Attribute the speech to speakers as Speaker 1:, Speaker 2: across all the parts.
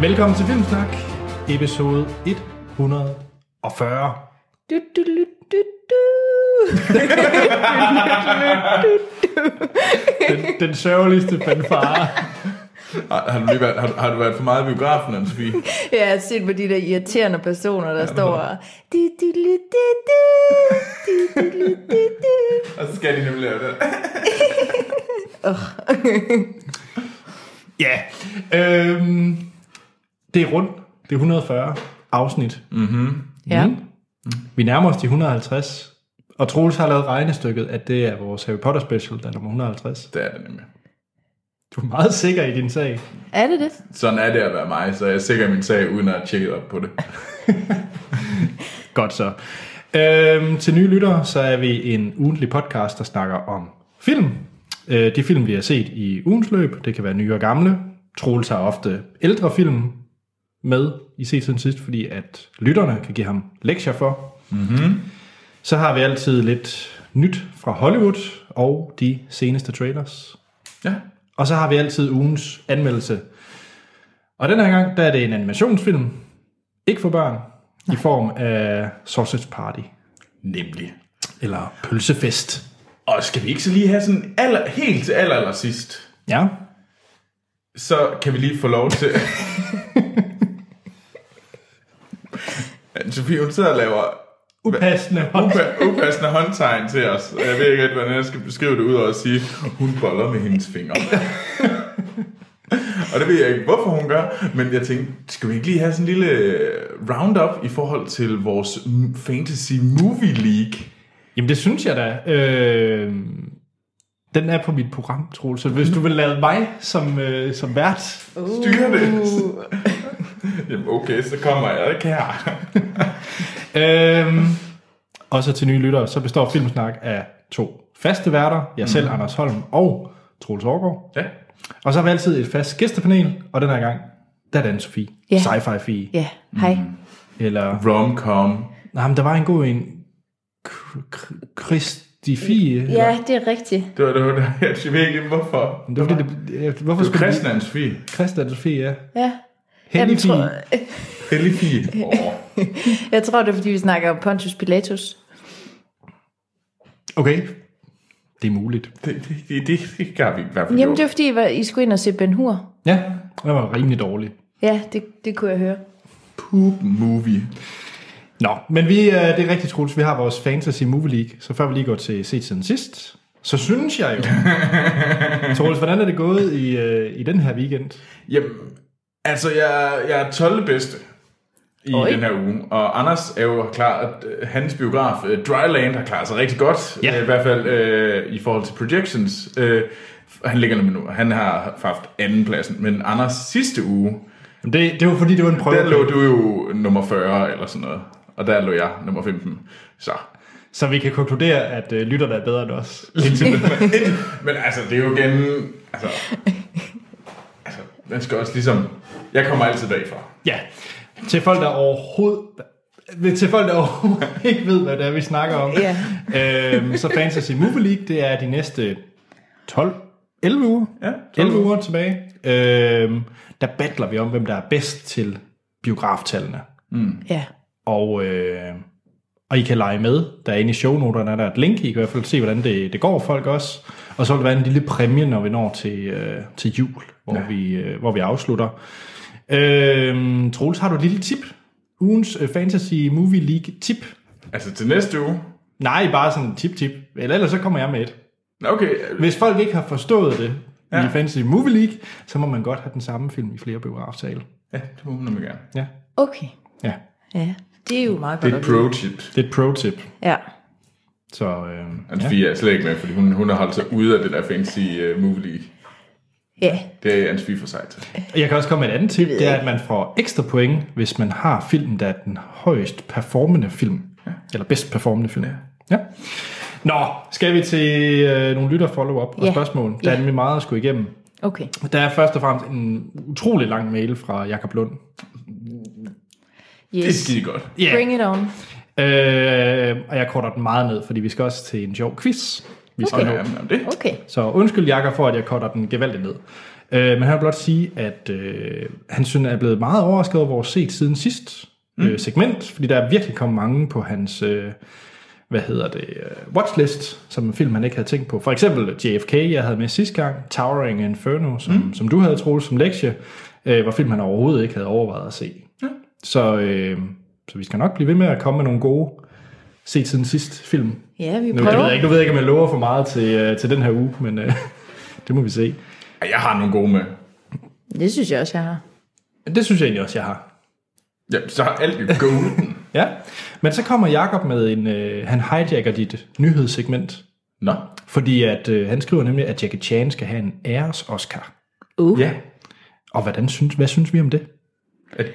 Speaker 1: Velkommen til Filmsnak, episode 140.
Speaker 2: Du, du, du, du, du.
Speaker 1: Den, den sørgeligste fanfare.
Speaker 3: Har, har, du lige været, har, har du været for meget i biografen, anne Sofie?
Speaker 2: Jeg har set på de der irriterende personer, der står og... Du, du, du, du, du, du, du, du, du.
Speaker 3: Og så skal de nemlig lave det.
Speaker 1: Ja. Øhm, det er rundt. Det er 140 afsnit.
Speaker 2: Ja.
Speaker 1: Mm. Vi nærmer os de 150. Og Troels har lavet regnestykket, at det er vores Harry Potter special, der er nummer 150.
Speaker 3: Det er det nemlig.
Speaker 1: Du er meget sikker i din sag.
Speaker 2: Er det det?
Speaker 3: Sådan er det at være mig, så jeg er sikker i min sag, uden at tjekke op på det.
Speaker 1: Godt så. Øhm, til nye lyttere, så er vi en ugentlig podcast, der snakker om film. Øh, de film, vi har set i ugens løb, det kan være nye og gamle. Troels har ofte ældre film med i set siden sidst, fordi at lytterne kan give ham lektier for. Mm-hmm. Så har vi altid lidt nyt fra Hollywood og de seneste trailers.
Speaker 3: Ja.
Speaker 1: Og så har vi altid ugens anmeldelse. Og den her gang, der er det en animationsfilm, ikke for børn, i form af Sausage Party,
Speaker 3: Nemlig.
Speaker 1: eller Pølsefest.
Speaker 3: Og skal vi ikke så lige have sådan aller, helt til aller, aller sidst,
Speaker 1: Ja,
Speaker 3: så kan vi lige få lov til... anne Sofie, hun sidder og laver
Speaker 1: upassende hånd.
Speaker 3: upa- upassende håndtegn til os. Og Jeg ved ikke, rigtig, hvordan jeg skal beskrive det ud over at sige, hun boller med hendes fingre. Og det ved jeg ikke, hvorfor hun gør, men jeg tænkte, skal vi ikke lige have sådan en lille øh, roundup i forhold til vores m- Fantasy Movie League?
Speaker 1: Jamen det synes jeg da. Øh, den er på mit program, Troels. Så hvis du vil lade mig som, øh, som vært,
Speaker 3: Uh. Styrer det?
Speaker 2: Uh.
Speaker 3: Jamen okay, så kommer jeg ikke her.
Speaker 1: Øhm, og så til nye lyttere, så består Filmsnak af to faste værter. Jeg selv, mm. Anders Holm og Troels Aargaard.
Speaker 3: Ja.
Speaker 1: Og så har vi altid et fast gæstepanel, og den her gang, der er det Anne-Sophie.
Speaker 2: Ja.
Speaker 1: Yeah. Sci-fi fie.
Speaker 2: Ja, hej.
Speaker 1: Eller,
Speaker 3: Rom-com.
Speaker 1: nej, men der var en god en. Kr- kr- Kristi fie. eller-
Speaker 2: Ja, det er rigtigt.
Speaker 3: Det var det, var det. jeg ved ikke, hvorfor.
Speaker 1: Men Det var, fordi det, jeg- hvorfor
Speaker 3: Du er
Speaker 1: skulle
Speaker 3: kristen,
Speaker 1: kristne?
Speaker 3: Anne Sofie.
Speaker 1: Kristne Anne-Sophie, ja.
Speaker 2: Ja.
Speaker 1: Hellig fie.
Speaker 2: tror,
Speaker 3: Hellig fie. Åh.
Speaker 2: jeg tror, det er, fordi vi snakker om Pontius Pilatus.
Speaker 1: Okay. Det er muligt.
Speaker 3: Det, det, det, det, det gør vi i hvert fald.
Speaker 2: Jamen, det var, fordi I var- I skulle ind og se Ben Hur.
Speaker 1: Ja, det var rimelig dårligt.
Speaker 2: Ja, det, det kunne jeg høre.
Speaker 3: poop movie.
Speaker 1: Nå, men vi, øh, det er rigtig troligt, vi har vores Fantasy Movie League, så før vi lige går til set siden sidst, så synes jeg jo, Troels, hvordan er det gået i, øh, i den her weekend?
Speaker 3: Jamen, altså, jeg, jeg er 12. bedste i
Speaker 2: Oj.
Speaker 3: Oi. den her uge, og Anders er jo klar, at øh, hans biograf, øh, Dryland, har klaret sig rigtig godt,
Speaker 1: Ja.
Speaker 3: øh, i hvert fald øh, i forhold til projections. Øh, han ligger nemlig nu, han har haft anden pladsen, men Anders sidste uge,
Speaker 1: Jamen, Det, det var fordi, det var en prøve.
Speaker 3: der lå du jo nummer 40 eller sådan noget, og der lå jeg nummer 15, så...
Speaker 1: Så vi kan konkludere, at øh, lytterne er bedre end os.
Speaker 3: men altså, det er jo igen... Altså, altså, man skal også ligesom... Jeg kommer altid bagfra.
Speaker 1: Ja, til folk, der overhovedet... Til folk, der overhovedet ikke ved, hvad det er, vi snakker om.
Speaker 2: Ja.
Speaker 1: Øhm, så Fantasy Movie League, det er de næste 12, 11 uger.
Speaker 3: Ja,
Speaker 1: 12 11 uger tilbage. Øhm, der battler vi om, hvem der er bedst til biograftallene.
Speaker 2: Ja.
Speaker 1: Og, øh, og I kan lege med. Der er inde i shownoterne, er der et link. I kan i hvert fald se, hvordan det, det går folk også. Og så vil der være en lille præmie, når vi når til, øh, til jul, hvor, ja. vi, øh, hvor vi afslutter. Øh, Troels, har du et lille tip? Ugens øh, Fantasy Movie League tip?
Speaker 3: Altså til næste uge?
Speaker 1: Nej, bare sådan en tip-tip. Eller ellers så kommer jeg med et.
Speaker 3: Nå, Okay,
Speaker 1: Hvis folk ikke har forstået det ja. i
Speaker 3: Ja.
Speaker 1: Fantasy Movie League, så må man godt have den samme film i flere biograftaler.
Speaker 3: ja, det må man gerne.
Speaker 1: Ja.
Speaker 2: Okay.
Speaker 1: ja,
Speaker 2: Ja. Det er jo meget
Speaker 3: Det
Speaker 2: godt.
Speaker 3: er et
Speaker 2: at vide.
Speaker 3: pro-tip.
Speaker 1: det er et pro-tip.
Speaker 2: Ja.
Speaker 1: Så, øh,
Speaker 3: Og
Speaker 1: ja.
Speaker 3: Sofie er slet ikke med, fordi hun, hun har holdt sig ude af det der fancy uh, movie league.
Speaker 2: Ja.
Speaker 3: Det er Anne Sofie for sig til.
Speaker 1: Jeg kan også komme med et andet tip,
Speaker 2: ved
Speaker 1: det er,
Speaker 2: jeg
Speaker 1: at man får ekstra point, hvis man har filmen, der er den højst performende film. Ja. Eller bedst performende film. Ja. ja. Nå, skal vi til øh, nogle lytter follow-up og
Speaker 2: Ja.
Speaker 1: spørgsmål. Der er
Speaker 2: Ja.
Speaker 1: nemlig meget at skulle igennem.
Speaker 2: Okay.
Speaker 1: Der er først og fremmest en utrolig lang mail fra Jakob Lund.
Speaker 3: Det er
Speaker 2: Yes.
Speaker 3: skide godt.
Speaker 1: Ja.
Speaker 2: Bring it on.
Speaker 1: Øh, og jeg korter den meget ned, fordi vi skal også til en sjov quiz. Vi skal
Speaker 3: Okay.
Speaker 1: nå.
Speaker 3: Jamen, jamen, det.
Speaker 2: Okay.
Speaker 1: Så undskyld Jakob for, at jeg korter den gevaldigt ned. Øh, men han vil blot sige, at øh, han synes, er blevet meget overrasket over vores set siden sidst mm. øh, segment, fordi der er virkelig kommet mange på hans... Øh, hvad hedder det, øh, watchlist, som en film, han ikke havde tænkt på. For eksempel JFK, jeg havde med sidste gang, Towering Inferno, som, mm. som du havde troet som lektie, øh, var film, han overhovedet ikke havde overvejet at se. Mm. Så, øh, så vi skal nok blive ved med at komme med nogle gode set siden sidst film.
Speaker 2: Ja, vi
Speaker 1: Nu jeg ved
Speaker 2: prøver.
Speaker 1: jeg ikke, nu ved jeg ikke, om jeg lover for meget til, øh, til den her uge, men øh, det må vi se.
Speaker 3: Ej, jeg har nogle gode med.
Speaker 2: Det synes jeg også, jeg har.
Speaker 1: Men det synes jeg egentlig også, jeg har.
Speaker 3: Ja, så er alt jo golden.
Speaker 1: Ja, men så kommer Jakob med en, øh, han hijacker dit nyhedssegment,
Speaker 3: Nå.
Speaker 1: fordi at øh, han skriver nemlig, at Jackie Chan skal have en æres Oscar.
Speaker 2: Uh,
Speaker 3: Ja.
Speaker 1: Og hvordan synes, hvad synes vi om det?
Speaker 3: At-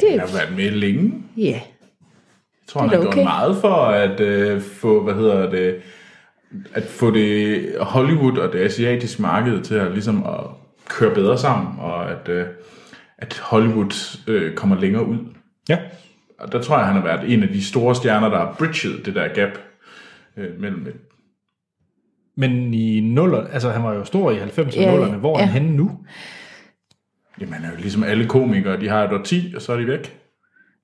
Speaker 2: det,
Speaker 3: Jeg har været med længe.
Speaker 2: ja.
Speaker 3: Jeg tror, han
Speaker 2: Det er
Speaker 3: har
Speaker 2: da
Speaker 3: gjort
Speaker 2: okay.
Speaker 3: meget for at øh, få, hvad hedder det, at få det Hollywood og det asiatiske marked til at, ligesom at køre bedre sammen, og at, øh, at Hollywood øh, kommer længere ud.
Speaker 1: Ja.
Speaker 3: Og der tror jeg, han har været en af de store stjerner, der har bridget det der gap øh, mellem et
Speaker 1: Men i nuller, altså han var jo stor i 90'erne
Speaker 2: Ja,
Speaker 1: og 0'erne, hvor er han
Speaker 2: ja.
Speaker 1: henne nu?
Speaker 3: Jamen, han er jo ligesom alle komikere. De har et årti, og så er de væk.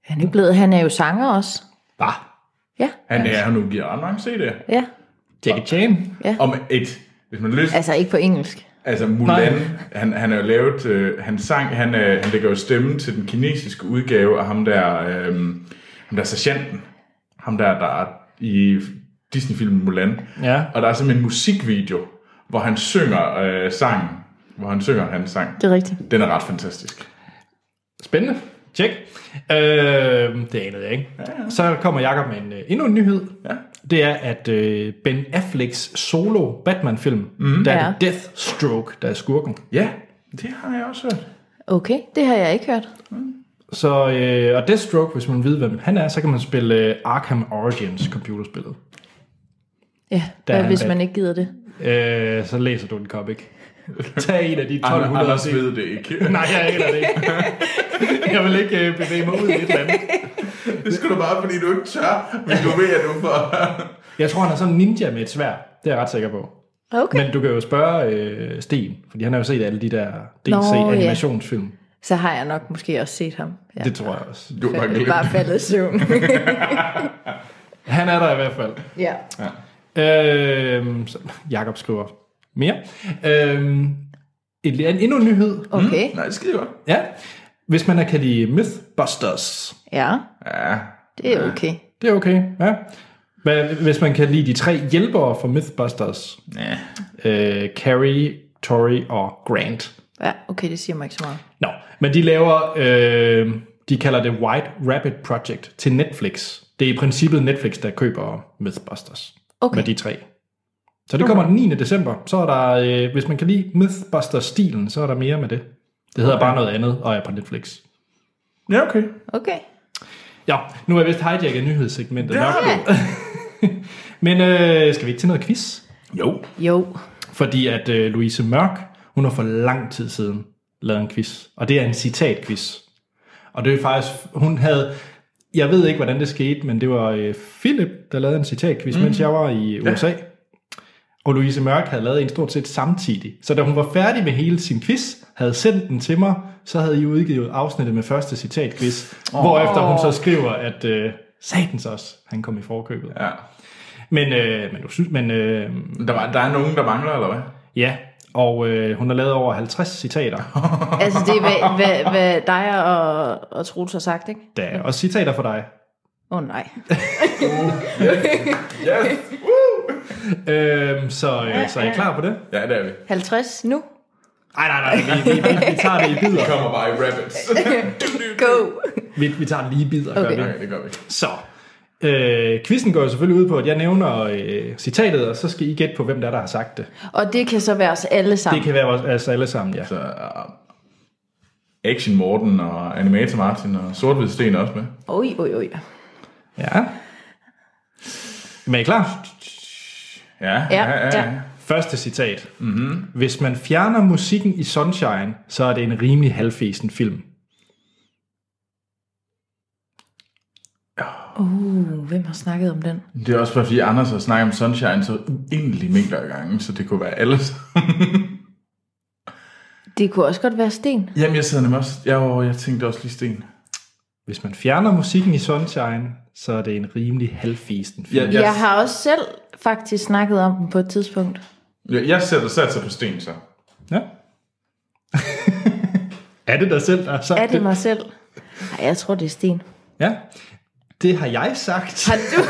Speaker 2: Han er, ikke blevet, han er jo sanger også.
Speaker 1: Bah,
Speaker 2: Ja,
Speaker 3: Han er nu bliver ret mange CD'er.
Speaker 2: ja.
Speaker 1: Jackie Chan.
Speaker 3: Om et, hvis man har lyst,
Speaker 2: Altså ikke på engelsk.
Speaker 3: altså Mulan,
Speaker 1: Nej.
Speaker 3: han, han har jo lavet, øh, han sang, han, øh, han lægger jo stemmen til den kinesiske udgave af ham der, øh, ham der sergeanten. Ham der, der er i Disney-filmen Mulan.
Speaker 1: Ja.
Speaker 3: Og der er simpelthen en musikvideo, hvor han synger øh, sangen. Hvor han synger hans sang.
Speaker 2: Det er rigtigt.
Speaker 3: Den er ret fantastisk.
Speaker 1: Spændende. Tjek. Øh, det anede jeg ikke. Ja, ja. Så kommer Jakob med en, øh, endnu en nyhed.
Speaker 3: Ja.
Speaker 1: Det er, at øh, Ben Afflecks solo Batman-film, mm. der er det Deathstroke, der er skurken.
Speaker 3: Ja, det har jeg også hørt.
Speaker 2: Okay, det har jeg ikke hørt.
Speaker 1: Så, øh, og Deathstroke, hvis man ved, hvem han er, så kan man spille øh, Arkham Origins computerspillet.
Speaker 2: Ja,
Speaker 1: Der er
Speaker 2: hvad
Speaker 1: han
Speaker 2: hvis
Speaker 1: bag.
Speaker 2: man ikke gider det?
Speaker 1: Øh, så læser du en kop, ikke? Tag en af de
Speaker 3: Anders,
Speaker 1: 1200
Speaker 3: Anders ved det ikke.
Speaker 1: Nej, jeg aner det ikke. jeg vil ikke øh, bevæge mig ud i et eller andet.
Speaker 3: Det skal du bare, fordi du ikke tør, men du ved, at du for...
Speaker 1: Jeg tror, han er sådan en ninja med et svær. Det er jeg ret sikker på.
Speaker 2: Okay.
Speaker 1: Men du kan jo spørge øh, Sten, fordi han har jo set alle de der
Speaker 2: Nå, ja.
Speaker 1: DC-animationsfilm.
Speaker 2: Så har jeg nok måske også set ham. Ja.
Speaker 1: Det tror jeg også.
Speaker 3: Du har glemt.
Speaker 2: Bare faldet i søvn.
Speaker 1: Han er der i hvert fald.
Speaker 2: ja.
Speaker 1: Mhm. Øh, Jakob skriver mere. Øh, et, endnu en nyhed.
Speaker 2: Okay.
Speaker 3: Nej, det skide godt.
Speaker 1: Ja. Hvis man kan lide Mythbusters,
Speaker 2: Ja,
Speaker 3: Ja.
Speaker 2: det er okay.
Speaker 1: det er okay. Ja. Hvad- Hvis man kan lide de tre hjælpere for Mythbusters,
Speaker 3: ja.
Speaker 1: øh, Carrie, Tori og Grant.
Speaker 2: Ja, okay, det siger mig ikke så meget.
Speaker 1: Nå, men de laver, øh, de kalder det White Rabbit Project til Netflix. Det er i princippet Netflix, der køber Mythbusters
Speaker 2: Okay.
Speaker 1: med de tre. Så det kommer den 9. december. Så er der, øh, hvis man kan lide Mythbusters-stilen, så er der mere med det. Det hedder bare noget andet og er på Netflix.
Speaker 3: Ja, okay.
Speaker 2: Okay.
Speaker 1: Ja, nu har jeg vist hijacket nyhedssegmentet.
Speaker 3: Ja.
Speaker 1: nok. Men øh, skal vi ikke til noget quiz?
Speaker 3: Jo.
Speaker 2: Jo.
Speaker 1: Fordi at øh, Louise Mørk, hun har for lang tid siden lavet en quiz. Og det er en citatquiz. Og det er faktisk, hun havde, jeg ved ikke, hvordan det skete, men det var øh, Philip, der lavede en citatquiz, mm. mens jeg var i USA. Og Louise Mørk havde lavet en stort set samtidig. Så da hun var færdig med hele sin quiz, havde sendt den til mig, så havde I udgivet afsnittet med første citatquiz. Oh. Hvorefter hun så skriver, at øh, satans også, han kom i forkøbet. Ja.
Speaker 3: Ja.
Speaker 1: Men, øh, men, du synes, men øh,
Speaker 3: Der, var, der er nogen, der mangler, eller hvad?
Speaker 1: Ja, og øh, hun har lavet over 50 citater.
Speaker 2: Altså, det er, hvad, hvad, hvad dig og, og Troels har sagt, ikke?
Speaker 1: Der er også citater for dig.
Speaker 2: Åh, oh, nej.
Speaker 3: Yes.
Speaker 1: Øhm, så, øh, så er I klar på det?
Speaker 3: Ja, det er vi.
Speaker 2: 50 nu.
Speaker 1: Nej, nej, nej, vi, vi, vi, vi tager det i
Speaker 3: Vi
Speaker 1: bidder.
Speaker 3: kommer bare i rabbits.
Speaker 2: Go!
Speaker 1: Vi, vi tager det lige i bidder. gør
Speaker 2: Okay.
Speaker 1: vi.
Speaker 3: Nej, det gør vi ikke.
Speaker 1: Så, øh, quizzen går jo selvfølgelig ud på, at jeg nævner øh, citatet, og så skal I gætte på, hvem der er, der har sagt det.
Speaker 2: Og det kan så være os alle sammen.
Speaker 1: Det kan være vores, altså alle sammen, ja.
Speaker 3: Så, uh, Action Morten og Animator Martin og sort Sten er også med.
Speaker 2: Oj, oj, oj.
Speaker 1: ja. Men er I klar?
Speaker 3: Ja,
Speaker 2: Ja, ja.
Speaker 1: Første citat. Mm-hmm. Hvis man fjerner musikken i Sunshine, så er det en rimelig halvfesen film.
Speaker 2: Uh, hvem har snakket om den?
Speaker 3: Det er også bare, fordi Anders har snakket om Sunshine så uendelige mængder af gange, så det kunne være alle sammen.
Speaker 2: Det kunne også godt være sten.
Speaker 3: Jamen, jeg sidder nemlig også... Jeg, var, jeg tænkte også lige sten.
Speaker 1: Hvis man fjerner musikken i Sunshine, så er det en rimelig halvfisen film. Ja,
Speaker 3: Ja, ja.
Speaker 1: ja.
Speaker 2: Yes. Jeg har også selv faktisk snakket om den på et tidspunkt.
Speaker 3: Jeg, jeg sætter satser på sten, så.
Speaker 1: ja. er det dig selv, der har sagt
Speaker 2: Er det mig selv? Ej, jeg tror, det er sten.
Speaker 1: Ja, det har jeg sagt.
Speaker 2: Har du?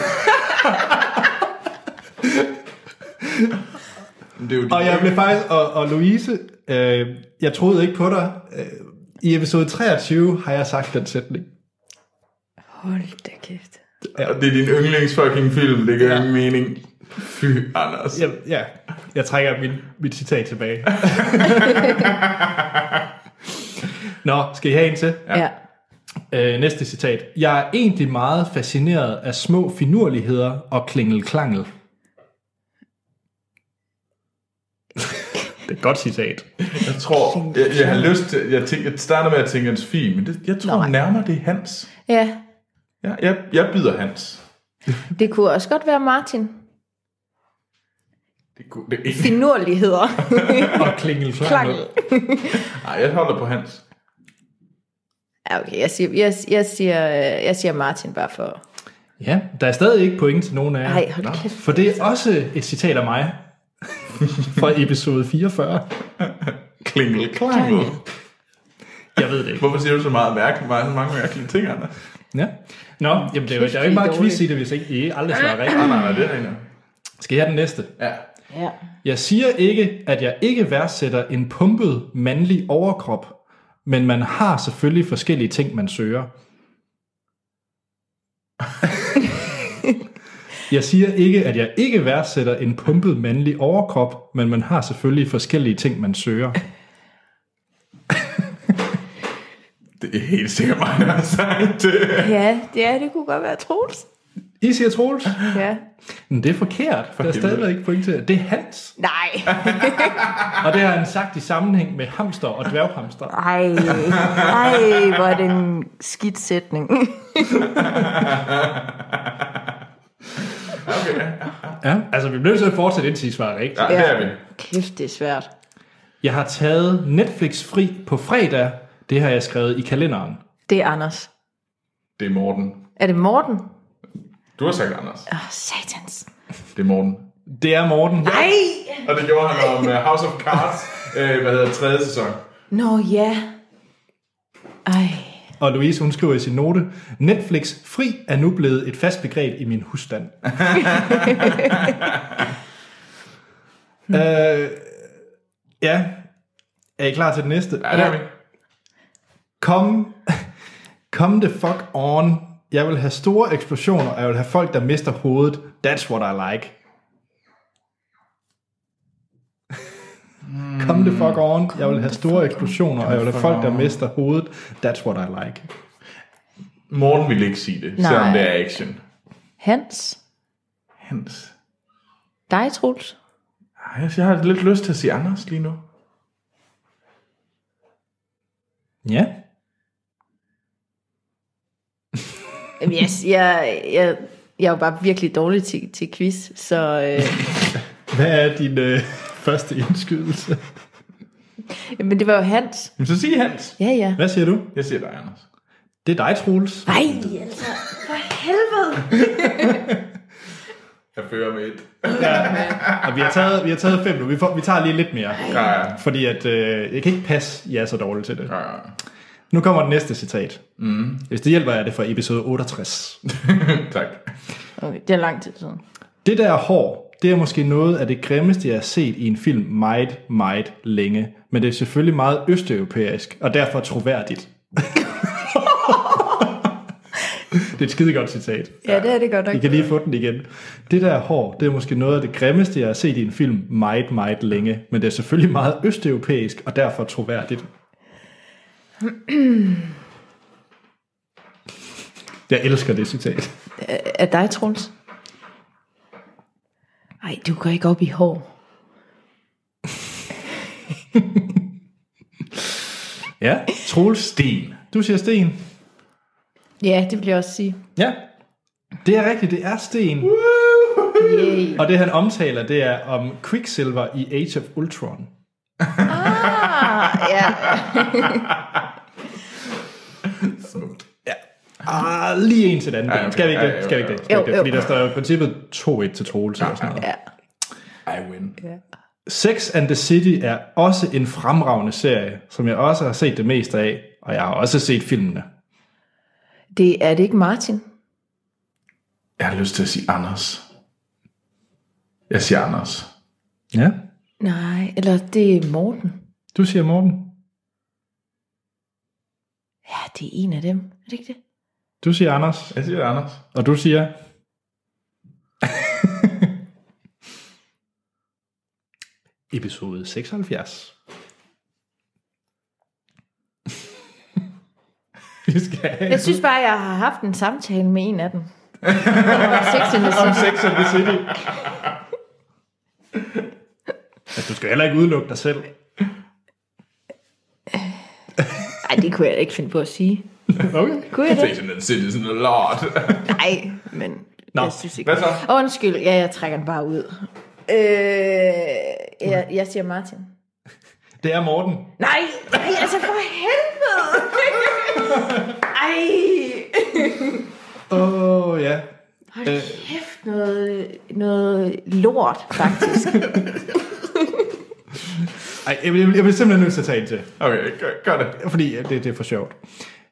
Speaker 3: Men Det er jo
Speaker 1: Og jeg blev faktisk, og, og Louise, øh, jeg troede ikke på dig. Øh, I episode 23 har jeg sagt den sætning.
Speaker 2: Hold da kæft.
Speaker 3: Og det er din yndlings fucking film, det gør ja. ingen mening. Fy, Anders.
Speaker 1: Jeg, ja, jeg trækker min, mit citat tilbage. Nå, skal I have en til?
Speaker 2: Ja. ja.
Speaker 1: Øh, næste citat. Jeg er egentlig meget fascineret af små finurligheder og klingelklangel. det er et godt citat.
Speaker 3: Jeg tror, jeg, jeg har lyst til, jeg, tænker, jeg starter med at tænke hans Sofie, men det, jeg tror
Speaker 2: Nej.
Speaker 3: Nej. nærmere, det er Hans.
Speaker 2: Ja,
Speaker 3: Ja, jeg, jeg byder Hans.
Speaker 2: det kunne også godt være Martin.
Speaker 3: Det, kunne, det er ikke.
Speaker 2: Finurligheder.
Speaker 1: Og klingelklangel.
Speaker 2: Klang.
Speaker 3: Nej, jeg holder på Hans.
Speaker 2: Ja, okay, jeg siger, jeg, jeg, siger, øh, jeg siger Martin bare for...
Speaker 1: Ja, der er stadig ikke point til nogen af jer.
Speaker 2: Ej, hold
Speaker 1: Nå,
Speaker 2: kæft.
Speaker 1: For det er også et citat af mig fra episode 44.
Speaker 3: Klingel, klingel.
Speaker 1: Jeg ved det ikke.
Speaker 3: Hvorfor siger du så meget mærke, mange, mange mærkelige ting, Anders?
Speaker 1: Ja. Nå, jamen, det er jo, der er jo ikke
Speaker 2: det er
Speaker 1: meget quiz i
Speaker 2: dårligt.
Speaker 1: det, hvis ikke I aldrig svarer
Speaker 3: Nej,
Speaker 1: rigtigt.
Speaker 3: nej, nej, det er ikke
Speaker 1: Skal jeg have den næste?
Speaker 3: Ja.
Speaker 2: Ja.
Speaker 1: Jeg siger ikke, at jeg ikke værdsætter en pumpet mandlig overkrop, men man har selvfølgelig forskellige ting, man søger. Jeg siger ikke, at jeg ikke værdsætter en pumpet mandlig overkrop, men man har selvfølgelig forskellige ting, man søger.
Speaker 3: Det er helt sikkert mig, der har sagt det.
Speaker 2: Ja, ja, det kunne godt være Troels.
Speaker 1: I siger Troels?
Speaker 2: Ja.
Speaker 1: Men det er forkert. For der er
Speaker 3: helvede.
Speaker 1: stadigvæk ikke point til. Det er Hans.
Speaker 2: Nej.
Speaker 1: Og det har han sagt i sammenhæng med hamster og dværghamster.
Speaker 2: Ej, ej, hvor er det en skidt sætning.
Speaker 1: Ja, altså vi bliver nødt til at fortsætte, indtil I svarer rigtigt.
Speaker 3: Ja, det er vi.
Speaker 2: Kæft, det er svært.
Speaker 1: Jeg har taget Netflix fri på fredag. Det har jeg skrevet i kalenderen.
Speaker 2: Det er Anders.
Speaker 3: Det er Morten.
Speaker 2: Er det Morten?
Speaker 3: Du har sagt Anders.
Speaker 2: Åh, oh, satans.
Speaker 3: Det er Morten.
Speaker 1: Det er Morten.
Speaker 2: Ej!
Speaker 3: Og det gjorde han om øh, House of Cards, øh, hvad hedder tredje sæson.
Speaker 2: Nå ja. Ej.
Speaker 1: Og Louise, hun skriver i sin note, Netflix fri er nu blevet et fast begreb i min husstand. øh, ja. Er I klar til det næste?
Speaker 3: Ja, det er vi.
Speaker 1: Kom, kom the fuck on. Jeg vil have store eksplosioner, og jeg vil have folk, der mister hovedet. That's what I like. Kom Hmm. the fuck on. Jeg vil have store eksplosioner, og jeg vil have folk, der mister hovedet. That's what I like.
Speaker 3: Morten ville ikke sige det,
Speaker 2: Nej.
Speaker 3: selvom det er action.
Speaker 2: Hans?
Speaker 3: Hans.
Speaker 2: Dig, Troels?
Speaker 3: Ej, altså, Jeg har lidt lyst til at sige Anders lige nu.
Speaker 1: Ja.
Speaker 2: Jamen, jeg, jeg, jeg, jeg er jo bare virkelig dårlig til, til quiz, så øh,
Speaker 1: Hvad er din øh, første indskydelse?
Speaker 2: men det var jo Hans.
Speaker 3: Men så sig Hans.
Speaker 2: Ja, ja.
Speaker 1: Hvad siger du?
Speaker 3: Jeg siger dig, Anders.
Speaker 1: Det er dig, Troels.
Speaker 2: Nej, altså, for helvede.
Speaker 3: Jeg fører med et.
Speaker 1: Og vi har taget, vi har taget fem nu. Vi, får, vi tager lige lidt mere.
Speaker 3: Ja, ja.
Speaker 1: Fordi at, øh, jeg kan ikke passe, jeg er så dårlig til det.
Speaker 3: Ja, ja.
Speaker 1: Nu kommer det næste citat. Mm. Hvis det hjælper, er det fra episode 68.
Speaker 3: tak.
Speaker 2: Okay, det er lang tid siden.
Speaker 1: Det der hår, det er måske noget af det grimmeste, jeg har set i en film meget, meget længe. Men det er selvfølgelig meget østeuropæisk, og derfor troværdigt. det er et skidegodt citat.
Speaker 2: Ja, det er det godt nok.
Speaker 1: I kan lige få den igen. Det der hår, det er måske noget af det grimmeste, jeg har set i en film meget, meget længe. Men det er selvfølgelig meget østeuropæisk, og derfor troværdigt. Jeg elsker det citat.
Speaker 2: Er dig, Troels? Nej, du går ikke op i hår.
Speaker 1: Ja,
Speaker 3: Troel Sten.
Speaker 1: du siger sten.
Speaker 2: Ja, det vil jeg også sige.
Speaker 1: Ja. Det er rigtigt, det er sten.
Speaker 2: Yay.
Speaker 1: Og det han omtaler, det er om Quicksilver i Age of Ultron.
Speaker 2: Ah, ja.
Speaker 3: Smukt.
Speaker 1: Ah, lige en til den anden.
Speaker 3: Ej,
Speaker 1: Ja,
Speaker 3: okay.
Speaker 1: okay. Skal vi ikke
Speaker 3: Ja,
Speaker 1: det?
Speaker 3: ja,
Speaker 1: Skal vi
Speaker 3: ja,
Speaker 1: ikke det? Skal vi
Speaker 3: ja.
Speaker 1: ikke det?
Speaker 2: Jo,
Speaker 1: Fordi der står jo i princippet 2-1 til Troels. eller sådan noget.
Speaker 2: ja.
Speaker 3: I win.
Speaker 2: ja.
Speaker 1: Sex and the City er også en fremragende serie, som jeg også har set det meste af, og jeg har også set filmene.
Speaker 2: Det er det ikke Martin?
Speaker 3: Jeg har lyst til at sige Anders. Jeg siger Anders.
Speaker 1: Ja.
Speaker 2: Nej, eller det er Morten.
Speaker 1: Du siger Morten.
Speaker 2: Ja, det er en af dem. Er det ikke det?
Speaker 1: Du siger Anders.
Speaker 3: Jeg siger Anders.
Speaker 1: Og du siger... Episode 76.
Speaker 3: Vi skal have
Speaker 2: Jeg synes bare, jeg har haft en samtale med en af dem. Om Sex and the City.
Speaker 1: Sex and the City. Ja, du skal heller ikke udelukke dig selv.
Speaker 2: Ej, det kunne jeg ikke finde på at sige.
Speaker 1: Okay.
Speaker 2: Kunne jeg det?
Speaker 3: Sex and the City sådan a lot.
Speaker 2: Nej, men
Speaker 1: Nå,
Speaker 2: jeg synes ikke.
Speaker 3: Hvad så?
Speaker 2: Undskyld, ja, jeg trækker den bare ud. Øh, jeg, jeg siger Martin.
Speaker 1: Det er Morten.
Speaker 2: Nej, nej, altså for helvede! Ej,
Speaker 1: Åh, oh, ja.
Speaker 2: hold kæft, noget, noget lort, faktisk.
Speaker 1: Ej, jeg, bliver- jeg bliver simpelthen nødt til at tage en til.
Speaker 3: Okay, gør, gør det.
Speaker 1: Fordi det, det er for sjovt.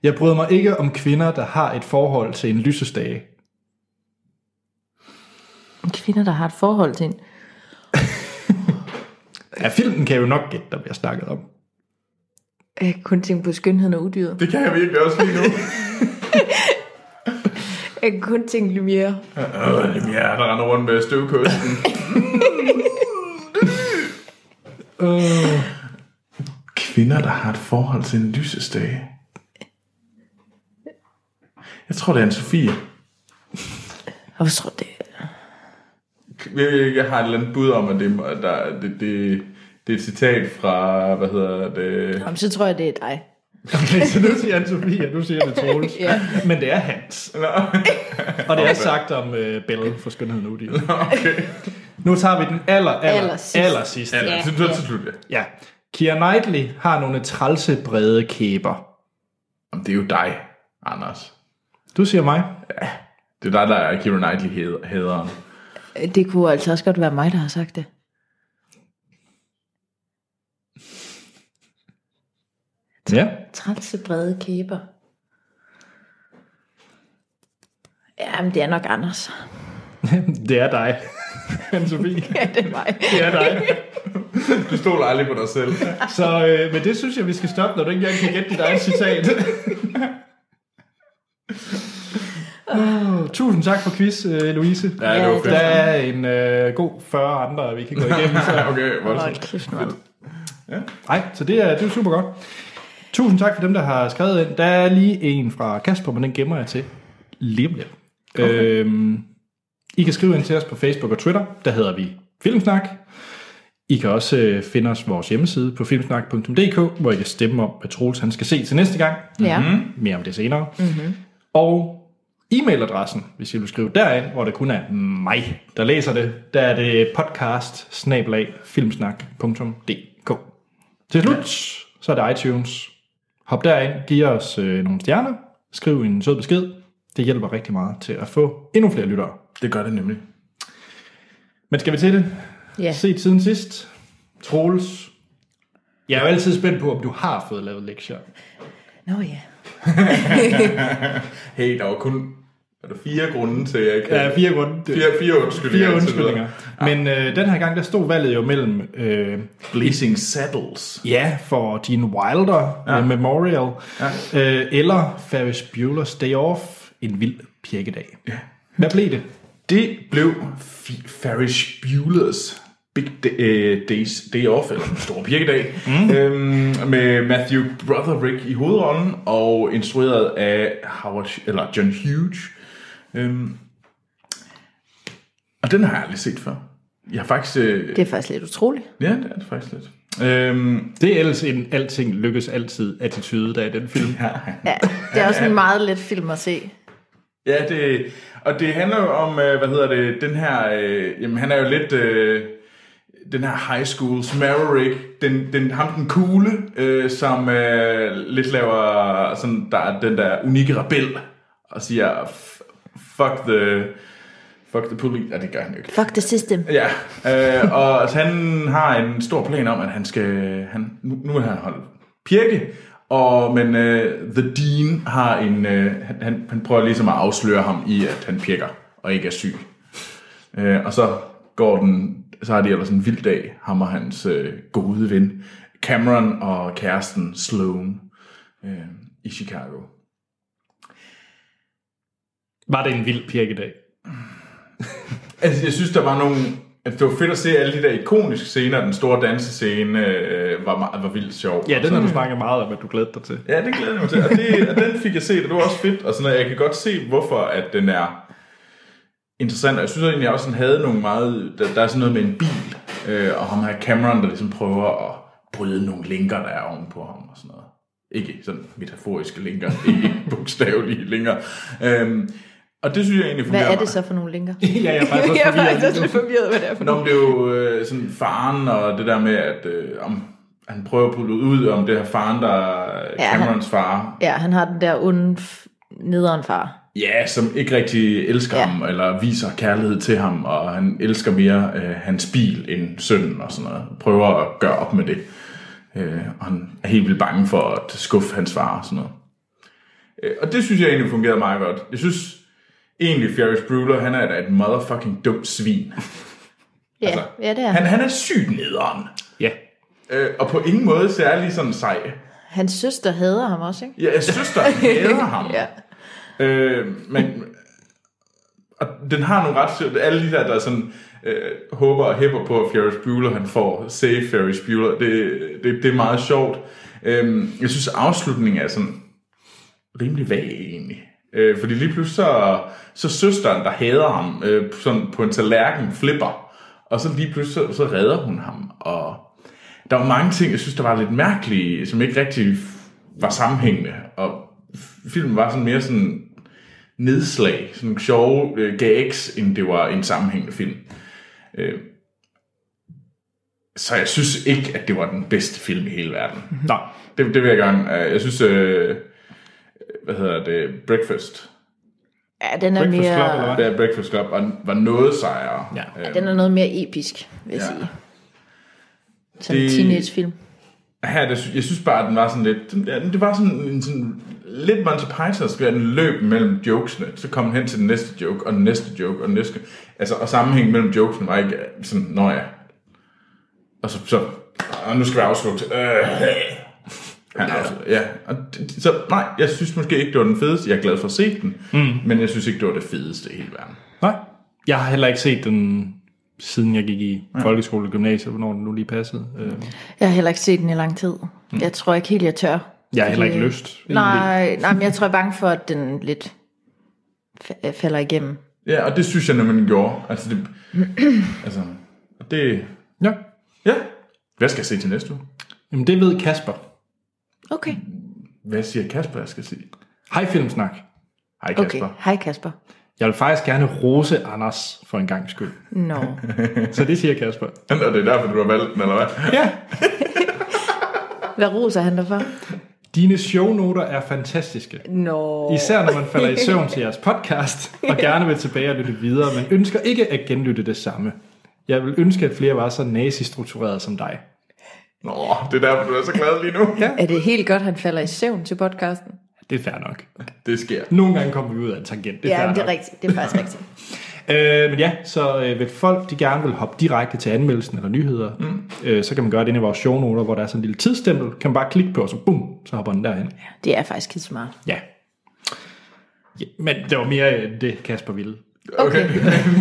Speaker 1: Jeg bryder mig ikke om kvinder, der har et forhold til en lysestage.
Speaker 2: Kvinder, der har et forhold til en...
Speaker 1: Ja, filmen kan jeg jo nok gætte, der bliver snakket om.
Speaker 2: Jeg kan kun tænke på skønheden og udyret.
Speaker 3: Det kan jeg virkelig også lige nu.
Speaker 2: Jeg kan kun tænke Lumiere.
Speaker 3: Øh, jamen ja, der render rundt med støvkosten.
Speaker 1: Øh,
Speaker 3: Kvinder, der har et forhold til en lysestage. Jeg tror, det er en Sofie.
Speaker 2: Og hvad tror du, det
Speaker 3: Jeg har et eller andet bud om, at det, at der, det, det, det er et citat fra, hvad hedder det?
Speaker 2: Jamen, så tror jeg, det er dig.
Speaker 1: okay, så nu siger Anne-Sophie, og nu siger det Troels.
Speaker 2: Ja.
Speaker 1: Men det er Hans.
Speaker 3: Nå,
Speaker 1: Og det er sagt om øh, Belle for Skønheden Udi.
Speaker 3: okay.
Speaker 1: Nu tager vi den aller, aller, aller
Speaker 2: Aller sidste.
Speaker 1: sidste. Aller sidste.
Speaker 3: Eller,
Speaker 2: Ja,
Speaker 3: ja, så,
Speaker 2: ja.
Speaker 3: så slut, ja.
Speaker 1: Ja. Keira Knightley har nogle trælse brede kæber.
Speaker 3: Jamen, det er jo dig, Anders.
Speaker 1: Du siger mig.
Speaker 3: Det er dig, der er Keira Knightley hed- hæderen.
Speaker 2: Det kunne altså også godt være mig, der har sagt det.
Speaker 1: Ja.
Speaker 2: Trælse brede kæber. Jamen, det er nok Anders.
Speaker 1: Det er dig. Anne-Sophie,
Speaker 2: Ja, det er mig.
Speaker 1: det er dig.
Speaker 3: Du stoler aldrig på dig selv.
Speaker 1: Så øh, men det synes jeg, vi skal stoppe, når du ikke engang kan gætte dit eget citat. oh, tusind tak for quiz, øh, Louise.
Speaker 3: Ja, det
Speaker 2: Ja,
Speaker 3: var
Speaker 2: det
Speaker 1: Der
Speaker 3: fedt.
Speaker 1: er en øh, god 40 andre, vi kan gå igennem. Så.
Speaker 3: Okay, voldsomt.
Speaker 2: Hold kæft, mand.
Speaker 1: Nej, så det er, det er super godt. Tusind tak for dem, der har skrevet ind. Der er lige en fra Kasper, men den gemmer jeg til. Lige om lidt. Okay. Øhm, I kan skrive ind til os på Facebook og Twitter. Der hedder vi Filmsnak. I kan også øh, finde os vores hjemmeside på filmsnak.dk, hvor I kan stemme om, hvad Troels han skal se til næste gang.
Speaker 2: Ja.
Speaker 1: Mere om det senere. Mm-hmm. Og e-mailadressen, hvis I vil skrive derind, hvor det kun er mig, der læser det, der er det podcast filmsnak.dk. Til slut, så er det iTunes. Hop derind, giv os øh, nogle stjerner, skriv en sød besked. Det hjælper rigtig meget til at få endnu flere lyttere.
Speaker 3: Det gør det nemlig.
Speaker 1: Men skal vi til det?
Speaker 2: Ja.
Speaker 1: Set siden sidst. Troels. Jeg er jo altid spændt på, om du har fået lavet lektier.
Speaker 2: Nå ja.
Speaker 3: Hey, der var kun er der fire grunde til, at jeg ikke...
Speaker 1: Der er fire grunde.
Speaker 3: fire, fire undskyldninger.
Speaker 1: Fire
Speaker 3: og så videre.
Speaker 1: undskyldninger. Men øh, den her gang, der stod valget jo mellem, øh,
Speaker 3: Blazing Saddles.
Speaker 1: ja, for Gene Wilder, ja. Memorial, ja. Øh, eller Ferris Bueller's Day Off, en vild pjekkedag. Ja. Hvad blev det?
Speaker 3: Det blev F- Ferris Bueller's Big Day, øh, Days, Day Off, eller en stor pjekkedag, mm. øhm, med Matthew Broderick i hovedrollen, og instrueret af Howard, eller John Hughes. Øhm, og den har jeg aldrig set før. Jeg har faktisk... Øh,
Speaker 2: Det er faktisk lidt utroligt.
Speaker 3: ja, det er det faktisk lidt. Øhm,
Speaker 1: Det er ellers en alting lykkes altid attitude, der er i den film. Ja.
Speaker 2: Ja. Det er også en meget let film at se.
Speaker 3: Ja, det, og det handler jo om, øh, hvad hedder det, den her, øh, jamen han er jo lidt, øh, den her high schools Maverick, den, den, ham den coole, øh, som øh, lidt laver sådan, der er den der unikke rebel, og siger, "F- fuck the, fuck the police. Ja, det gør han jo ikke.
Speaker 2: Fuck the system.
Speaker 3: Ja, øh, og altså, han har en stor plan om, at han skal, han, nu, nu vil han holde pirke, og, men øh, The Dean har en, øh, han- han, han prøver ligesom at afsløre ham i, at han pirker og ikke er syg. Øh, og så går den, så har de ellers en vild dag, ham og hans øh, gode ven, Cameron og kæresten Sloan øh, i Chicago.
Speaker 1: Var det en vild pirkedag?
Speaker 3: Altså, jeg synes, der var nogle... Altså, det var fedt at se alle de der ikoniske scener. Den store dansescene øh, var, meget, var vildt sjov.
Speaker 1: Ja,
Speaker 3: Og
Speaker 1: den har
Speaker 3: sådan-
Speaker 1: du snakket meget om, at du glæder dig til.
Speaker 3: Ja, det glæder jeg mig til. Og, det, og den fik jeg set, og det var også fedt. Og sådan, noget. jeg kan godt se, hvorfor at den er interessant. Og jeg synes egentlig, jeg også sådan havde nogle meget... Der, der er sådan noget med en bil, øh, og ham her Cameron, der ligesom prøver at bryde nogle linker, der er oven på ham og sådan noget. Ikke sådan metaforiske linker, ikke bogstavelige linker. Øhm, og det synes jeg egentlig
Speaker 2: Hvad
Speaker 3: fungerer
Speaker 2: er det
Speaker 3: meget.
Speaker 2: så for nogle linker?
Speaker 1: ja, jeg er faktisk
Speaker 2: jeg
Speaker 1: også
Speaker 2: er faktisk
Speaker 1: forvirret.
Speaker 2: også lidt forvirret, hvad det er for
Speaker 3: Nå, men det er jo øh, sådan faren og det der med, at øh, om, han prøver at putte ud om det her faren, der er
Speaker 2: Ja,
Speaker 3: Camerons far.
Speaker 2: Ja, han har den der onde f- nederen far.
Speaker 3: Ja, som ikke rigtig elsker ja.
Speaker 2: Ja.
Speaker 3: ham, eller viser kærlighed til ham, og han elsker mere øh, hans bil end sønnen og sådan noget. Prøver at gøre op med det. Øh, og han er helt vildt bange for at skuffe hans far og sådan noget. Øh, og det synes jeg egentlig fungerede meget godt. Jeg synes egentlig, Ferris Bueller, han er da et motherfucking dumt svin.
Speaker 2: Ja,
Speaker 3: Altså,
Speaker 2: ja det er han.
Speaker 3: Han, han er sygt nederen.
Speaker 1: Ja.
Speaker 3: Øh, og på ingen måde særlig sådan sej.
Speaker 2: Hans søster hader ham også, ikke?
Speaker 3: Ja, jeg synes, der hader ham.
Speaker 2: Ja.
Speaker 3: Øh, men, og den har nogle ret... Alle de der, der sådan, øh, håber og hæpper på, at Ferris Bueller han får save Ferris Bueller, det, det, det er meget sjovt. Øh, jeg synes, afslutningen er sådan rimelig vag egentlig. Øh, fordi lige pludselig så, så søsteren, der hader ham, øh, sådan på en tallerken flipper, og så lige pludselig så, så redder hun ham. Og der var mange ting, jeg synes, der var lidt mærkelige, som ikke rigtig f- var sammenhængende. Og f- filmen var sådan mere sådan nedslag, sådan nogle sjove øh, gags, end det var en sammenhængende film. Øh, så jeg synes ikke, at det var den bedste film i hele verden.
Speaker 1: Nå,
Speaker 3: Det, det vil jeg gerne. Øh, Jeg synes, øh, hvad hedder det, Breakfast.
Speaker 2: Ja, den er
Speaker 1: Breakfast
Speaker 2: mere...
Speaker 1: Club, eller hvad?
Speaker 3: Det er Breakfast Club var, var noget sejere.
Speaker 1: Ja.
Speaker 3: Øh,
Speaker 2: Den er noget mere episk, vil jeg
Speaker 3: Ja.
Speaker 2: ja. sige. Som
Speaker 3: Det-
Speaker 2: det... teenagefilm.
Speaker 3: her, der, sy- jeg synes bare, at den var sådan lidt... den- ja, Det var sådan en sådan lidt Monty Python, så den løb mellem jokesene. Så kom den hen til den næste joke, og den næste joke, og den næste... Altså, og sammenhængen mellem jokesene var ikke øh, sådan, nå ja. Og så... så og nu skal vi afslutte. Øh. Han er afsluttet, ja. Og det, så nej, jeg synes måske ikke, det var den fedeste. Jeg er glad for at se den, mm. men jeg synes ikke, det var det fedeste i hele verden.
Speaker 1: nej. Jeg har heller ikke set den, siden jeg gik i folkeskole og gymnasiet, hvornår den nu lige passede. Øh,
Speaker 2: Jeg har heller ikke set den i lang tid.
Speaker 3: Mm.
Speaker 2: Jeg tror ikke helt, jeg tør.
Speaker 1: Jeg har heller ikke
Speaker 2: Fordi-
Speaker 1: lyst. egentlig.
Speaker 2: Nej, nej, men jeg tror, jeg er bange for, at den lidt fa- øh, falder igennem.
Speaker 3: Ja, og det synes jeg nemlig, den gjorde. Altså, det... altså, og det...
Speaker 1: Ja.
Speaker 3: Ja. Hvad skal jeg se til næste uge?
Speaker 1: Jamen, det ved Kasper.
Speaker 2: Okay.
Speaker 3: Hvad siger Kasper, jeg skal sige?
Speaker 1: Hej Filmsnak.
Speaker 3: Hej
Speaker 2: Okay.
Speaker 3: Kasper. Okay.
Speaker 2: Hej Kasper.
Speaker 1: Jeg vil faktisk gerne rose Anders for en gang skyld.
Speaker 2: Nå.
Speaker 1: Så det siger Kasper.
Speaker 3: Og det er derfor, du har valgt den, eller hvad?
Speaker 1: Ja.
Speaker 2: Hvad roser han dig for?
Speaker 1: Dine shownoter er fantastiske.
Speaker 2: Nå.
Speaker 1: Især når man falder i søvn til jeres podcast, og gerne vil tilbage og lytte videre, men ønsker ikke at genlytte det samme. Jeg vil ønske, at flere var så nazistruktureret som dig.
Speaker 3: Nå, det er derfor, du er så glad lige nu.
Speaker 1: Ja.
Speaker 2: Er det helt godt, han falder i søvn til podcasten?
Speaker 1: Det er fair nok.
Speaker 3: Det sker.
Speaker 1: Nogle gange kommer vi ud af en tangent. Det er
Speaker 2: ja,
Speaker 1: fair
Speaker 2: men det er
Speaker 1: nok.
Speaker 2: rigtigt. Det er faktisk rigtigt.
Speaker 1: Øh, men ja, så øh, hvis folk de gerne vil hoppe direkte til anmeldelsen eller nyheder, mm. øh, så kan man gøre det inde i vores shownoter, hvor der er sådan en lille tidsstempel. Kan man bare klikke på, og så bum, så hopper den derhen.
Speaker 2: Det er faktisk helt smart.
Speaker 1: Ja. ja men det var mere øh, det, Kasper ville.
Speaker 3: Okay.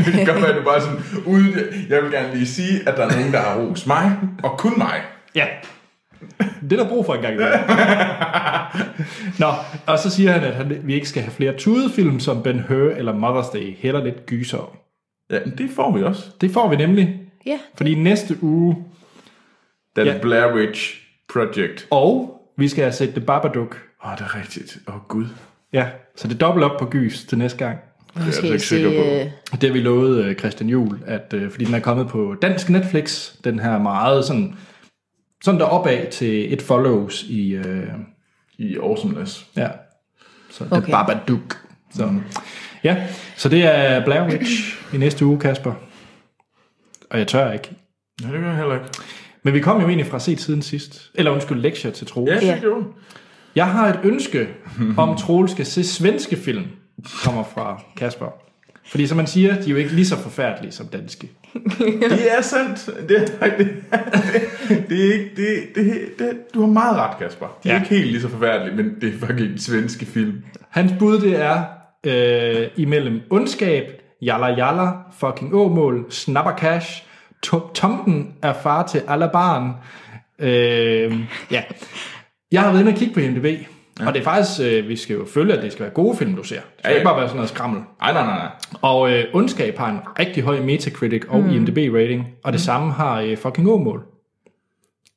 Speaker 3: det kan godt være, at du bare sådan ude... Jeg vil gerne lige sige, at der er nogen, der har rost mig, og kun mig.
Speaker 1: Ja. Det er der brug for engang. Nå, og så siger han, at han, vi ikke skal have flere tudefilm som Ben Hur eller Mother's Day. Heller lidt gyser.
Speaker 3: Ja, men det får vi også.
Speaker 1: Det får vi nemlig,
Speaker 2: Ja.
Speaker 1: fordi næste uge,
Speaker 3: Den
Speaker 1: Ja.
Speaker 3: ja. Blair Witch Project.
Speaker 1: og vi skal have set The Babadook.
Speaker 3: Åh, oh, det er rigtigt. Åh, oh, Gud.
Speaker 1: Ja, så det er dobbelt op på gys til næste gang.
Speaker 3: altså
Speaker 2: Måske
Speaker 3: ikke
Speaker 2: se...
Speaker 3: sikker på.
Speaker 2: Øh,
Speaker 1: Det vi lovede øh, Christian Juhl, at øh, fordi den er kommet på dansk Netflix, den her meget sådan, sådan deropad til et follows i, øh,
Speaker 3: I awesomeness.
Speaker 1: ja, så okay.
Speaker 2: Okay.
Speaker 1: The Babadook. Så, ja, så det er Blair Witch i næste uge, Kasper. Og jeg tør ikke.
Speaker 3: Ja, det gør jeg heller ikke.
Speaker 1: Men vi kom jo egentlig fra set siden sidst. Eller undskyld, lektier til Troels.
Speaker 3: Ja,
Speaker 2: Ja.
Speaker 3: det gjorde
Speaker 1: Jeg har et ønske om, Troels skal se svenske film, kommer fra Kasper. Fordi som man siger, de er jo ikke lige så forfærdelige som danske.
Speaker 3: Det er sandt. Det er, det, det, det er ikke, det, det, det, du har meget ret, Kasper. Det er
Speaker 1: Ja.
Speaker 3: ja. ikke helt lige så forfærdeligt, men det er fucking svenske film.
Speaker 1: Hans bud det er øh, imellem ondskab, jalla jalla, fucking åmål, snapper cash, to- tomten er far til alle barn. Øh, ja. Jeg har været inde og kigge på IMDb, ja. og det er faktisk, øh, vi skal jo følge, at det skal være gode film, du ser. Det skal
Speaker 3: Ja, ja.
Speaker 1: ikke bare være sådan noget skrammel.
Speaker 3: Ej, nej, nej, nej.
Speaker 1: Og øh, ondskab har en rigtig høj Metacritic og mm. IMDb-rating, og det samme har øh, fucking åmål.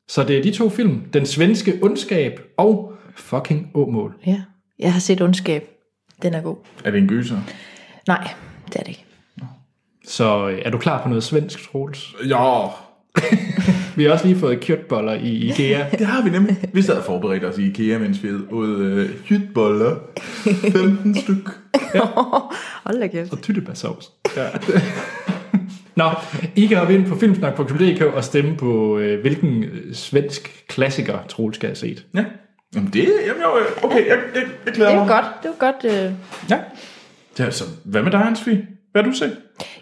Speaker 1: Så det er de to film, den svenske ondskab og fucking åmål.
Speaker 2: ja. Jeg har set ondskab. Den er god.
Speaker 3: Er det en gyser?
Speaker 2: Nej, det er det ikke.
Speaker 1: Så øh, er du klar på noget svensk, Troels?
Speaker 3: Ja,
Speaker 1: Vi har også lige fået kjøtboller i IKEA.
Speaker 3: det har vi nemlig. Vi sad og forberedte os i IKEA, mens vi ud øh, hytboller. 15 styk.
Speaker 2: Hold da kæft.
Speaker 1: Og tyttebærsovs. Ja. Nå, I kan hoppe ind på filmsnak.dk og stemme på, øh, hvilken øh, svensk klassiker Troels skal have set.
Speaker 3: Ja. Jamen det, jamen jo, øh, okay, jeg, jeg, jeg glæder
Speaker 2: Det
Speaker 3: mig.
Speaker 2: var godt. Det var godt. Øh.
Speaker 1: Ja.
Speaker 3: Ja, så hvad med dig, hans Hvad har du set?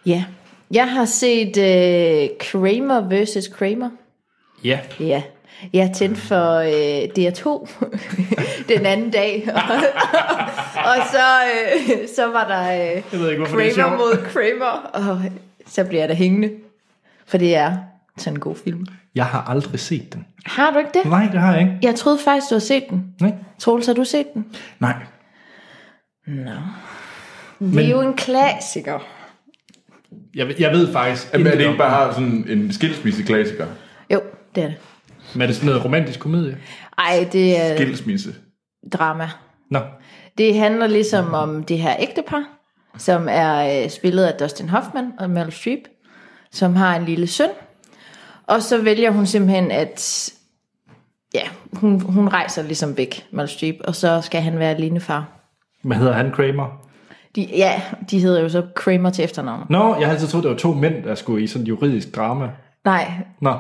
Speaker 2: Ja. Jeg har set øh, Kramer vs. Kramer.
Speaker 1: Ja.
Speaker 2: Ja. Jeg tændte for øh, DR2 den anden dag. og, og så, øh, så var der øh,
Speaker 1: Jeg ved ikke, hvorfor det er
Speaker 2: Kramer
Speaker 1: sjovt.
Speaker 2: mod Kramer. Og så bliver jeg da hængende. For det er sådan en god film.
Speaker 1: Jeg har aldrig set den.
Speaker 2: Har du ikke det?
Speaker 1: Nej, det har jeg ikke.
Speaker 2: Jeg troede faktisk, du havde set den.
Speaker 1: Nej.
Speaker 2: Troels, har du set den?
Speaker 3: Nej.
Speaker 2: Men... Det er jo en klassiker.
Speaker 1: Jeg, ved- jeg ved faktisk
Speaker 3: Jamen, er det
Speaker 1: intet
Speaker 3: ikke
Speaker 1: om
Speaker 3: bare sådan en skilsmisseklassiker?
Speaker 2: Jo, det er det.
Speaker 1: den. Men er det sådan noget romantisk komedie?
Speaker 2: Ej, det er
Speaker 3: Skilsmisse.
Speaker 2: drama.
Speaker 1: Nå.
Speaker 2: Det handler ligesom om det her ægtepar, som er øh, spillet af Dustin Hoffman og Meryl Streep, som har en lille søn. Og så vælger hun simpelthen, at ja, hun, hun rejser ligesom væk, Meryl Streep, og så skal han være alene far.
Speaker 1: Hvad hedder han? Kramer?
Speaker 2: De, ja, de hedder jo så Kramer til efternavn.
Speaker 1: Nå, jeg har altid troet, det var to mænd, der skulle i sådan juridisk drama.
Speaker 2: Nej,
Speaker 1: Nå.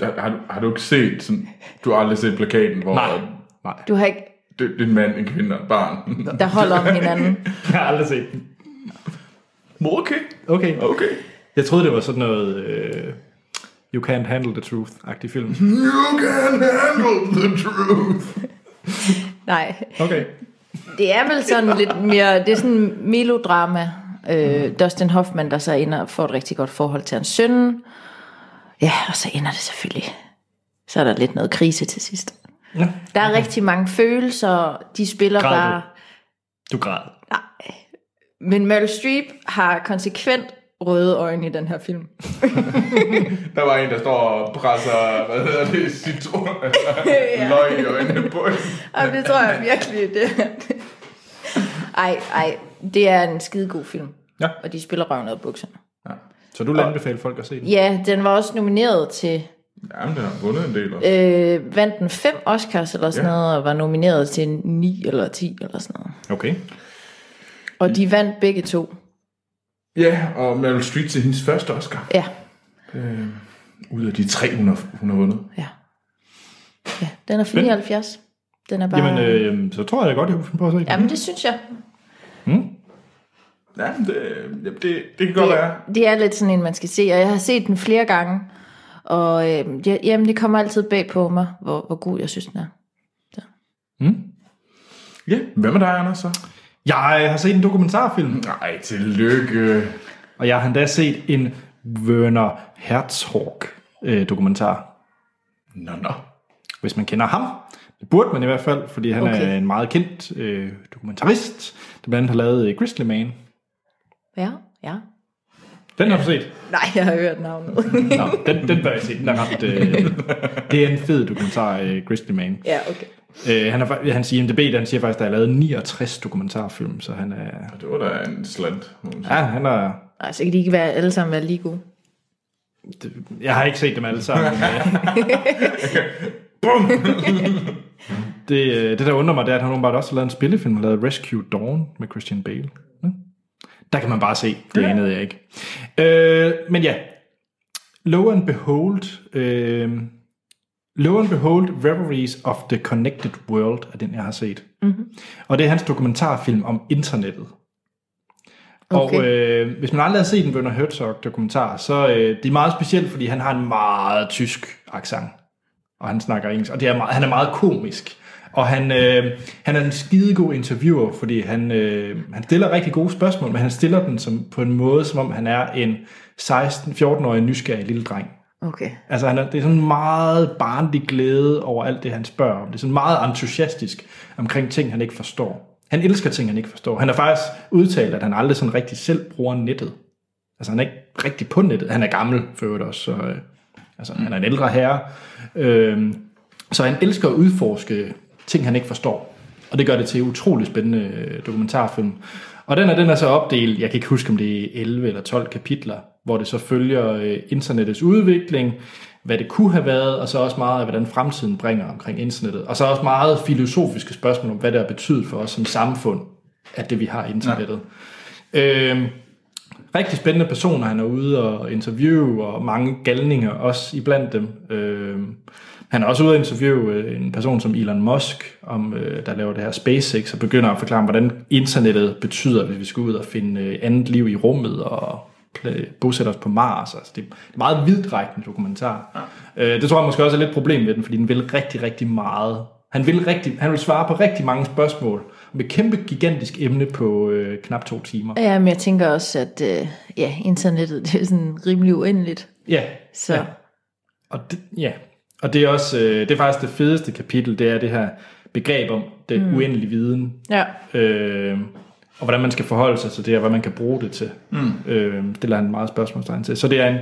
Speaker 3: Har, har, du- har du ikke set sådan, du har aldrig set plakaten, hvor
Speaker 1: Nej. Nej.
Speaker 2: du har ikke,
Speaker 3: det, det er en mand, en kvinde og et barn.
Speaker 2: der holder om hinanden.
Speaker 1: Jeg har aldrig set den.
Speaker 3: Mor, okay.
Speaker 1: Okay.
Speaker 3: Okay.
Speaker 1: Jeg troede, det var sådan noget... Øh, you can't handle the truth-agtig film.
Speaker 3: You can handle the truth.
Speaker 2: Nej,
Speaker 1: Okay.
Speaker 2: Det er vel sådan lidt mere, det er sådan melodrama.
Speaker 1: Mm.
Speaker 2: Øh, Dustin Hoffman, der så ender og får et rigtig godt forhold til hans søn. Ja, og så ender det selvfølgelig. Så er der lidt noget krise til sidst.
Speaker 1: Ja.
Speaker 2: Der er rigtig mange følelser, de spiller
Speaker 1: Græd du?
Speaker 2: bare.
Speaker 1: Du græd.
Speaker 2: Men Meryl Streep har konsekvent røde øjne i den her film.
Speaker 3: Der var en, der står og presser, hvad hedder det, citron,
Speaker 2: Ja.
Speaker 3: løg i øjnene på en.
Speaker 2: Og det tror jeg virkelig, det er. Ej, ej, det er en skidegod film.
Speaker 1: Ja.
Speaker 2: Og de spiller røven ud af bukserne.
Speaker 1: Så du vil anbefale folk at se den?
Speaker 2: Ja, den var også nomineret til
Speaker 3: Jamen, den har vundet en del også.
Speaker 2: øh, vandt den fem Oscars eller sådan
Speaker 3: Ja.
Speaker 2: noget, og var nomineret til ni eller ti eller sådan noget.
Speaker 1: Okay.
Speaker 2: Og de vandt begge to.
Speaker 3: Ja, og Meryl Streep til hendes første Oscar.
Speaker 2: Ja,
Speaker 3: Ud af de 300, hun har vundet.
Speaker 2: ja. ja den er 74. Den er bare...
Speaker 1: Jamen, øh, så tror jeg da godt, jeg kunne finde på at se den.
Speaker 2: Jamen, det synes jeg.
Speaker 3: Ja, det, det, det kan godt være.
Speaker 2: Det, det er lidt sådan en, man skal se, og jeg har set den flere gange. Og øh, det, jamen, det kommer altid bag på mig, hvor, hvor god jeg synes, den er.
Speaker 3: Ja, hvad med dig, Anders, så?
Speaker 1: Jeg har set en dokumentarfilm,
Speaker 3: Nej, tillykke.
Speaker 1: og jeg har endda set en Werner Herzog-dokumentar.
Speaker 3: Nå, nå.
Speaker 1: hvis man kender ham. Det burde man i hvert fald, fordi han okay. er
Speaker 2: Okay.
Speaker 1: en meget kendt øh, dokumentarist, der blandt andet har lavet øh, Grizzly Man.
Speaker 2: Ja, ja.
Speaker 1: Den har du set.
Speaker 2: Nej, jeg har hørt navnet.
Speaker 1: Nå, den, den bør jeg se. Den er ret, øh, det er en fed dokumentar, øh, Grizzly Man.
Speaker 2: ja, okay.
Speaker 1: Øh, han, er, fa- hans IMDb, den siger faktisk, at der er lavet 69 dokumentarfilm, så han er...
Speaker 3: Det var da en slant. må man sige.
Speaker 1: Ja, han er...
Speaker 2: Nej, så kan de ikke være, alle sammen være lige gode.
Speaker 1: det- Jeg har ikke set dem alle sammen. men, øh,
Speaker 3: Bum!
Speaker 1: det, øh, det, der undrer mig, det er, at han åbenbart også har lavet en spillefilm, og lavet Rescue Dawn med Christian Bale. Ja. Der kan man bare se. Det anede jeg ikke. Øh, men ja. Lo and Behold... Øh, Lo and Behold, Reveries of the Connected World, er den, jeg har set. Mm-hmm. Og det er hans dokumentarfilm om internettet. Okay. Og
Speaker 2: Okay.
Speaker 1: øh, hvis man aldrig har set en Werner Herzog-dokumentar, så øh, det er meget specielt, fordi han har en meget tysk accent. Og han snakker engelsk, og det er meget, han er meget komisk. Og han, øh, han er en skidegod interviewer, fordi han, øh, han stiller rigtig gode spørgsmål, men han stiller dem som, på en måde, som om han er en 16-14-årig nysgerrig lille dreng.
Speaker 2: Okay.
Speaker 1: Altså, han er, det er sådan meget barnlig glæde over alt det, han spørger om. Det er sådan meget entusiastisk omkring ting, han ikke forstår. Han elsker ting, han ikke forstår. Han har faktisk udtalt, at han aldrig sådan rigtig selv bruger nettet. Altså, han er ikke rigtig på nettet. Han er gammel, for øvrigt også. Så, øh, altså, han er en ældre herre. Øhm, så han elsker at udforske ting, han ikke forstår. Og det gør det til utrolig spændende øh, dokumentarfilm. Og den er, den er så opdelt, jeg kan ikke huske, om det er 11 eller 12 kapitler, hvor det så følger øh, internettets udvikling, hvad det kunne have været, og så også meget af, hvordan fremtiden bringer omkring internettet. Og så også meget filosofiske spørgsmål om, hvad det har betydet for os som samfund, at det vi har internettet. Ja. Øhm, rigtig spændende personer, han er ude og interviewe, og mange galninger også iblandt dem. Øh, han er også ude og interviewe øh, en person som Elon Musk, om, øh, der laver det her SpaceX, og begynder at forklare, hvordan internettet betyder, hvis vi skal ud og finde øh, andet liv i rummet, og pla- bosætte os på Mars. Altså, det er en meget vidtrækkende dokumentar. Øh, det tror jeg måske også er lidt et problem ved den, fordi den vil rigtig, rigtig meget. Han vil, rigtig, han vil svare på rigtig mange spørgsmål, med kæmpe gigantisk emne på øh, knap to timer.
Speaker 2: Ja, men jeg tænker også, at øh, ja, internettet det er sådan rimelig uendeligt.
Speaker 1: Ja,
Speaker 2: Så
Speaker 1: Ja.
Speaker 2: ja.
Speaker 1: Og det, ja, og det er også øh, det er faktisk det fedeste kapitel, det er det her begreb om den mm. uendelige viden,
Speaker 2: ja.
Speaker 1: øh, og hvordan man skal forholde sig til det, og hvad man kan bruge det til. Mm. Øh, det lader han meget spørgsmålstegn til. Så det er en,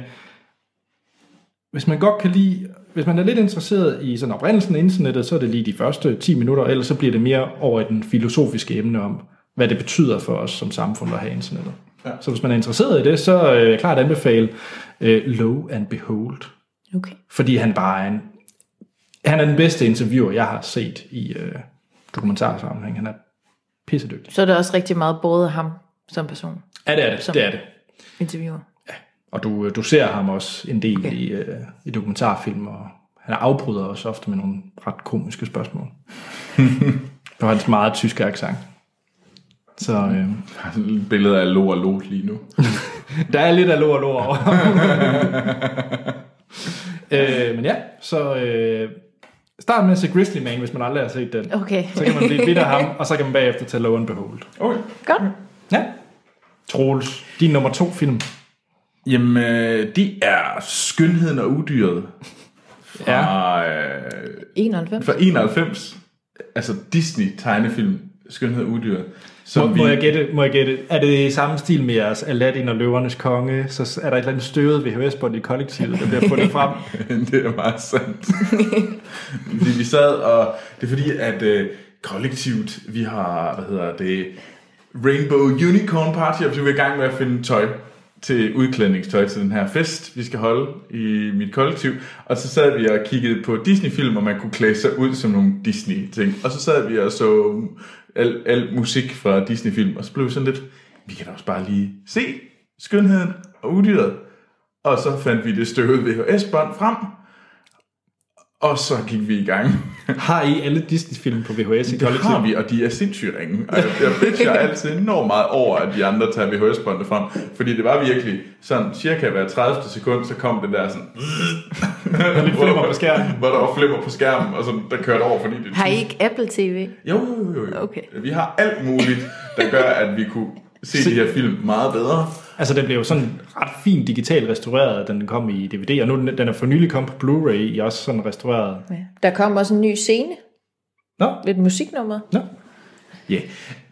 Speaker 1: hvis man godt kan lide, hvis man er lidt interesseret i sådan oprindelsen af internettet, så er det lige de første 10 minutter, ellers så bliver det mere over i den filosofiske emne om, hvad det betyder for os som samfund at have internettet. Ja. Så hvis man er interesseret i det, så øh, klart anbefale øh, Low and Behold
Speaker 2: Okay.
Speaker 1: fordi han bare er en, han er den bedste interviewer, jeg har set i øh, dokumentarsammenhæng. Han er pissedygtig.
Speaker 2: Så er der også rigtig meget både af ham som person,
Speaker 1: Ja, det er det.
Speaker 2: Som-
Speaker 1: det, er det.
Speaker 2: interviewer.
Speaker 1: Og du, øh, du ser ham også en del
Speaker 2: Okay.
Speaker 1: i, øh, i dokumentarfilm, og han afbryder også ofte med nogle ret komiske spørgsmål. På hans meget tyske accent. Så øh,
Speaker 3: Jeg har sådan et billede af lo og lo lige nu.
Speaker 1: der er lidt af lort lort over. øh, men ja, så øh, start med at se Grizzly Man, hvis man aldrig har set den.
Speaker 2: Okay.
Speaker 1: Så kan man blive bitter af ham, og så kan man bagefter tage Low and Behold.
Speaker 3: Okay.
Speaker 2: Godt.
Speaker 1: Ja. Troels, din nummer to film.
Speaker 3: Jamen, øh, de er skønheden og udyret.
Speaker 1: Ja.
Speaker 3: Fra, øh,
Speaker 2: 91.
Speaker 3: fra 91. Altså Disney-tegnefilm, skønhed og udyret. Så
Speaker 1: Må, må, jeg gætte, må jeg gætte, er det i samme stil med jeres Aladdin og Løvernes Konge, så s- er der et eller andet støvet VHS-bånd i kollektivet, der bliver fundet frem.
Speaker 3: det er meget sandt. fordi vi sad, og det er fordi, at øh, kollektivt, vi har, hvad hedder det, Rainbow Unicorn Party, og så er vi i gang med at finde tøj til udklædningstøj til den her fest, vi skal holde i mit kollektiv. Og så sad vi og kiggede på Disney-film, og man kunne klæde sig ud som nogle Disney-ting. Og så sad vi og så al, al musik fra Disney-film, og så blev vi sådan lidt, vi kan da også bare lige se skønheden og udyret. Og så fandt vi det støvede VHS-bånd frem, og så gik vi i gang.
Speaker 1: Har I alle Disney-film på VHS i
Speaker 3: Det har
Speaker 1: kollektivet?
Speaker 3: vi, og de er sindssygt ringe. Og jeg, jeg bitcher altid enormt meget over, at de andre tager VHS-båndet frem. Fordi det var virkelig sådan, cirka hver 30. sekund, så kom det der sådan...
Speaker 1: lidt flimmer på skærmen.
Speaker 3: Hvor der var flimmer på skærmen, og sådan, der kørte over, fordi det...
Speaker 2: Har I ikke Apple TV?
Speaker 3: Jo, jo, jo, jo.
Speaker 2: Okay.
Speaker 3: Vi har alt muligt, der gør, at vi kunne se de her film meget bedre.
Speaker 1: Altså, den blev jo sådan ret fint digitalt restaureret, da den kom i DVD, og nu er den den er for nylig kommet på Blu-ray, i også sådan restaureret.
Speaker 2: Ja. Der kom også en ny scene.
Speaker 1: Nå,
Speaker 2: Et musiknummer.
Speaker 1: nå.
Speaker 3: Ja, yeah.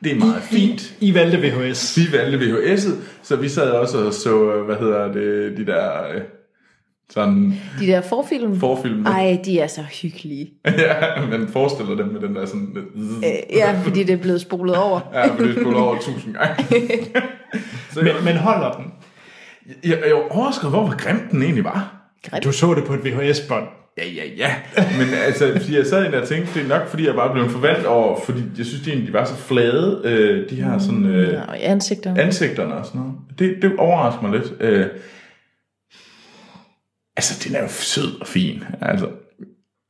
Speaker 3: det er meget fint.
Speaker 1: I valgte VHS.
Speaker 3: Vi valgte VHS'et, så vi sad også og så, øh, hvad hedder det, de der øh, Sådan
Speaker 2: De der forfilm.
Speaker 3: forfilm.
Speaker 2: Ej, de er så hyggelige.
Speaker 3: ja, man forestiller dem med den der sådan... lidt zzz.
Speaker 2: Øh, ja, fordi det er blevet spolet over.
Speaker 3: Ja, for det skulle over tusind gange. Så jeg,
Speaker 1: Men, men holder den?
Speaker 3: jeg, jeg var overrasket, over, hvor grim den egentlig var.
Speaker 1: Du så det på et VHS-bånd.
Speaker 3: Ja, ja, ja. Men altså, fordi jeg sad egentlig og tænkte, det er nok fordi, jeg bare blev forvandt over, fordi jeg synes de egentlig, de var så flade, øh, de her sådan øh,
Speaker 2: Nå, i ansigterne.
Speaker 3: ansigterne og sådan noget. Det, det overrasker mig lidt. Øh, altså, den er jo sød og fin, altså.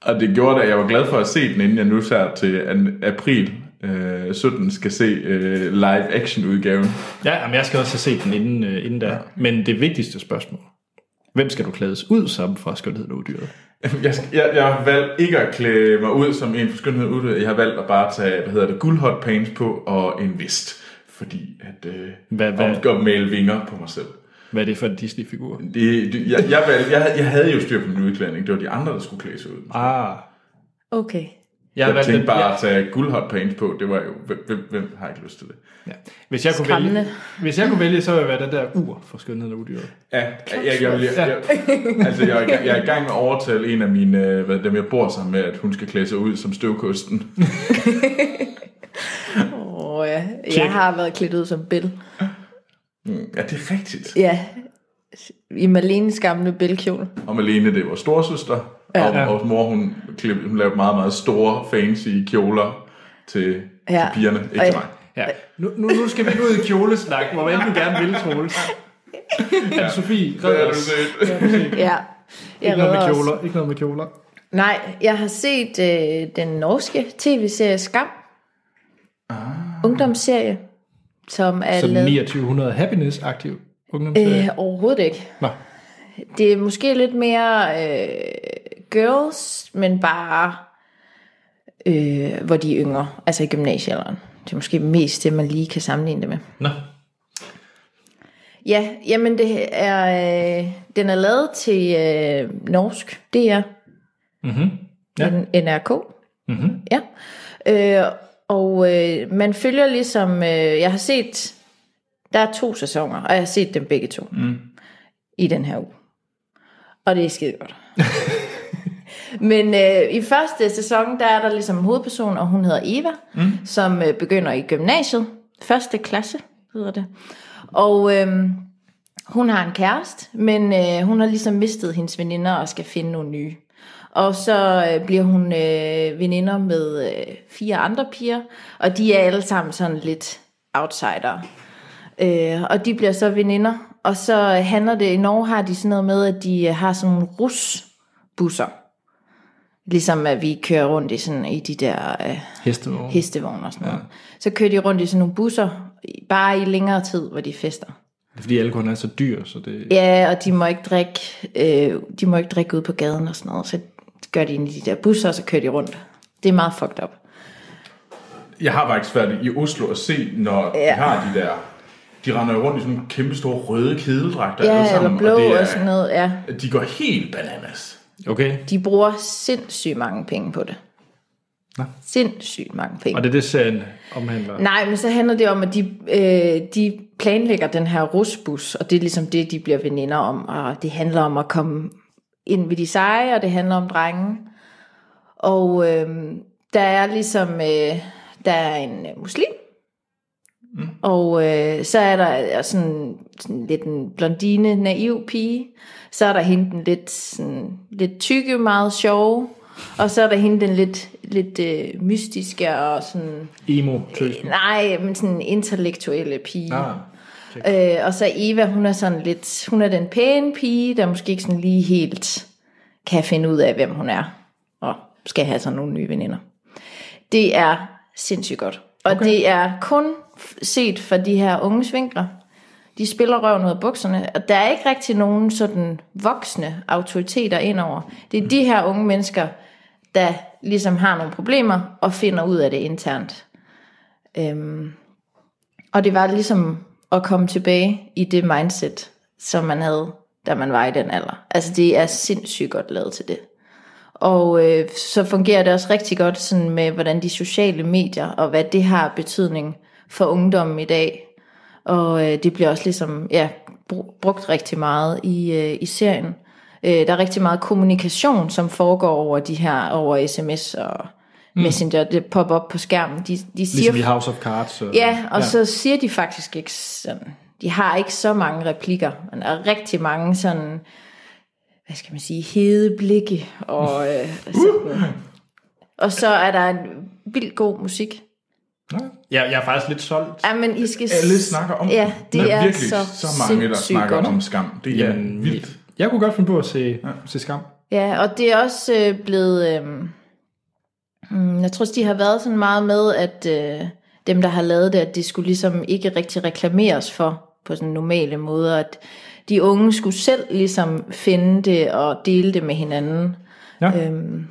Speaker 3: Og det gjorde det, at jeg var glad for at se den, inden jeg nu ser til an- april øh, 17 skal se øh, live-action-udgaven.
Speaker 1: Ja, men jeg skal også have set den inden, øh, inden da. Ja. Men det vigtigste spørgsmål. Hvem skal du klædes ud som for skønheden og udyret?
Speaker 3: Jeg, skal- jeg, jeg har valgt ikke at klæde mig ud som en for skønhed ud. Jeg har valgt at bare tage, hvad hedder det, guldhot pants på og en vest. Fordi at... Øh,
Speaker 1: Hvad- hvad-
Speaker 3: Og, og male vinger på mig selv.
Speaker 1: Hvad er det for en Disney-figur?
Speaker 3: Det, det, jeg, jeg, valgte, jeg, havde- jeg havde jo styr på min udklædning. Det var de andre, der skulle klæde sig ud.
Speaker 1: Ah,
Speaker 2: Okay.
Speaker 1: jeg, har
Speaker 3: Jeg
Speaker 1: valgt
Speaker 3: tænkte
Speaker 1: den,
Speaker 3: bare at tage guldhot pants på. Det var jo... Hvem, hvem, hvem har ikke lyst til det?
Speaker 1: Ja. Hvis, jeg kunne
Speaker 2: Skræmmende.
Speaker 1: vælge, hvis jeg kunne vælge, så ville jeg være den der ur for skønheden og udyret.
Speaker 3: Ja, jeg, jeg, jeg, jeg, jeg, altså, jeg, er i gang- jeg er i gang med at overtale en af mine, øh, hvad, dem jeg bor sammen med, at hun skal klæde sig ud som støvkosten.
Speaker 2: Åh oh, ja,
Speaker 1: Tjek.
Speaker 2: jeg har været klædt ud som Bill.
Speaker 3: Ja, det er rigtigt.
Speaker 2: Ja, i Malenes gamle Bill-kjole.
Speaker 3: Og Malene, det var storsøster. Ja.
Speaker 2: Ja.
Speaker 3: Og, og mor, hun, klip, hun lavede meget, meget store, fancy kjoler til, ja.
Speaker 2: Ja.
Speaker 3: til pigerne. Ikke
Speaker 2: Og-
Speaker 3: til mig.
Speaker 1: Ja. Nu, nu, nu skal vi ikke ud i kjolesnak, hvor man du gerne vil, Troels. Ja. Sofie,
Speaker 3: Det
Speaker 1: red
Speaker 3: har du
Speaker 1: os.
Speaker 3: set.
Speaker 2: Ja,
Speaker 1: Ikke noget med
Speaker 2: redder os.
Speaker 1: kjoler, ikke noget med kjoler.
Speaker 2: Nej, jeg har set øh, den norske tv-serie Skam. Ah. Ungdomsserie, som er
Speaker 1: Som
Speaker 2: lavet...
Speaker 1: 2900 happiness-aktiv ungdomsserie.
Speaker 2: Øh, overhovedet ikke.
Speaker 1: Nå.
Speaker 2: Det er måske lidt mere øh, girls, men bare øh, hvor de er yngre, altså i gymnasiealderen. Det er måske mest det, man lige kan sammenligne det med.
Speaker 1: Nå.
Speaker 2: Ja, jamen det er, øh, den er lavet til øh, norsk, det er
Speaker 1: Mm-hmm. Ja.
Speaker 2: NRK. Mm-hmm. Ja. Øh, og øh, man følger ligesom, øh, jeg har set, der er to sæsoner, og jeg har set dem begge to mm. i den her uge. Og det er skide godt. Men øh, i første sæson, der er der ligesom en hovedperson, og hun hedder Eva, mm. som øh, begynder i gymnasiet. Første klasse hedder det. Og øh, hun har en kæreste, men øh, hun har ligesom mistet hendes veninder og skal finde nogle nye. Og så øh, bliver hun øh, veninder med øh, fire andre piger, og de er alle sammen sådan lidt outsider. Øh, og de bliver så veninder. Og så øh, handler det, i Norge har de sådan noget med, at de øh, har sådan nogle rusbusser. Ligesom at vi kører rundt i, sådan, i de der øh,
Speaker 1: Hestevogn.
Speaker 2: hestevogn og sådan noget. Ja. Så kører de rundt i sådan nogle busser, i- bare i længere tid, hvor de fester.
Speaker 1: Det er fordi alkoholen er så dyr, så det...
Speaker 2: Ja, og de må ikke drikke, øh, de må ikke drikke ud på gaden og sådan noget. Så gør de ind i de der busser, og så kører de rundt. Det er meget fucked up.
Speaker 3: Jeg har faktisk været i Oslo at se, når ja. de
Speaker 2: Ja.
Speaker 3: har de der... De render jo rundt i sådan nogle kæmpe store røde kedeldragter alle
Speaker 2: Ja,
Speaker 3: sammen.
Speaker 2: eller blå og,
Speaker 3: det er,
Speaker 2: og sådan noget. Ja.
Speaker 3: De går helt bananas.
Speaker 1: Okay.
Speaker 2: De bruger sindssygt mange penge på det.
Speaker 1: Nå.
Speaker 2: Sindssygt mange penge.
Speaker 1: Og det er det, serien omhandler.
Speaker 2: Nej, men så handler det om, at de, øh, de planlægger den her rusbus, og det er ligesom det, de bliver veninder om, og det handler om at komme ind ved de seje, og det handler om drenge. Og øh, der er ligesom, øh, der er en øh, muslim, mm. og øh, så er der øh, sådan, sådan lidt en blondine, naiv pige, så er der hende den lidt, sådan, lidt tykke, meget sjove, og så er der hende den lidt, lidt øh, mystiske og sådan
Speaker 1: Emo,
Speaker 2: Nej, men sådan en intellektuelle pige.
Speaker 1: Ah,
Speaker 2: øh, og så Eva, hun er sådan lidt, hun er den pæne pige, der måske ikke sådan lige helt kan finde ud af, hvem hun er, og skal have sådan nogle nye veninder. Det er sindssygt godt. Og okay. det er kun f- set fra de her unges vinkler. De spiller røven ud af bukserne, og der er ikke rigtig nogen sådan voksne autoriteter indover. Det er de her unge mennesker, der ligesom har nogle problemer og finder ud af det internt. Øhm, og det var ligesom at komme tilbage i det mindset, som man havde, da man var i den alder. Altså det er sindssygt godt lavet til det. Og øh, så fungerer det også rigtig godt sådan med, hvordan de sociale medier og hvad det har betydning for ungdommen i dag. Og øh, det bliver også ligesom ja, bru- brugt rigtig meget i, øh, i serien. Øh, der er rigtig meget kommunikation, som foregår over de her, over sms og messenger, det popper op på skærmen. De, de Øh, siger
Speaker 1: Mm. Ligesom i House of Cards. Og,
Speaker 2: Ja, og ja. så siger de faktisk ikke sådan, de har ikke så mange replikker, men der er rigtig mange sådan, hvad skal man sige, hede blikke, og øh,
Speaker 3: Uh!
Speaker 2: sådan. Og så er der en vildt god musik.
Speaker 1: Ja, jeg er faktisk lidt solgt.
Speaker 2: Ja, men I skal... s-
Speaker 3: Alle snakker om
Speaker 2: Ja,
Speaker 3: den.
Speaker 2: det
Speaker 3: Der
Speaker 2: er
Speaker 3: virkelig
Speaker 2: så
Speaker 3: så mange, der
Speaker 2: sindssygt
Speaker 3: snakker
Speaker 2: godt.
Speaker 3: om skam. Det er
Speaker 1: Jamen,
Speaker 3: vildt.
Speaker 1: Jeg kunne godt finde på at se, ja. se skam.
Speaker 2: Ja, og det er også øh, blevet... Øh, mm, jeg tror også, de har været sådan meget med, at øh, dem, der har lavet det, at det skulle ligesom ikke rigtig reklameres for på sådan normale måder, at de unge skulle selv ligesom finde det og dele det med hinanden.
Speaker 1: Ja.
Speaker 2: Øhm,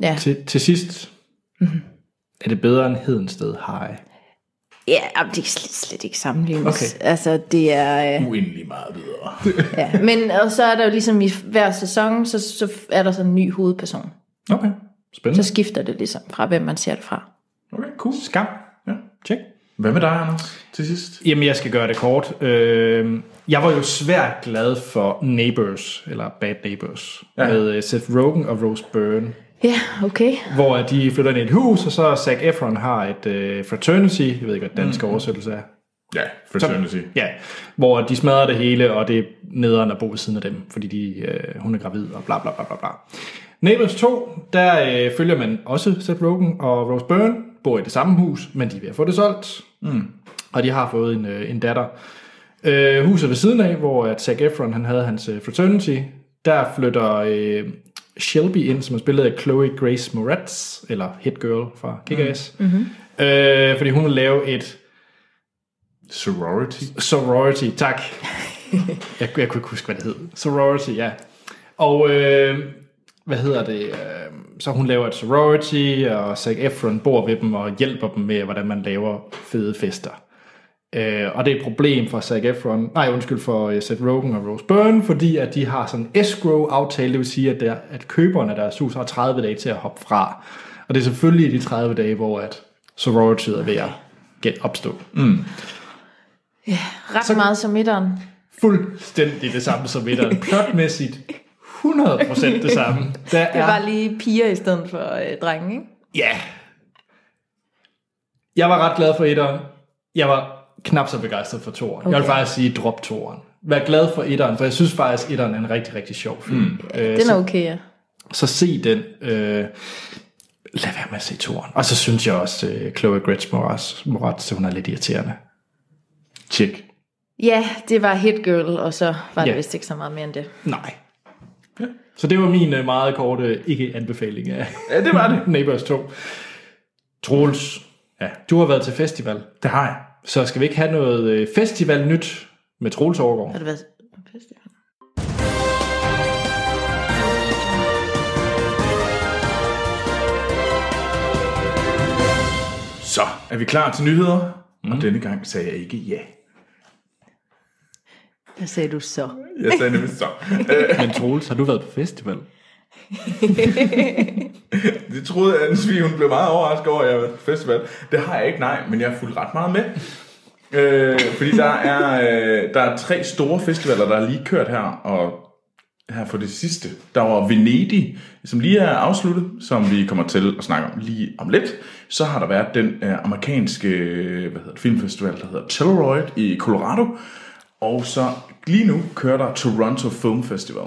Speaker 2: ja. Mhm.
Speaker 1: Til, til sidst, er det bedre end Hedensted Hej?
Speaker 2: ja, jamen, det kan slet, slet ikke sammenlignes.
Speaker 1: Okay.
Speaker 2: Altså, det er... Øh,
Speaker 3: Uendelig meget bedre.
Speaker 2: ja. Men og så er der jo ligesom i hver sæson, så, så er der sådan en ny hovedperson.
Speaker 1: Okay,
Speaker 2: Så
Speaker 1: spændende.
Speaker 2: skifter det ligesom fra, hvem man ser det fra.
Speaker 3: Okay, cool.
Speaker 1: Cool. Skam.
Speaker 3: Ja.
Speaker 1: Tjek.
Speaker 3: Hvad med dig, Anders, til sidst?
Speaker 1: Jamen, jeg skal gøre det kort. Øh, jeg var jo svært glad for Neighbors, eller Bad Neighbors, ja.
Speaker 3: Ja.
Speaker 1: med øh, Seth Rogen og Rose Byrne,
Speaker 2: Ja, okay.
Speaker 1: hvor at de flytter ind i et hus, og så Zac Efron har et øh, fraternity, jeg ved ikke, hvad den danske mm. oversættelse er.
Speaker 3: Ja, fraternity.
Speaker 1: Ja, hvor de smadrer det hele, og det er nederen at bo ved siden af dem, fordi de, øh, hun er gravid og bla bla bla bla bla. Neighbors 2, der øh, følger man også Seth Rogen og Rose Byrne, bor i det samme hus, men de er ved at få det solgt. Mm. Og de har fået en, øh, en datter. Øh, huset ved siden af, hvor at Zac Efron han havde hans øh, fraternity, der flytter øh, Shelby ind, som er spillet af Chloe Grace Moretz, eller Hit Girl fra Kick-Ass. Mm-hmm. Øh, fordi hun vil lave et
Speaker 3: Sorority.
Speaker 1: Sorority, tak. jeg, jeg kunne ikke huske, hvad det hed. Sorority, ja. Og øh, hvad hedder det? Øh, så hun laver et sorority, og Zac Efron bor ved dem og hjælper dem med, hvordan man laver fede fester. Øh, og det er et problem for Zac Efron, nej undskyld for øh, Seth Rogen og Rose Byrne, fordi at de har sådan en escrow-aftale, det vil sige, at, der, at køberne af deres hus har 30 dage til at hoppe fra. Og det er selvfølgelig i de 30 dage, hvor at sorority er ved at gen- opstå.
Speaker 2: Ret så... meget som etteren.
Speaker 1: fuldstændig det samme som etteren. Plotmæssigt 100% det samme. Der
Speaker 2: Det var
Speaker 1: er,
Speaker 2: lige piger i stedet for øh, drenge, ikke?
Speaker 1: ja. Jeg var ret glad for etteren. Jeg var knap så begejstret for toeren. Okay. Jeg vil
Speaker 2: Okay.
Speaker 1: faktisk sige, drop toeren. Vær glad for etteren, for jeg synes faktisk, etteren er en rigtig, rigtig sjov film. Mm. Øh,
Speaker 2: Den er
Speaker 1: så,
Speaker 2: okay, ja.
Speaker 1: så se den. Øh, lad være med at se toeren. Og så synes jeg også, øh, Chloe Grace Moretz, Moretz, hun er lidt irriterende.
Speaker 3: Tjek.
Speaker 2: Ja, det var Hit Girl, og så var det
Speaker 1: Ja.
Speaker 2: vist ikke så meget mere end det.
Speaker 1: Nej. Så det var min øh, meget korte ikke-anbefaling af
Speaker 3: Ja, det var det.
Speaker 1: Neighbors 2. Troels,
Speaker 3: Ja.
Speaker 1: du har været til festival,
Speaker 3: Det har jeg.
Speaker 1: så skal vi ikke have noget øh, festivalnyt med Troels
Speaker 2: Har
Speaker 1: Overgaard?
Speaker 2: det været...
Speaker 3: Så er vi klar til nyheder. Mm. Og denne gang sagde jeg ikke ja.
Speaker 2: Hvad sagde du så?
Speaker 3: Jeg sagde nemlig så.
Speaker 1: Men Troels, har du været på festival?
Speaker 3: Det troede Anne Svig, hun blev meget overrasket over, at jeg var til festival. Det har jeg ikke, nej, men jeg har fulgt ret meget med. Øh, fordi der er, øh, der er tre store festivaler, der er lige kørt her, og her for det sidste, der var Venedig, som lige er afsluttet, som vi kommer til at snakke om lige om lidt. Så har der været den øh, amerikanske øh, hvad hedder det, filmfestival, der hedder Telluride i Colorado. Og så lige nu kører der Toronto Film Festival.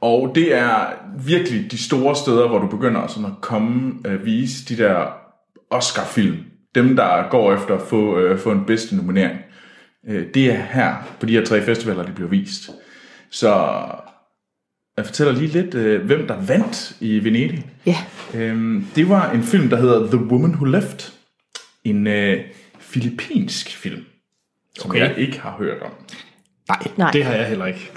Speaker 3: Og det er virkelig de store steder, hvor du begynder sådan at komme øh, vise de der Oscar-film. Dem, der går efter at få, øh, få en bedste nominering. Øh, det er her, på de her tre festivaler, de bliver vist. Så jeg fortæller lige lidt, øh, hvem der vandt i Venedig.
Speaker 2: Ja,
Speaker 3: Øhm, det var en film, der hedder The Woman Who Left. En øh, filippinsk film, som
Speaker 1: Okay.
Speaker 3: okay. jeg ikke har hørt om.
Speaker 1: Nej,
Speaker 2: Nej.
Speaker 1: det har jeg heller ikke.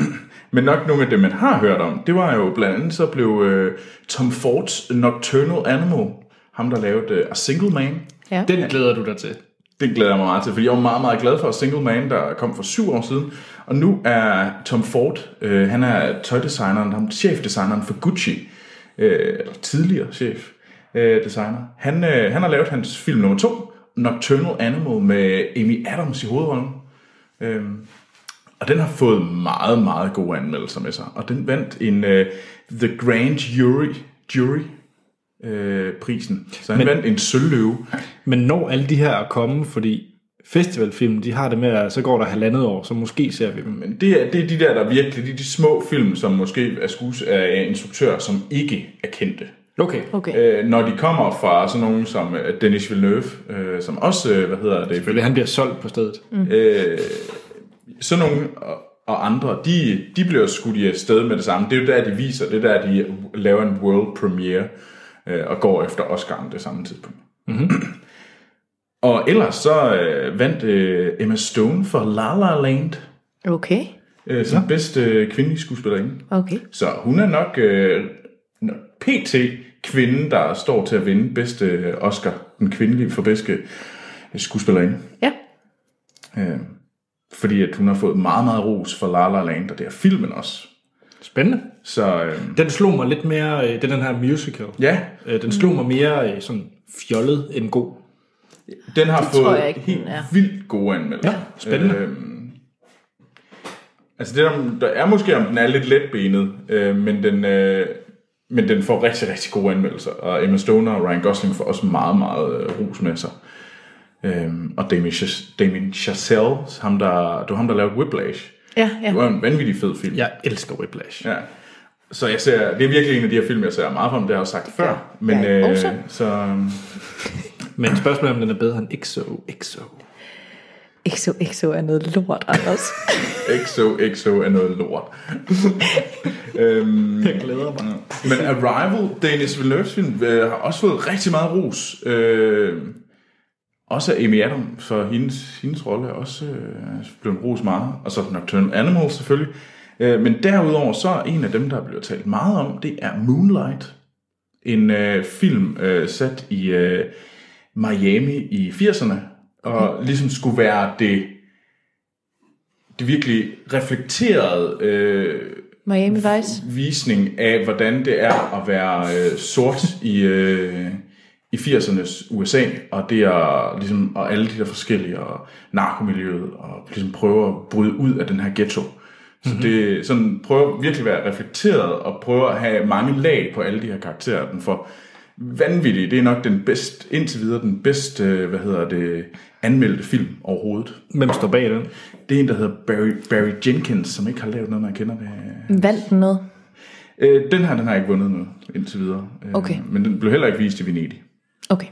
Speaker 3: Men nok nogle af dem, man har hørt om, det var jo blandt andet, så blev øh, Tom Fords Nocturnal Animal, ham der lavede øh, A Single Man,
Speaker 2: ja. Det...
Speaker 1: Den glæder du dig til.
Speaker 3: den glæder jeg mig meget til, fordi jeg var meget, meget glad for A Single Man, der kom for syv år siden. Og nu er Tom Ford, øh, han er tøjdesigneren, ham chefdesigneren for Gucci, øh, eller tidligere chef øh, designer. Han, øh, han har lavet hans film nummer to, Nocturnal Animal, med Amy Adams i hovedrollen. Øh, Og den har fået meget, meget gode anmeldelser med sig. Og den vandt en uh, The Grand Jury, Jury øh, prisen. Så han Men, vandt en sølvløve.
Speaker 1: Men når alle de her er komme, fordi festivalfilm, de har det med, at så går der halvandet år, så måske ser vi dem.
Speaker 3: Men det er, det er de der, der virkelig, de, de små film, som måske er skues af instruktører, som ikke er kendte.
Speaker 1: Okay.
Speaker 2: Okay.
Speaker 3: Øh, når de kommer fra sådan nogen som øh, Dennis Villeneuve, øh, som også, øh, hvad hedder det,
Speaker 1: Selvfølgelig, han bliver solgt på stedet. Mm.
Speaker 3: øh, sådan nogle og, og andre, de, de bliver jo skudt i sted med det samme. Det er jo der, de viser, det er der, de laver en world premiere øh, og går efter Oscar'en det samme tidspunkt. Mm-hmm. Og ellers så øh, vandt øh, Emma Stone for La La Land
Speaker 2: Okay.
Speaker 3: øh, som ja. bedste øh, kvindelige skuespillerinde.
Speaker 2: Okay.
Speaker 3: Så hun er nok øh, nok pt. kvinden, der står til at vinde bedste øh, Oscar, den kvindelige for bedste øh, skuespillerinde.
Speaker 2: Ja.
Speaker 3: Øh, fordi at hun har fået meget, meget ros for La La Land, og det er filmen også.
Speaker 1: Spændende.
Speaker 3: Så øh,
Speaker 1: Den slog mig lidt mere, øh, det er den her musical.
Speaker 3: ja,
Speaker 1: Øh, den slog mig mere øh, sådan fjollet end god.
Speaker 3: den har
Speaker 2: tror
Speaker 3: fået
Speaker 2: jeg ikke, den
Speaker 3: helt
Speaker 2: er.
Speaker 3: vildt gode anmeldelser.
Speaker 1: Ja, spændende.
Speaker 3: Øhm, altså det, der, der er måske, om den er lidt letbenet, øh, men, den, øh, men den får rigtig, rigtig gode anmeldelser. Og Emma Stone og Ryan Gosling får også meget, meget øh, ros med sig. Øhm, og Damien, Chaz- Damien Chazelle, ham der, det var ham, der lavede Whiplash.
Speaker 2: Ja, ja.
Speaker 3: Det var en vanvittig fed film.
Speaker 1: Jeg elsker Whiplash.
Speaker 3: Ja. Så jeg ser, det er virkelig en af de her film, jeg ser meget frem, det har jeg også sagt før. Men,
Speaker 2: Ja,
Speaker 3: øh,
Speaker 2: også.
Speaker 3: så, øhm,
Speaker 1: Men spørgsmålet er, om den er bedre end XO. XO.
Speaker 2: Exo, Exo er noget lort, Anders.
Speaker 3: XOXO er noget lort. øhm,
Speaker 1: Jeg glæder mig.
Speaker 3: men Arrival, Dennis Villeneuve's film, øh, har også fået rigtig meget ros. Øh, også af Amy Adams, for hendes, hendes rolle er også øh, blevet ros meget. Og så Nocturnal Animals selvfølgelig. Øh, men derudover så er en af dem, der bliver talt meget om, det er Moonlight. En øh, film øh, sat i øh, Miami i 80'erne. Og ligesom skulle være det, det virkelig reflekterede... Øh,
Speaker 2: Miami Vice.
Speaker 3: visning af, hvordan det er at være øh, sort i, øh, i 80'ernes USA, og det er ligesom, og alle de der forskellige, og narkomiljøet, og ligesom prøve at bryde ud af den her ghetto. Så mm-hmm. det sådan, prøver virkelig at være reflekteret, og prøver at have mange lag på alle de her karakterer, den får vanvittig. Det er nok den bedst, indtil videre den bedst, øh, hvad hedder det, anmeldte film overhovedet.
Speaker 1: Hvem står bag den?
Speaker 3: Det er en, der hedder Barry, Barry Jenkins, som ikke har lavet noget, man kender det.
Speaker 2: Vandt den noget?
Speaker 3: Øh, den her, den har ikke vundet noget indtil videre. Øh,
Speaker 2: Okay.
Speaker 3: Men den blev heller ikke vist i Venedig.
Speaker 2: Okay.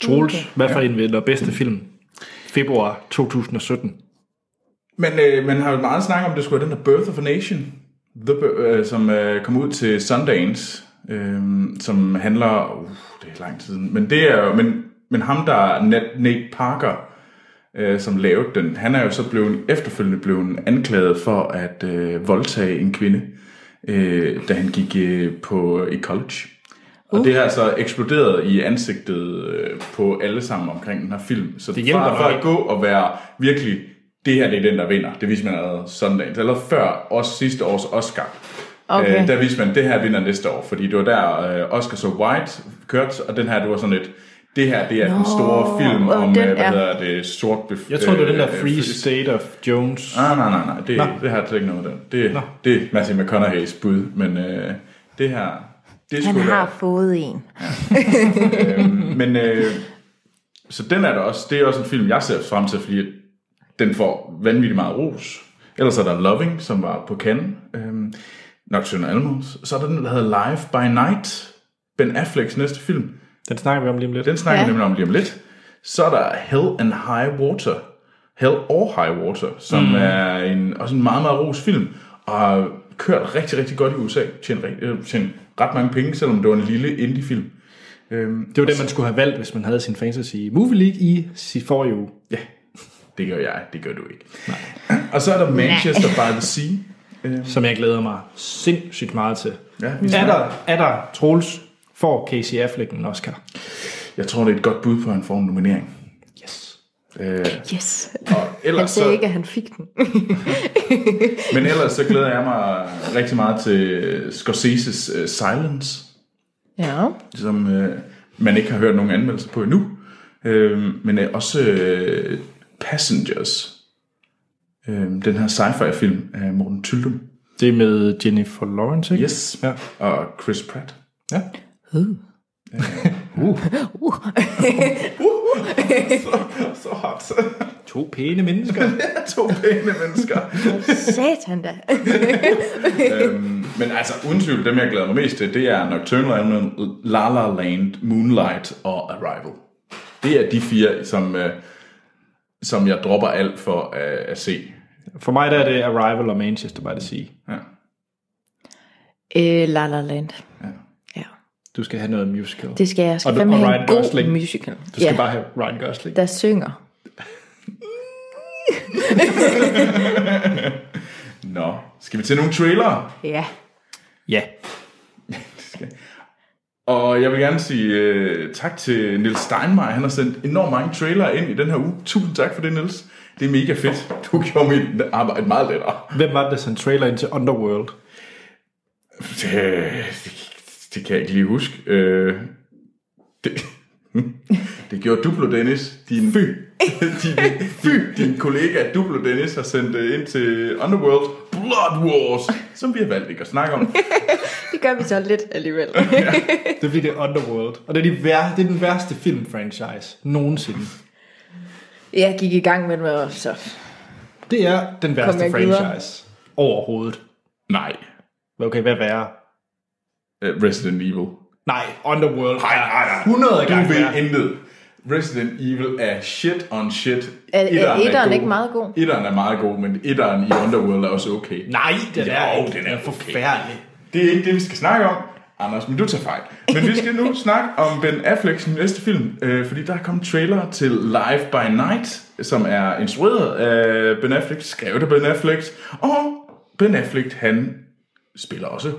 Speaker 1: Troels,
Speaker 2: Okay.
Speaker 1: okay. hvad for en vinder bedste film? Februar 2017.
Speaker 3: Men øh, man har jo meget snak om, at det skulle være den der Birth of a Nation, the, Bir- øh, som øh, kom ud til Sundance, øh, som handler... Uh, det er lang tid siden. Men, det er, jo- men, men ham, der er Nat- Nate Parker, øh, som lavede den, han er jo så blevet, efterfølgende blevet anklaget for at øh, voldtage en kvinde, øh, da han gik øh, på i college.
Speaker 1: Uh.
Speaker 3: Og det har altså eksploderet i ansigtet øh, på alle sammen omkring den her film. Så
Speaker 1: Det hjælper
Speaker 3: fra,
Speaker 1: nok
Speaker 3: fra at
Speaker 1: ikke.
Speaker 3: gå og være virkelig, det her det er den, der vinder. Det viste man allerede søndagen. Eller før også sidste års Oscar.
Speaker 2: Okay.
Speaker 3: Øh, der viste man, det her vinder næste år. Fordi det var der øh, Oscar So White kørte, og den her, det var sådan et, det her, det er den store film
Speaker 2: og
Speaker 3: om, øh,
Speaker 2: den
Speaker 3: hvad
Speaker 2: er-
Speaker 3: hedder det, sort bef-
Speaker 1: Jeg tror, det er den der
Speaker 3: øh,
Speaker 1: Free State of Jones.
Speaker 3: Nej, nej, nej, nej. Det, det her det er ikke noget af den. Det, det er Matthew McConaughey's bud, men øh, det her... Det
Speaker 2: Han
Speaker 3: skulle
Speaker 2: har
Speaker 3: være,
Speaker 2: fået en.
Speaker 3: men øh, så den er der også. Det er også en film, jeg ser frem til, fordi den får vanvittigt meget ros. Ellers er der Loving, som var på Cannes. Øhm, Nocturnal Animals. Så er der den, der hedder Live by Night. Ben Afflecks næste film.
Speaker 1: Den snakker vi om lige om lidt.
Speaker 3: Den snakker
Speaker 2: Ja.
Speaker 3: ja. nemlig om lige om lidt. Så er der Hell and High Water. Hell or High Water, som mm. er en, også en meget, meget ros film. Og har kørt rigtig, rigtig godt i USA. Tjent, øh, tjent ret mange penge, selvom det var en lille indie-film. Øhm,
Speaker 1: Det var det, man skulle have valgt, hvis man havde sin Fantasy Movie League i sit forrige uge.
Speaker 3: Ja, det gør jeg, det gør du ikke. Nej. Og så er der Manchester by the Sea.
Speaker 1: Som jeg glæder mig sindssygt meget til.
Speaker 3: Ja, vi
Speaker 1: Er
Speaker 3: snakker-
Speaker 1: der, er der Troels får Casey Affleck en Oscar?
Speaker 3: Jeg tror, det er et godt bud på en form nominering.
Speaker 1: Yes.
Speaker 3: Øh,
Speaker 2: Yes.
Speaker 3: og
Speaker 2: Han
Speaker 3: ellers
Speaker 2: sagde ikke,
Speaker 3: så,
Speaker 2: at han fik den.
Speaker 3: men ellers så glæder jeg mig rigtig meget til Scorsese's øh, Silence,
Speaker 2: Ja.
Speaker 3: som øh, man ikke har hørt nogen anmeldelser på endnu. Øh, men øh, også øh, Passengers. øh, den her sci-fi film af Morten Tyldum.
Speaker 1: Det er med Jennifer Lawrence, ikke?
Speaker 3: Yes.
Speaker 1: Ja.
Speaker 3: Og Chris Pratt.
Speaker 1: Ja.
Speaker 2: Uh,
Speaker 3: Så hot.
Speaker 1: To pæne mennesker.
Speaker 3: to pæne mennesker.
Speaker 2: Satan da.
Speaker 3: Men altså, uden tvivl, dem jeg glæder mig mest til, det er Nocturnal Animal, La La Land, Moonlight og Arrival. Det er de fire, som, øh, som jeg dropper alt for at, at se.
Speaker 1: For mig der er det Arrival og Manchester by the Sea.
Speaker 3: Ja.
Speaker 2: øh, La La Land. Ja. ja.
Speaker 1: Du skal have noget musical.
Speaker 2: Det skal jeg.
Speaker 1: Og
Speaker 2: skal
Speaker 1: du-
Speaker 2: fandme
Speaker 1: og
Speaker 2: have
Speaker 1: Ryan
Speaker 2: en god
Speaker 1: Gosling.
Speaker 2: musical.
Speaker 1: Du skal ja. bare have Ryan Gosling.
Speaker 2: der synger.
Speaker 3: Nå, skal vi til nogle trailere?
Speaker 2: Ja.
Speaker 1: Ja.
Speaker 3: Og jeg vil gerne sige øh, tak til Nils Steinmeier. Han har sendt enormt mange trailere ind i den her uge. Tusind tak for det, Nils. Det er mega fedt. Du gjorde mit arbejde meget lettere.
Speaker 1: Hvem var det, der sendte trailer ind til Underworld?
Speaker 3: Øh, Det, det kan jeg ikke lige huske. Øh, det, det gjorde Duplo Dennis, din, Fy. din, Fy. din kollega Duplo Dennis, har sendt øh, ind til Underworld Blood Wars, som vi har valgt ikke at snakke om.
Speaker 2: Det gør vi så lidt alligevel.
Speaker 1: Det er fordi, det er Underworld. Og det er, de vær- det er den værste filmfranchise nogensinde.
Speaker 2: jeg gik i gang med det, og så
Speaker 1: Det er den værste
Speaker 2: jeg videre?
Speaker 1: franchise overhovedet.
Speaker 3: Nej,
Speaker 1: Okay, hvad værre?
Speaker 3: øh, Resident Evil.
Speaker 1: Nej, Underworld
Speaker 3: Nej, nej, nej.
Speaker 1: 100 gange
Speaker 3: Du
Speaker 1: værre.
Speaker 3: ved intet. Resident Evil er shit on shit.
Speaker 2: Er- er etteren
Speaker 3: god.
Speaker 2: ikke meget god?
Speaker 3: Etteren er meget god, men etteren i Underworld er også okay.
Speaker 1: Nej, den
Speaker 3: Jo,
Speaker 1: er ikke.
Speaker 3: den er okay.
Speaker 1: forfærdelig.
Speaker 3: Det er ikke det, vi skal snakke om. Anders, men du tager fejl. Men vi skal nu snakke om Ben Afflecks næste film, øh, fordi der er kommet trailer til Live by Night, som er instrueret af Ben Affleck, skrevet af Ben Affleck, og Ben Affleck, han spiller også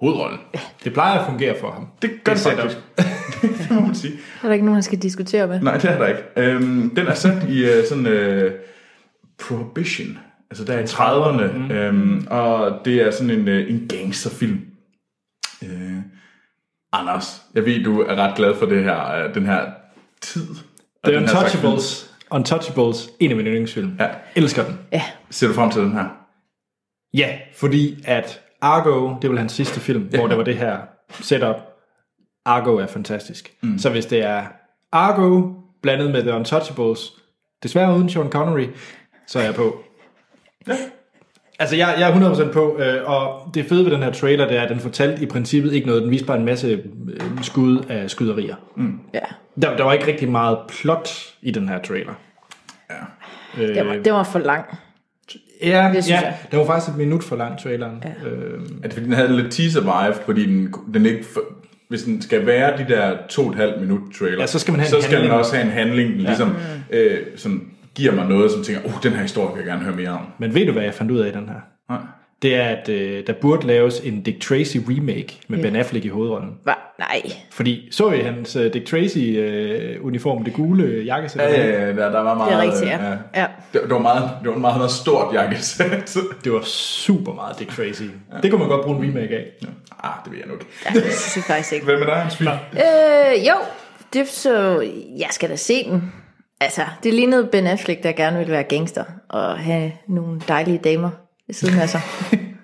Speaker 3: hovedrollen.
Speaker 1: Det plejer at fungere for ham.
Speaker 3: Det gør det,
Speaker 1: setup.
Speaker 3: faktisk. det må man sige.
Speaker 2: er der ikke nogen, han skal diskutere med.
Speaker 3: Nej, det er der ikke. Øhm, den er sat i øh, sådan øh, Prohibition. Altså der er i 30'erne. Mm. Øhm, og det er sådan en, øh, en gangsterfilm. Øh, Anders, jeg ved, du er ret glad for det her, øh, den her tid. og
Speaker 1: Det er
Speaker 3: den her slags
Speaker 1: Untouchables. Untouchables, en af mine yndlingsfilm.
Speaker 3: film. Ja.
Speaker 1: Elsker den.
Speaker 2: Ja.
Speaker 3: Ser du frem til den her?
Speaker 1: Ja, fordi at Argo, det var vel hans sidste film, ja. hvor der var det her setup. Argo er fantastisk. Mm. Så hvis det er Argo blandet med The Untouchables, desværre uden Sean Connery, så er jeg på. Altså, jeg, jeg er 100% på, øh, og det fede ved den her trailer, det er, at den fortalte i princippet ikke noget. Den viste bare en masse øh, skud af skyderier.
Speaker 2: ja.
Speaker 1: Der, der var ikke rigtig meget plot i den her trailer.
Speaker 2: Det, var, det var for lang.
Speaker 1: Ja,
Speaker 2: Det synes
Speaker 1: ja.
Speaker 2: jeg.
Speaker 1: den var faktisk et minut for lang, traileren. Øh, Ja.
Speaker 3: At fordi den havde lidt teaser-vibe, fordi den, den ikke... For, hvis den skal være de der to og et halvt minut trailer,
Speaker 1: Ja, så skal man have
Speaker 3: så
Speaker 1: en
Speaker 3: skal den
Speaker 1: handling.
Speaker 3: også have en handling, den ligesom, øh, som giver mig noget, som tænker, oh, den her historie vil jeg gerne høre mere om.
Speaker 1: Men ved du, hvad jeg fandt ud af i den her?
Speaker 3: Nej.
Speaker 1: Det er, at øh, der burde laves en Dick Tracy remake med Ben Affleck i hovedrollen.
Speaker 2: Hva? Nej.
Speaker 1: Fordi så I hans øh, Dick Tracy-uniform, det gule øh, jakkesæt?
Speaker 3: Ja, ja, ja, der, der var meget...
Speaker 2: Det er rigtigt,
Speaker 3: øh,
Speaker 2: ja. ja.
Speaker 3: Det, det, var meget, det var en meget, meget stort jakkesæt.
Speaker 1: Det var super meget Dick Tracy. Ja. Det kunne man godt bruge en remake af.
Speaker 3: ah, det ved jeg nu ikke.
Speaker 2: Ja, det synes jeg faktisk ikke.
Speaker 3: Hvad med dig, Hans Fie?
Speaker 2: Øh, jo, det så... Jeg skal da se den. Altså, det lignede Ben Affleck, der gerne ville være gangster og have nogle dejlige damer ved siden af sig.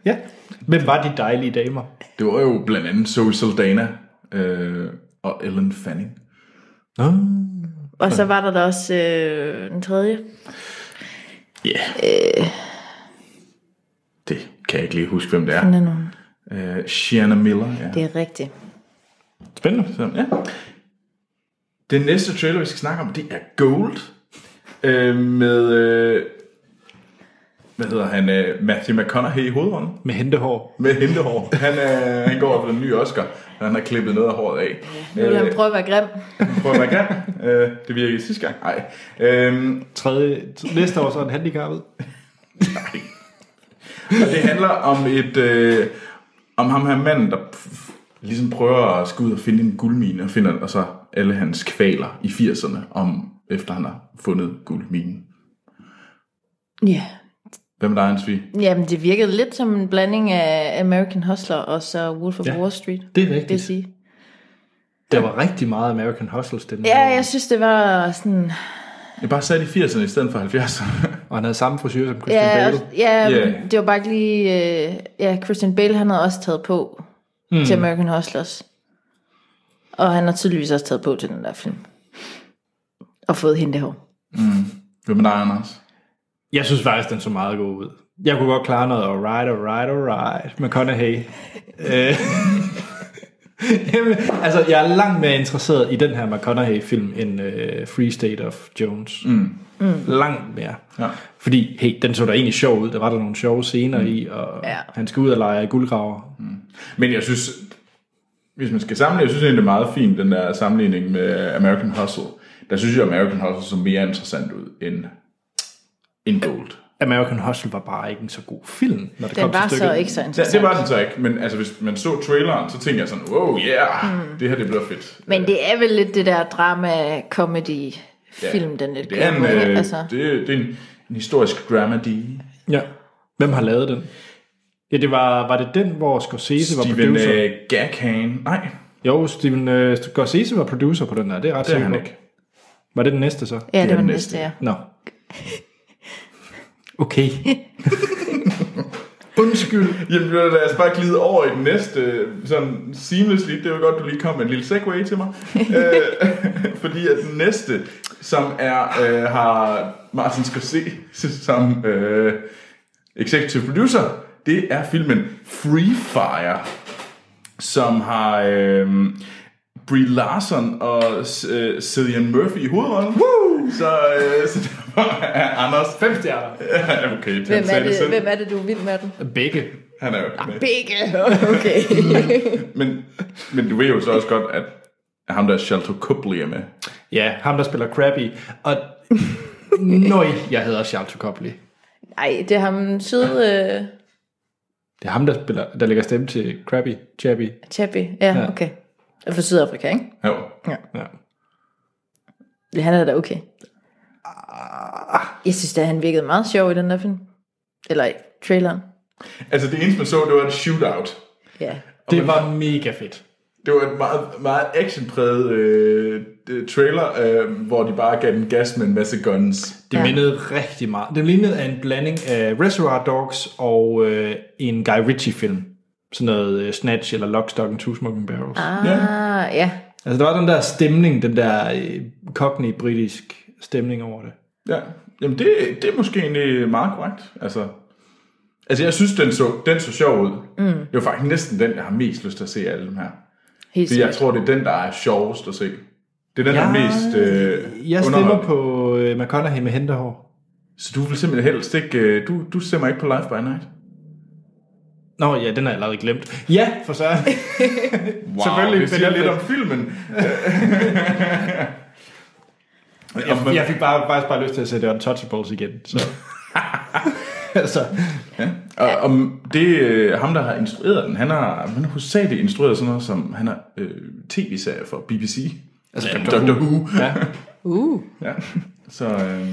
Speaker 1: Ja. Hvem var de dejlige damer?
Speaker 3: Det var jo blandt andet Zoe Saldana øh, og Ellen Fanning.
Speaker 1: Nå.
Speaker 2: Og så var der da også øh, den tredje. Øh,
Speaker 3: Det kan jeg ikke lige huske, hvem det
Speaker 2: Den
Speaker 3: er.
Speaker 2: er nogen.
Speaker 3: Øh, Sienna Miller, ja.
Speaker 2: Det er rigtigt.
Speaker 1: Spændende.
Speaker 3: Så, ja. Den næste trailer, vi skal snakke om, det er Gold. Øh, med... Øh, hvad hedder han? Øh, Matthew McConaughey i hovedrollen.
Speaker 1: Med hentehår.
Speaker 3: Med hentehår. Han, øh, han går efter den nye Oscar, og han har klippet noget af håret af.
Speaker 2: Nu vil han prøve at være grim.
Speaker 3: prøve at være grim. Øh, det virkede sidste gang. Nej. Øhm,
Speaker 1: Tredje, næste år så er han handicappet.
Speaker 3: og det handler om et... Øh, om ham her manden, der f- ligesom prøver at skulle ud og finde en guldmine, og finder og så alle hans kvaler i 80'erne, om efter han har fundet guldminen.
Speaker 2: Ja.
Speaker 3: Hvem er dig, Hans Vig?
Speaker 2: Jamen, det virkede lidt som en blanding af American Hustler og så Wolf of
Speaker 1: Ja,
Speaker 2: ja, Wall Street.
Speaker 1: det er
Speaker 2: vil jeg
Speaker 1: rigtigt.
Speaker 2: sige.
Speaker 1: Der var rigtig meget American Hustle stemning.
Speaker 2: Ja, jeg synes, det var sådan...
Speaker 3: Jeg bare sat i 80'erne i stedet for 70'erne.
Speaker 1: Og han havde samme frisyr som Christian
Speaker 2: Ja,
Speaker 1: Bale.
Speaker 2: også, ja
Speaker 3: Ja.
Speaker 2: yeah. det var bare ikke lige... Øh, ja, Christian Bale, han havde også taget på mm. til American Hustlers. Og han har tydeligvis også taget på til den der film. Og fået hende hår.
Speaker 3: Hvad med dig, Anders?
Speaker 1: Jeg synes faktisk, den så meget god ud. Jeg kunne godt klare noget alright, alright, alright med Conahey. Øh, Jamen, altså, jeg er langt mere interesseret i den her McConaughey-film end øh, Free State of Jones. Mm. Mm. Langt mere.
Speaker 3: Ja.
Speaker 1: Fordi, hey, den så da egentlig sjov ud. Der var der nogle sjove scener mm. i, og
Speaker 2: Ja.
Speaker 1: ja. han skal ud og lege guldgraver.
Speaker 3: Men jeg synes, hvis man skal sammenligne, jeg synes egentlig, det er meget fint, den der sammenligning med American Hustle. Der synes jeg, American Hustle så mere interessant ud end, end Gold.
Speaker 1: American Hustle var bare ikke en så god film, når det
Speaker 2: Den
Speaker 1: kom
Speaker 2: var
Speaker 1: til
Speaker 2: så
Speaker 1: stykket.
Speaker 2: ikke så
Speaker 3: Ja,
Speaker 2: interessant.
Speaker 3: det var den så ikke, men altså, hvis man så traileren, så tænkte jeg sådan, wow, yeah, mm. det her det bliver fedt.
Speaker 2: Men det er vel lidt det der drama-comedy-film, den lidt
Speaker 3: det er,
Speaker 2: kører
Speaker 3: en,
Speaker 2: på, ikke?
Speaker 3: øh,
Speaker 2: altså.
Speaker 3: det, det er en, en historisk dramedy.
Speaker 1: Ja. Hvem har lavet den? Ja, det var, var det den, hvor Scorsese var
Speaker 3: Steven
Speaker 1: producer?
Speaker 3: øh, Gaghan. Nej,
Speaker 1: Jo, Steven øh, Scorsese var producer på den der, det er jeg ret
Speaker 3: det er
Speaker 1: sikker
Speaker 3: han
Speaker 1: på.
Speaker 3: ikke.
Speaker 1: Var det den næste så?
Speaker 3: er
Speaker 2: ja, det var
Speaker 3: den
Speaker 2: den
Speaker 3: næste.
Speaker 2: næste, ja.
Speaker 1: Nå. Okay. Undskyld.
Speaker 3: Jamen, ved du hvad, lad os bare glide over i den næste, sådan seamlessly, det var godt, du lige kom med en lille segue til mig. øh, fordi at den næste, som er, øh, har Martin Scorsese som øh, executive producer, det er filmen Free Fire, som har øh, Brie Larson og øh, Cillian Murphy i hovedrollen. Woo! Så, øh, så derfor er Anders...
Speaker 1: Fem stjerner.
Speaker 3: okay, han
Speaker 2: Hvem
Speaker 3: sagde
Speaker 2: er,
Speaker 3: det
Speaker 2: det,
Speaker 3: selv.
Speaker 2: hvem er det, du er vild med den?
Speaker 1: Begge.
Speaker 3: Han er jo ikke med.
Speaker 2: Begge! Okay.
Speaker 3: Men, men du ved jo så også godt, at ham der Shelto Copley er med.
Speaker 1: Ja, ham der spiller Krabby. Og nøj, jeg hedder Charles Copley.
Speaker 2: Ej, det er ham søde øh,
Speaker 1: Det er ham, der, spiller, der lægger stemme til Krabby, Chabby.
Speaker 2: Chappie. Ja, okay. Og Fra Sydafrika, ikke?
Speaker 3: Jo.
Speaker 1: Ja.
Speaker 2: Ja, Han er da okay. Jeg synes da, han virkede meget sjov i den der film. Eller i traileren.
Speaker 3: Altså det eneste man så, det var et shootout.
Speaker 2: Ja.
Speaker 1: Det var mega fedt.
Speaker 3: Det var en meget, meget actionpræget øh, det- trailer, øh, hvor de bare gav den gas med en masse guns.
Speaker 1: Det
Speaker 2: Ja.
Speaker 1: ja. mindede rigtig meget. Det lignede af en blanding af Reservoir Dogs og øh, en Guy Ritchie-film. Sådan noget øh, Snatch eller Lockstock and Two Smoking Barrels. Ah.
Speaker 2: Ah, ja. ja.
Speaker 1: Altså, der var den der stemning, den der øh, cockney-britisk stemning over det.
Speaker 3: Ja. Jamen det, det er måske egentlig meget korrekt. Altså, altså jeg synes, den så, den så sjov ud. Mm. Det var faktisk næsten den, jeg har mest lyst til at se af alle dem her.
Speaker 2: Helt
Speaker 3: Fordi jeg
Speaker 2: sikkert.
Speaker 3: tror, det er den, der er sjovest at se. Det er den, der er
Speaker 1: Jeg-
Speaker 3: mest øh,
Speaker 1: Jeg
Speaker 3: underholdende.
Speaker 1: stemmer på øh, McConaughey med hentehår.
Speaker 3: Så du vil simpelthen helst ikke... øh, Du, du stemmer ikke på Life by Night?
Speaker 1: Nå ja, den har jeg allerede glemt. Ja, for så.
Speaker 3: Wow,
Speaker 1: Selvfølgelig,
Speaker 3: det siger
Speaker 1: Ben
Speaker 3: lidt om
Speaker 1: Affleck.
Speaker 3: filmen.
Speaker 1: Jeg, jeg fik bare, faktisk bare lyst til at se The Untouchables igen. Så. altså,
Speaker 3: Og, om det øh, ham, der har instrueret den, han har, han har hovedsageligt instrueret sådan noget som, han har øh, tv-serier for BBC. Altså ja, Doctor, Who.
Speaker 1: ja.
Speaker 2: Uh.
Speaker 3: Ja. Så, øh, jeg,
Speaker 2: Jeg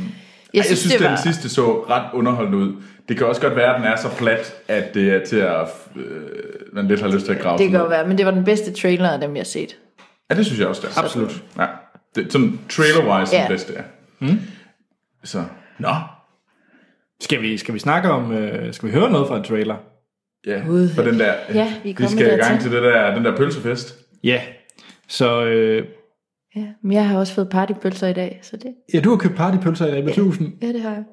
Speaker 3: jeg
Speaker 2: synes,
Speaker 3: synes
Speaker 2: det
Speaker 3: den
Speaker 2: var...
Speaker 3: sidste så ret underholdende ud. Det kan også godt være, at den er så plat, at det er til at... Øh, man lidt har lyst til at grave
Speaker 2: Det
Speaker 3: sådan
Speaker 2: kan godt være, men det var den bedste trailer af dem, jeg har set.
Speaker 3: Ja, det synes jeg også, det er. Absolut. Ja. Det, er sådan trailer-wise,
Speaker 2: Ja.
Speaker 3: yeah. det bedste er. Mm. Så, nå.
Speaker 1: skal, vi, skal vi snakke om, øh, skal vi høre noget fra en trailer?
Speaker 3: Ja,
Speaker 2: Gud.
Speaker 3: for den der,
Speaker 2: Ja, vi er
Speaker 3: vi
Speaker 2: kommet
Speaker 3: skal i gang
Speaker 2: dertil.
Speaker 3: til det der, den der pølsefest.
Speaker 1: Ja, så øh,
Speaker 2: Ja, men jeg har også fået partybølser i dag, så det...
Speaker 1: Ja, du har købt partypølser i dag med 1000.
Speaker 2: Ja, det har jeg.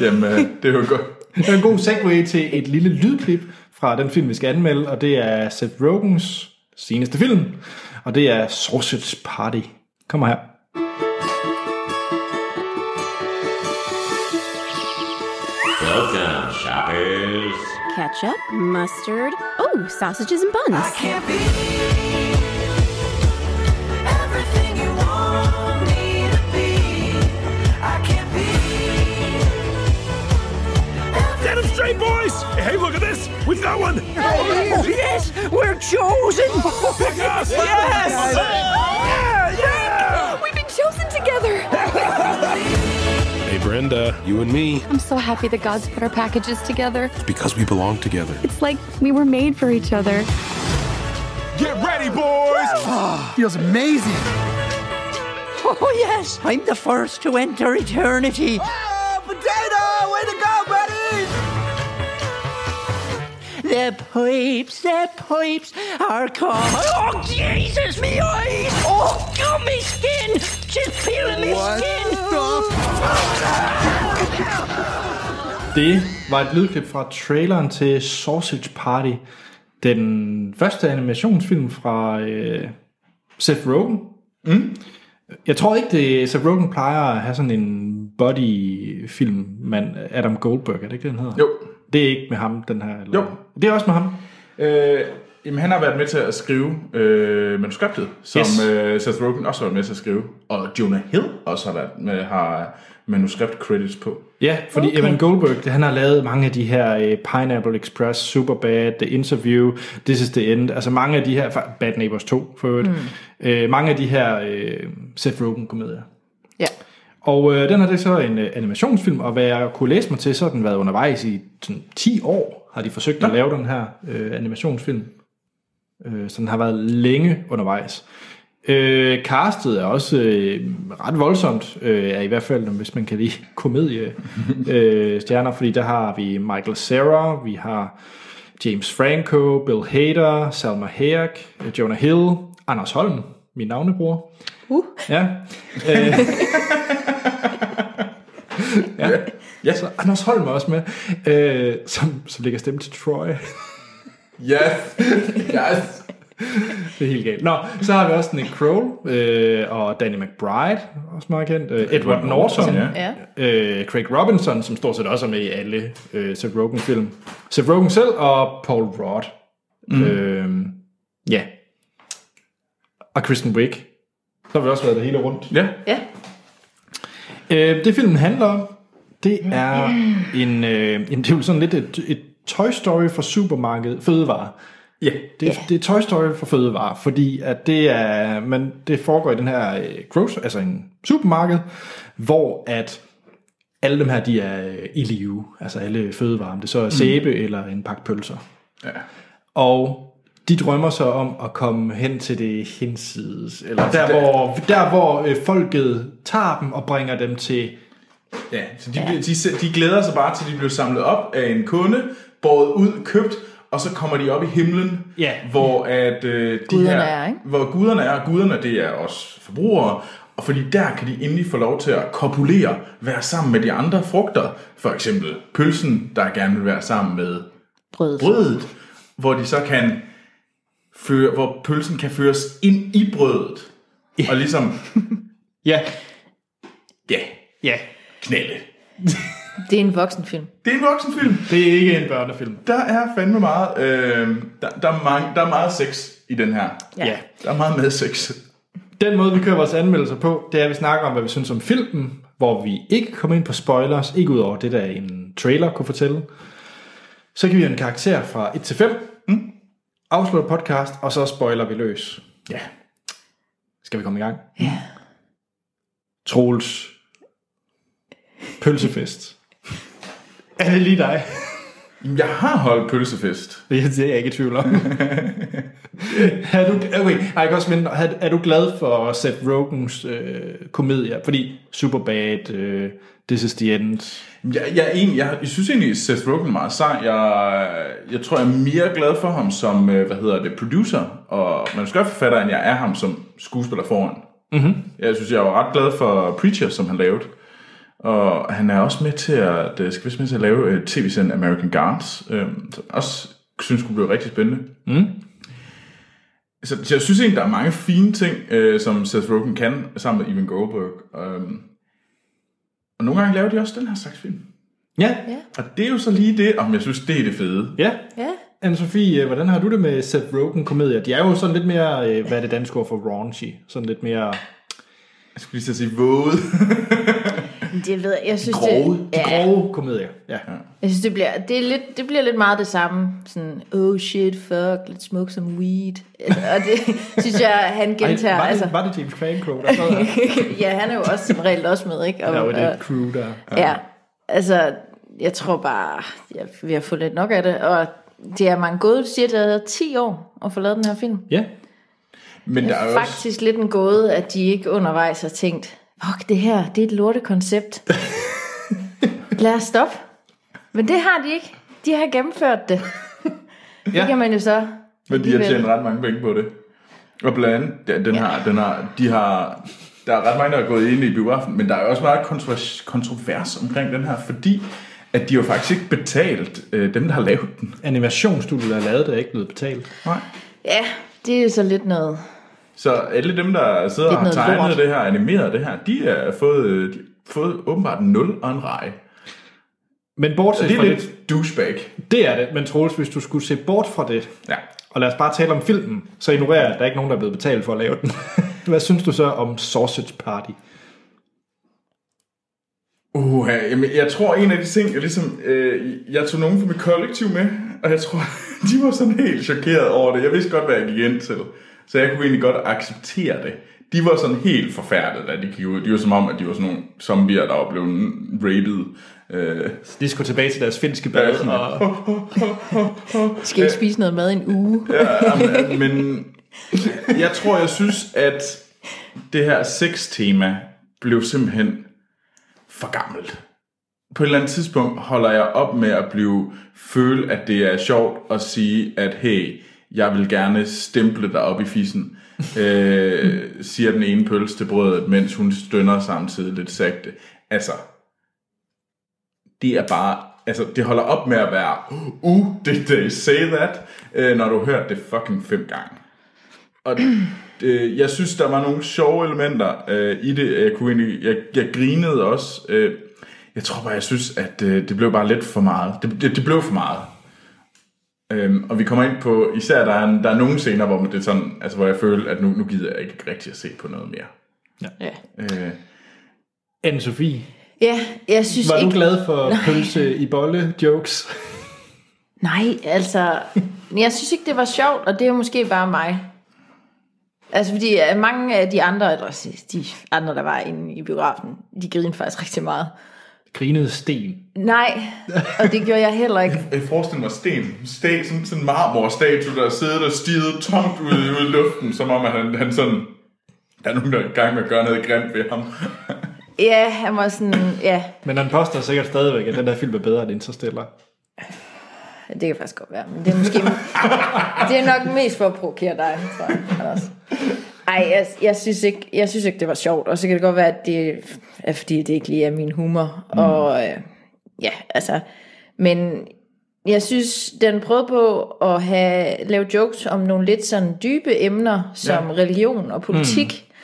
Speaker 3: Jamen, øh, det er jo godt.
Speaker 1: Det er en god segue til et lille lydklip fra den film, vi skal anmelde, og det er Seth Rogens seneste film, og det er Sausage Party. Kommer her.
Speaker 4: Welcome, shoppers.
Speaker 5: ketchup, mustard, oh, sausages and buns.
Speaker 6: can't be everything you want me to be. I can't be.
Speaker 7: Get him straight, boys! Hey, look at this! We've got one!
Speaker 6: Yes, we're chosen.
Speaker 7: Yes! Yeah, yeah!
Speaker 5: We've been chosen together.
Speaker 7: Hey, Brenda, you and me.
Speaker 5: I'm so happy that God's put our packages together.
Speaker 7: Because we belong together.
Speaker 5: It's like we were made for each other.
Speaker 7: Get ready, boys!
Speaker 6: Oh yes, I'm the first to enter eternity.
Speaker 7: Ah, potato!
Speaker 4: the pipes, the pipes are coming. Oh, Jesus, me eyes! Oh, God, me skin! Just peeling me skin!
Speaker 1: Det var et lydklip fra traileren til Sausage Party, den første animationsfilm fra øh, Seth Rogen. Mm. Jeg tror ikke, det, Seth Rogen plejer at have sådan en buddy-film, men Adam Goldberg, er det ikke, den hedder?
Speaker 3: Jo.
Speaker 1: Det er ikke med ham, den her? Eller?
Speaker 3: Jo.
Speaker 1: Det er også med ham.
Speaker 3: Øh, jamen, han har været med til at skrive øh, manuskriptet, som
Speaker 1: Yes.
Speaker 3: yes. øh, Seth Rogen også har været med til at skrive. Og Jonah Hill også har, været med, har manuskript credits på.
Speaker 1: Ja, fordi okay. Evan Goldberg, han har lavet mange af de her øh, Pineapple Express, Superbad, The Interview, This is the End, altså mange af de her, fa- Bad Neighbors 2 for øvrigt, mm. øh, mange af de her øh, Seth Rogen-komedier.
Speaker 2: Ja.
Speaker 1: Og øh, den her, det er så en øh, animationsfilm, og hvad jeg kunne læse mig til, så har den været undervejs i sådan, 10 år, har de forsøgt at lave den her øh, animationsfilm. Øh, så den har været længe undervejs. Øh, castet er også øh, ret voldsomt, øh, er i hvert fald, hvis man kan lide komedie øh, stjerner, fordi der har vi Michael Cera, vi har James Franco, Bill Hader, Salma Hayek, øh, Jonah Hill, Anders Holm, min navnebror. Uh. Ja. Øh, ja.
Speaker 3: Ja.
Speaker 1: Så Anders Holm er også med, øh, som, som lægger stemme til Troy.
Speaker 3: Yes! yes!
Speaker 1: Det er helt galt. Nå, så har vi også Nick Kroll øh, og Danny McBride, også meget kendt. Øh, Edward Norton.
Speaker 3: Ja.
Speaker 2: ja.
Speaker 1: Øh, Craig Robinson, som stort set også er med i alle øh, Seth Rogen-film. Seth Rogen selv og Paul Rudd. Mm. Øh, ja. Og Kristen Wiig. Så har vi også været det hele rundt.
Speaker 3: Ja.
Speaker 2: ja.
Speaker 1: Øh, det filmen handler om, det er en, øh, en det er jo sådan lidt et, et Toy Story for supermarkedet, fødevare. Ja, det, yeah. det er Toy Story for fødevare, fordi at det er, men det foregår i den her øh, gross, altså en supermarked, hvor at alle dem her, de er øh, i live, altså alle fødevarer, om det så er sæbe mm. eller en pakke pølser. Og de drømmer så om at komme hen til det hinsides, eller der hvor, der, hvor øh, folket tager dem og bringer dem til...
Speaker 3: ja. Så de, ja. De, de glæder sig bare til, de bliver samlet op af en kunde, båret ud, købt, og så kommer de op i himlen,
Speaker 1: Ja.
Speaker 3: hvor at øh, de
Speaker 2: Guderne
Speaker 3: her,
Speaker 2: er, ikke?
Speaker 3: hvor guderne er, og guderne det er også forbrugere, og fordi der kan de endelig få lov til at kopulere, være sammen med de andre frugter, for eksempel pølsen, der gerne vil være sammen med
Speaker 2: Brød.
Speaker 3: brødet, hvor de så kan føre, hvor pølsen kan føres ind i brødet, og ligesom,
Speaker 1: Ja,
Speaker 3: ja,
Speaker 1: ja.
Speaker 3: knalde.
Speaker 2: Det er en voksenfilm.
Speaker 3: Det er en voksenfilm.
Speaker 1: Det er ikke en børnefilm.
Speaker 3: Der er fandme meget, øh, der, der, er mange, der er meget sex i den her.
Speaker 1: Ja. ja.
Speaker 3: Der er meget med sex.
Speaker 1: Den måde, vi kører vores anmeldelser på, det er, at vi snakker om, hvad vi synes om filmen, hvor vi ikke kommer ind på spoilers, ikke ud over det, der en trailer kunne fortælle. Så kan vi have en karakter fra 1 til 5, mm. afslutte podcast, og så spoiler vi løs.
Speaker 3: Ja.
Speaker 1: Skal vi komme i gang? Ja. Troels. Pølsefest. er det lige dig?
Speaker 3: Jeg har holdt pølsefest.
Speaker 1: Det er det er jeg ikke i tvivl om. er, du, okay, jeg kan også vente, er, er du glad for Seth Rogens øh, komedier? Fordi Superbad, øh, This is the End.
Speaker 3: Jeg, jeg, er egentlig, jeg, jeg synes egentlig, Seth Rogen er meget sej. Jeg, jeg tror, jeg er mere glad for ham som, øh, hvad hedder det, producer og manuskriptforfatter, end jeg er ham som skuespiller foran. Mm-hmm. Jeg synes, jeg var ret glad for Preacher, som han lavede. Og han er også med til at, øh, skal vist med til at lave øh, tv-serien American Guards, øh, som jeg også synes kunne blive rigtig spændende. Så, så jeg synes egentlig, der er mange fine ting, øh, som Seth Rogen kan, sammen med Evan Goldberg. Øh, og nogle gange laver de også den her slags film.
Speaker 1: Ja,
Speaker 3: Og det er jo så lige det, om jeg synes, det er det fede.
Speaker 1: ja.
Speaker 2: Ja.
Speaker 1: Anne-Sophie, øh, hvordan har du det med Seth Rogen-komedier? De er jo sådan lidt mere, øh, hvad er det danske ord for raunchy? Sådan lidt mere...
Speaker 3: Jeg skulle lige så sige våde.
Speaker 2: Det ved jeg. Jeg synes,
Speaker 3: Grove.
Speaker 2: det,
Speaker 1: De
Speaker 2: ja,
Speaker 1: grove komedier. Ja.
Speaker 2: jeg synes, det bliver, det, er lidt, det bliver lidt meget det samme. Sådan, oh shit, fuck, let's smoke some weed. Altså, Og det synes jeg, han
Speaker 1: Ej,
Speaker 2: gentager.
Speaker 1: var,
Speaker 2: altså,
Speaker 1: det, var det James Franco, der sad her?
Speaker 2: ja, han er jo også som regel også med, ikke? Og,
Speaker 1: Der var
Speaker 2: og-
Speaker 1: det crew, der...
Speaker 2: Ja, altså, jeg tror bare, jeg vi har fået lidt nok af det, og det er mange gode, du siger, det har været 10 år at få lavet den her film.
Speaker 1: Ja.
Speaker 3: Men der er jo også...
Speaker 2: Faktisk lidt en gåde, at de ikke undervejs har tænkt, fuck, det her, det er et lortekoncept. Lad os stoppe. Men det har de ikke. De har gennemført det. Det kan man jo så.
Speaker 3: Men de har
Speaker 2: alligevel.
Speaker 3: tjent ret mange penge på det. Og blandt andet, ja, den har, den har, de har, der er ret mange, der er gået ind i biografen, men der er også meget kontrovers, kontrovers omkring den her, fordi at de jo faktisk ikke betalt øh, dem, der har lavet den.
Speaker 1: Animationsstudiet, der er lavet, der er ikke blevet betalt.
Speaker 3: Nej.
Speaker 2: Ja, det er jo så lidt noget.
Speaker 3: Så alle dem, der sidder og
Speaker 2: Lidt
Speaker 3: har
Speaker 2: noget
Speaker 3: tegnet
Speaker 2: lort.
Speaker 3: det her, animeret det her, de har fået, øh, de har fået åbenbart en 0 og en rej.
Speaker 1: Men bortset
Speaker 3: Så det er
Speaker 1: fra det,
Speaker 3: lidt douchebag.
Speaker 1: det er det. Men Troels, hvis du skulle se bort fra det,
Speaker 3: Ja.
Speaker 1: og lad os bare tale om filmen, så ignorerer jeg, at der er ikke nogen, der er blevet betalt for at lave den. Hvad synes du så om Sausage Party?
Speaker 3: Uh, jamen, jeg tror, en af de ting, jeg ligesom... Øh, jeg tog nogen fra mit kollektiv med, og jeg tror, de var sådan helt chokeret over det. Jeg vidste godt, hvad jeg gik ind til, så jeg kunne egentlig godt acceptere det. De var sådan helt forfærdet, da de gik ud. De var som om, at de var sådan nogle zombier, der var blevet raped. Øh,
Speaker 1: De skulle tilbage til deres finske bad,
Speaker 3: sådan,
Speaker 1: og
Speaker 2: Skal ikke spise noget mad i en uge.
Speaker 3: Øh. ja, men- men jeg tror, jeg synes, at det her sex-tema blev simpelthen for gammelt. På et eller andet tidspunkt holder jeg op med at blive føle, at det er sjovt at sige, at hey, jeg vil gerne stemple dig op i fissen, øh, siger den ene pølse til brødet, mens hun stønner samtidig lidt sagte. Altså, det er bare, altså det holder op med at være, uh, did they say that, øh, når du har hørt det fucking fem gange. Og øh, jeg synes, der var nogle sjove elementer øh, i det. Jeg, kunne egentlig, jeg, jeg grinede også. Øh, jeg tror bare, jeg synes, at øh, det blev bare lidt for meget. Det, det, det blev for meget. Øhm, og vi kommer ind på, især der er, en- der er nogle scener, hvor, det er sådan, altså, hvor jeg føler, at nu, nu gider jeg ikke rigtig at se på noget mere.
Speaker 2: Ja.
Speaker 3: Øh,
Speaker 1: Anne-Sophie,
Speaker 2: ja, jeg synes
Speaker 1: var du
Speaker 2: ikke...
Speaker 1: glad for pølse i bolle jokes?
Speaker 2: Nej, altså... Jeg synes ikke, det var sjovt, og det er jo måske bare mig. Altså, fordi øh, mange af de andre, eller de andre, der var inde i biografen, de grinede faktisk rigtig meget.
Speaker 1: Grinede sten.
Speaker 2: Nej, og det gjorde jeg heller ikke.
Speaker 3: Jeg forestiller mig sten. Sten sådan, sådan en marmorstatue, der sidder og stiger tomt ud, i- ud i luften, som om at han, han sådan... Der er nogen, der er i gang med at gøre noget grimt ved ham.
Speaker 2: Ja, han var sådan... Ja,
Speaker 1: Men han påstår sikkert stadigvæk, at den der film er bedre end Interstellar.
Speaker 2: det kan faktisk godt være, men det er måske... det er nok mest for at provokere dig, tror jeg, Anders. Ej, jeg, jeg, synes ikke, jeg synes ikke, det var sjovt, og så kan det godt være, at det er, fordi det ikke lige er min humor, mm. og øh, ja, altså, men jeg synes, den prøvede på at have, lave jokes om nogle lidt sådan dybe emner, som ja. religion og politik, mm.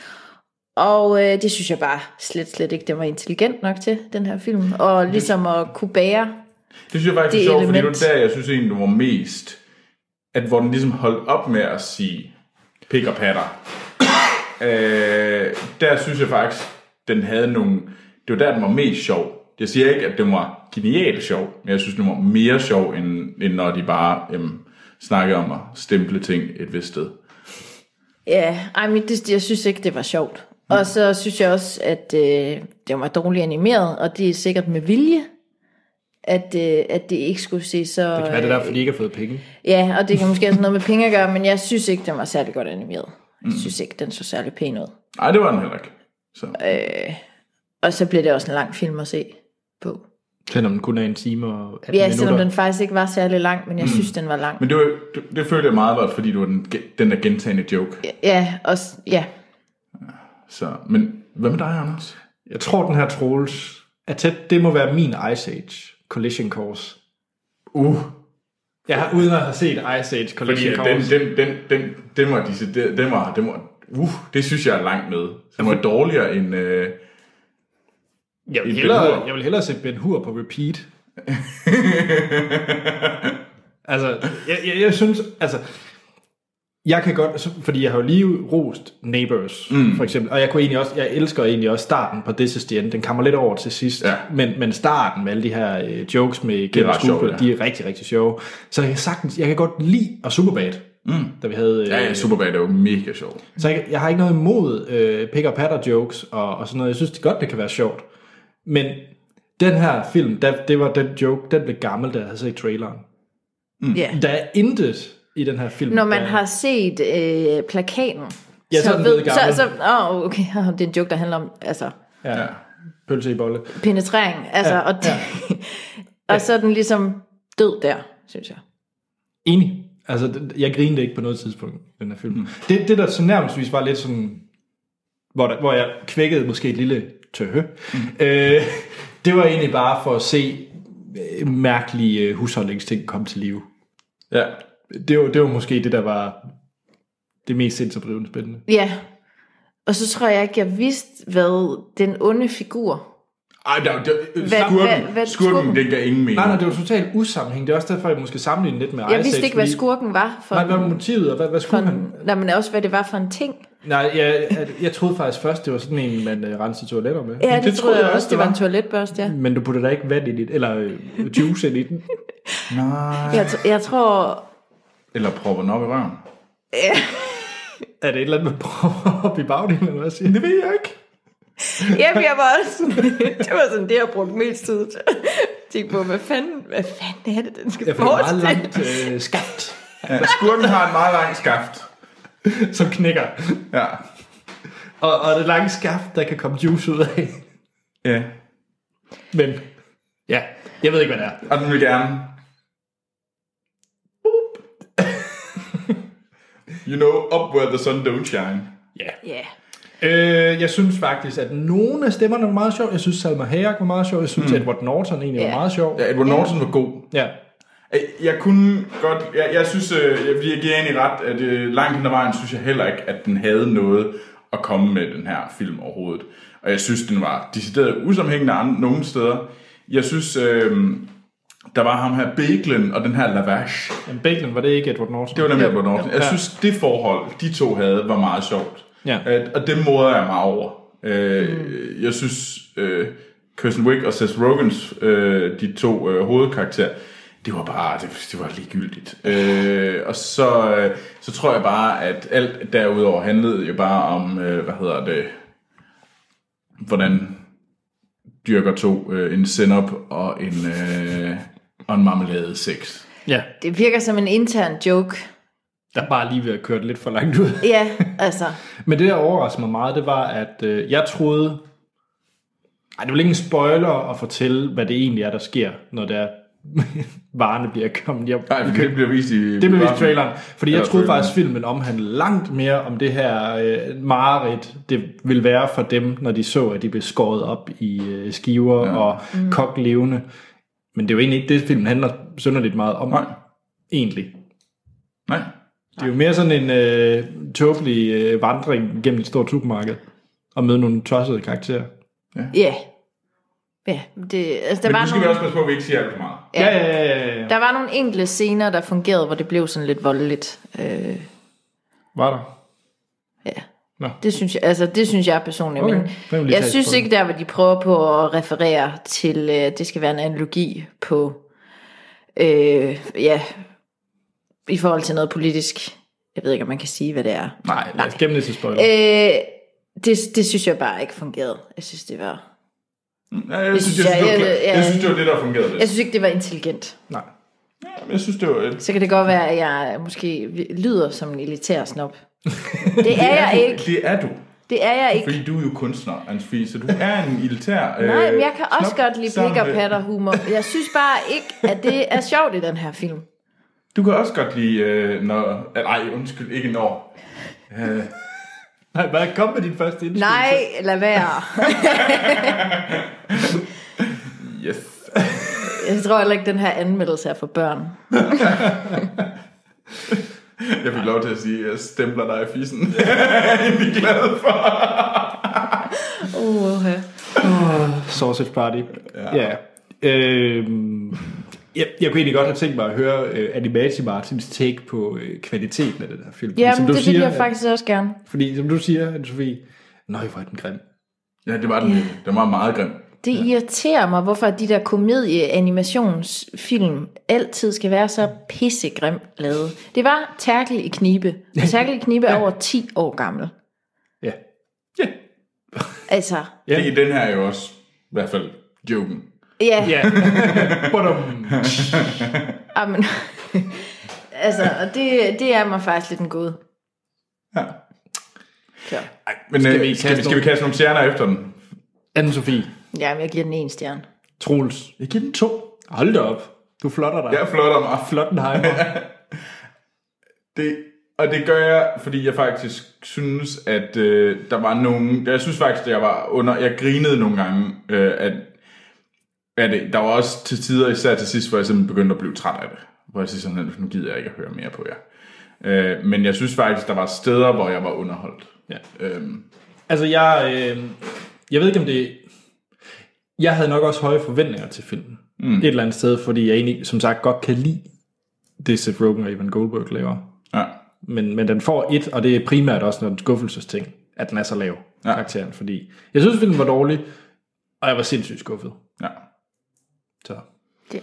Speaker 2: og øh, det synes jeg bare slet, slet ikke, den var intelligent nok til, den her film, og ligesom at kunne bære
Speaker 3: Det synes jeg faktisk
Speaker 2: Det
Speaker 3: er sjovt, fordi det
Speaker 2: element.
Speaker 3: var der, jeg synes egentlig, det var mest... At hvor den ligesom holdt op med at sige pik og patter. øh, der synes jeg faktisk, den havde nogle... Det var der, den var mest sjov. Jeg siger ikke, at den var genial sjov, men jeg synes, den var mere sjov, end, end når de bare øhm, snakkede om at stemple ting et vist sted.
Speaker 2: Ja, ej, men det, jeg synes ikke, det var sjovt. Mm. Og så synes jeg også, at øh, det var dårligt animeret, og det er sikkert med vilje, at, øh, at det ikke skulle se så...
Speaker 1: Det kan være det der, fordi de ikke har fået penge.
Speaker 2: Ja, og det kan måske også noget med penge at gøre, men jeg synes ikke, den var særlig godt animeret. Jeg
Speaker 1: Mm.
Speaker 2: synes ikke, den så særlig pæn ud.
Speaker 3: Nej, det var den heller ikke. Så.
Speaker 2: Og så blev det også en lang film at se på.
Speaker 1: Selvom den kun er en time og 18
Speaker 2: Ja, selvom
Speaker 1: minutter.
Speaker 2: den faktisk ikke var særlig lang, men jeg mm. synes, den var lang.
Speaker 3: Men det, var, det, det følte jeg meget var, fordi det var den, ge- den der gentagende joke.
Speaker 2: Ja, også, ja.
Speaker 3: Så, men hvad med dig, Anders?
Speaker 1: Jeg tror, den her Troels er tæt. Det må være min Ice Age Collision Course.
Speaker 3: Uh,
Speaker 1: Jeg har uden at have set Ice Age
Speaker 3: fordi
Speaker 1: Collision
Speaker 3: at
Speaker 1: Course.
Speaker 3: den, den, den, den, den var, decideret- den var, den var, uh, det synes jeg er langt med. Den var dårligere end, øh,
Speaker 1: jeg, vil
Speaker 3: i Ben
Speaker 1: hellere,
Speaker 3: Hur.
Speaker 1: jeg vil hellere se Ben Hur på repeat. altså, jeg, jeg, jeg synes... Altså, jeg kan godt, så- fordi jeg har jo lige rost Neighbors, mm. for eksempel, og jeg kunne egentlig også, jeg elsker egentlig også starten på This is the End, den kommer lidt over til sidst,
Speaker 3: Ja.
Speaker 1: men, men starten med alle de her øh, jokes med
Speaker 3: er
Speaker 1: gennem
Speaker 3: ret sjovt,
Speaker 1: skuespillere, de er rigtig, rigtig sjove. Så jeg kan sagtens, jeg kan godt lide, og Superbad, mm. da vi havde... Øh,
Speaker 3: ja, ja, Superbad er jo mega sjov.
Speaker 1: så jeg, jeg har ikke noget imod øh, pick og patter jokes og, og sådan noget. Jeg synes det godt, det kan være sjovt. Men den her film, der, det var den joke, den blev gammel, da jeg havde set traileren.
Speaker 2: Mm. ja.
Speaker 1: Der er intet i den her film.
Speaker 2: Når man
Speaker 1: der,
Speaker 2: har set øh, plakaten,
Speaker 1: Ja, så er den blevet
Speaker 2: så,
Speaker 1: gammel.
Speaker 2: så åh, okay, det er en joke, der handler om altså,
Speaker 1: Ja, pølse i bolle.
Speaker 2: penetrering, altså, ja, og, det, ja. og så er den ligesom død der, synes jeg.
Speaker 1: Enig. Altså, det- jeg grinede ikke på noget tidspunkt, den her film.
Speaker 2: Mm.
Speaker 1: Det, det der så nærmest var lidt sådan, hvor, der, hvor jeg kvækkede måske et lille tøhø, mm. øh, det var egentlig bare for at se øh, mærkelige øh, husholdningsting komme til live.
Speaker 3: Ja.
Speaker 1: Det var, det var måske det, der var det mest sindsoprivende spændende.
Speaker 2: Ja. Og så tror jeg ikke, jeg vidste, hvad den onde figur...
Speaker 3: Ej, der, der,
Speaker 2: Hvad-
Speaker 3: skurken,
Speaker 2: hvad- hvad-
Speaker 3: skurken,
Speaker 2: skurken?
Speaker 3: den gav ingen mening.
Speaker 1: Nej, nej, det var totalt usammenhæng. Det er også derfor, jeg måske sammenlignede lidt med
Speaker 2: Jeg
Speaker 1: Isaac,
Speaker 2: vidste ikke, hvad
Speaker 1: fordi-
Speaker 2: skurken var for,
Speaker 1: Nej, hvad var
Speaker 2: en,
Speaker 1: motivet, og hvad, hvad
Speaker 2: for
Speaker 1: skulle han?
Speaker 2: en, nej, men også, hvad det var for en ting.
Speaker 1: Nej, jeg, jeg, jeg troede faktisk først, det var sådan en, man øh, rensede toiletter med.
Speaker 2: Ja, det, det troede jeg også, det var en toiletbørste, ja.
Speaker 1: Men du putter da ikke vand i dit, eller øh, juice ind i den.
Speaker 2: Jeg, tr- jeg tror...
Speaker 3: Eller propper den op i røven.
Speaker 1: Er det et eller andet, man prøver op i bagdelen, eller hvad siger Det ved jeg ikke.
Speaker 2: Jamen, jeg var også sådan, det var sådan det, jeg brugte mest tid til. Tænk på, hvad fanden, hvad fanden er det, den skal
Speaker 1: Jeg får et meget
Speaker 2: forestille?
Speaker 1: langt øh, skaft,
Speaker 3: Ja, skurken har en meget lang skaft.
Speaker 1: som knækker.
Speaker 3: Ja.
Speaker 1: Og, og det lange skaft, der kan komme juice ud af.
Speaker 3: Ja.
Speaker 1: Men ja, jeg ved ikke, hvad det er.
Speaker 3: Og den vil gerne... Boop. you know, up where the sun don't shine.
Speaker 2: Ja.
Speaker 1: Øh, jeg synes faktisk, at nogle af stemmerne var meget sjov. Jeg synes, Salma Hayek var meget sjov. Jeg synes, mm. Edward Norton egentlig
Speaker 2: Ja.
Speaker 1: var meget sjov.
Speaker 3: Ja, Edward Norton var god.
Speaker 1: Ja.
Speaker 3: Øh, Jeg kunne godt, jeg, jeg synes, øh, jeg, vi giver egentlig ret, at øh, langt hen ad vejen synes jeg heller ikke, at den havde noget at komme med den her film overhovedet. Og jeg synes, den var decideret usammenhængende an- nogle steder. Jeg synes, øh, der var ham her Beglen og den her Lavash.
Speaker 1: Men Bacon var det ikke Edward Norton.
Speaker 3: Det var nemlig Edward Norton. Jeg synes, det forhold, de to havde, var meget sjovt.
Speaker 1: Ja.
Speaker 3: Øh, og det moder jeg mig over. Øh, Jeg synes, øh, Kirsten Wick og Seth Rogans, øh, de to øh, hovedkarakterer, det var bare det, det var ligegyldigt. Øh, og så, øh, så tror jeg bare, at alt derudover handlede jo bare om, øh, hvad hedder det, hvordan dyrker to øh, en senap og en, øh, og en marmelade sex.
Speaker 1: Ja,
Speaker 2: Det virker som en intern joke.
Speaker 1: der er bare lige ved at køre det lidt for langt ud.
Speaker 2: Ja, altså.
Speaker 1: Men det, der overraskede mig meget, det var, at øh, jeg troede... Ej, det var ikke en spoiler at fortælle, hvad det egentlig er, der sker, når der varerne bliver kommet hjem.
Speaker 3: Nej, det bliver vist i...
Speaker 1: Det blev vist i traileren. Fordi jeg
Speaker 3: Eller
Speaker 1: troede
Speaker 3: traileren.
Speaker 1: faktisk, filmen omhandlede langt mere om det her øh, mareridt, det ville være for dem, når de så, at de blev skåret op i øh, skiver ja. og mm. kogt levende. Men det er jo egentlig ikke det, filmen handler synderligt meget om,
Speaker 3: Nej,
Speaker 1: egentlig.
Speaker 3: nej.
Speaker 1: Det er jo mere sådan en øh, tåbelig øh, vandring gennem et stort supermarked og møde nogle tossede karakterer.
Speaker 2: Ja. Ja, det, altså, der,
Speaker 3: Men nu
Speaker 2: var
Speaker 3: skal vi
Speaker 2: nogle,
Speaker 3: også passe på, at vi ikke siger alt for meget.
Speaker 1: Ja, ja, ja. ja, ja.
Speaker 2: der var nogle enkelte scener, der fungerede, hvor det blev sådan lidt voldeligt. Øh,
Speaker 1: Var der?
Speaker 2: ja.
Speaker 1: Nå.
Speaker 2: Det synes jeg, altså, det synes jeg personligt.
Speaker 1: Okay, den vil jeg
Speaker 2: Men
Speaker 1: lige
Speaker 2: jeg
Speaker 1: tage
Speaker 2: synes
Speaker 1: på.
Speaker 2: ikke, der hvor de prøver på at referere til, øh, det skal være en analogi på, øh, ja, i forhold til noget politisk. Jeg ved ikke, om man kan sige, hvad det er.
Speaker 1: Nej, lad os gemme det til spoiler. Øh,
Speaker 2: Øh, det, det synes jeg bare ikke fungerede. Jeg synes, det var,
Speaker 3: Ja, jeg, synes, jeg, synes,
Speaker 2: synes
Speaker 3: det
Speaker 2: jeg-
Speaker 3: var,
Speaker 2: jeg-
Speaker 3: jeg,
Speaker 2: jeg-
Speaker 3: jeg synes, det var det, der fungerede
Speaker 2: jeg
Speaker 3: bedst.
Speaker 2: synes ikke, det var intelligent.
Speaker 1: Nej.
Speaker 3: Jeg synes, det var... et-
Speaker 2: Så kan det godt være, at jeg måske lyder som en elitær snop. Det er jeg ikke.
Speaker 3: Det er du.
Speaker 2: Det er jeg ikke.
Speaker 3: Fordi du er jo kunstner, Anne-Sophie, så du er en militær...
Speaker 2: Nej,
Speaker 3: øh,
Speaker 2: men jeg kan også
Speaker 3: snop
Speaker 2: godt lide
Speaker 3: sammen
Speaker 2: pik og
Speaker 3: med-
Speaker 2: patter humor. Jeg synes bare ikke, at det er sjovt i den her film.
Speaker 3: Du kan også godt lide, øh, når... ah, Nej, undskyld, ikke når. Øh.
Speaker 1: Nej, hvad kom med din første indskydelse?
Speaker 2: Nej, lad være.
Speaker 3: Yes.
Speaker 2: Jeg tror heller ikke, den her anmeldelse er for børn.
Speaker 3: Jeg fik lov til at sige, at jeg stempler dig i fissen. det er vi glade for.
Speaker 2: Uh, okay.
Speaker 1: Sausage Party. Ja. ja. Øhm, jeg, jeg kunne egentlig godt have tænkt mig at høre uh, Animati Martins take på uh, kvaliteten af den her film. Fordi
Speaker 2: Jamen, det vil jeg
Speaker 1: at-
Speaker 2: faktisk også gerne.
Speaker 1: Fordi som du siger, Anne-Sophie, nøj, hvor er den grim.
Speaker 3: Ja, det var den. virkelig. Den var meget grim.
Speaker 2: Det irriterer mig, hvorfor de der komedie-animationsfilm altid skal være så pissegrim lavet. Det var Terkel i Knibe. Og Terkel i Knibe er over 10 år gammel.
Speaker 1: Ja.
Speaker 2: Altså,
Speaker 3: Ja. Det, den her er jo også, i hvert fald, joken.
Speaker 2: ja.
Speaker 1: Ja. Badum.
Speaker 2: Amen. Ah, altså, og det, det er mig faktisk lidt en god.
Speaker 3: Ja.
Speaker 2: Så.
Speaker 3: Ej, men skal vi, skal, vi, skal vi kaste nogle stjerner efter den?
Speaker 1: Anne-Sophie,
Speaker 2: Jamen, jeg giver den en stjerne.
Speaker 1: Troels. Jeg giver den to. Hold da op. Du flotter dig.
Speaker 3: Jeg flotter mig.
Speaker 1: Flottenheimer.
Speaker 3: Det, og det gør jeg, fordi jeg faktisk synes, at øh, der var nogen... Jeg synes faktisk, at jeg var under... Jeg grinede nogle gange, øh, at, at det, der var også til tider, især til sidst, hvor jeg simpelthen begyndte at blive træt af det. Hvor jeg siger sådan, nu gider jeg ikke at høre mere på jer. Øh, men jeg synes faktisk, der var steder, hvor jeg var underholdt.
Speaker 1: Ja.
Speaker 3: Øhm,
Speaker 1: Altså, jeg, øh, jeg ved ikke, om det... Jeg havde nok også høje forventninger til filmen. Mm. Et eller andet sted, fordi jeg egentlig, som sagt, godt kan lide det, Seth Rogen og Evan Goldberg laver.
Speaker 3: ja.
Speaker 1: Men, men den får et, og det er primært også noget en skuffelsesting, at den er så lav, ja. karakteren. Fordi jeg synes, filmen var dårlig, og jeg var sindssygt skuffet.
Speaker 3: ja.
Speaker 1: Så.
Speaker 2: Det.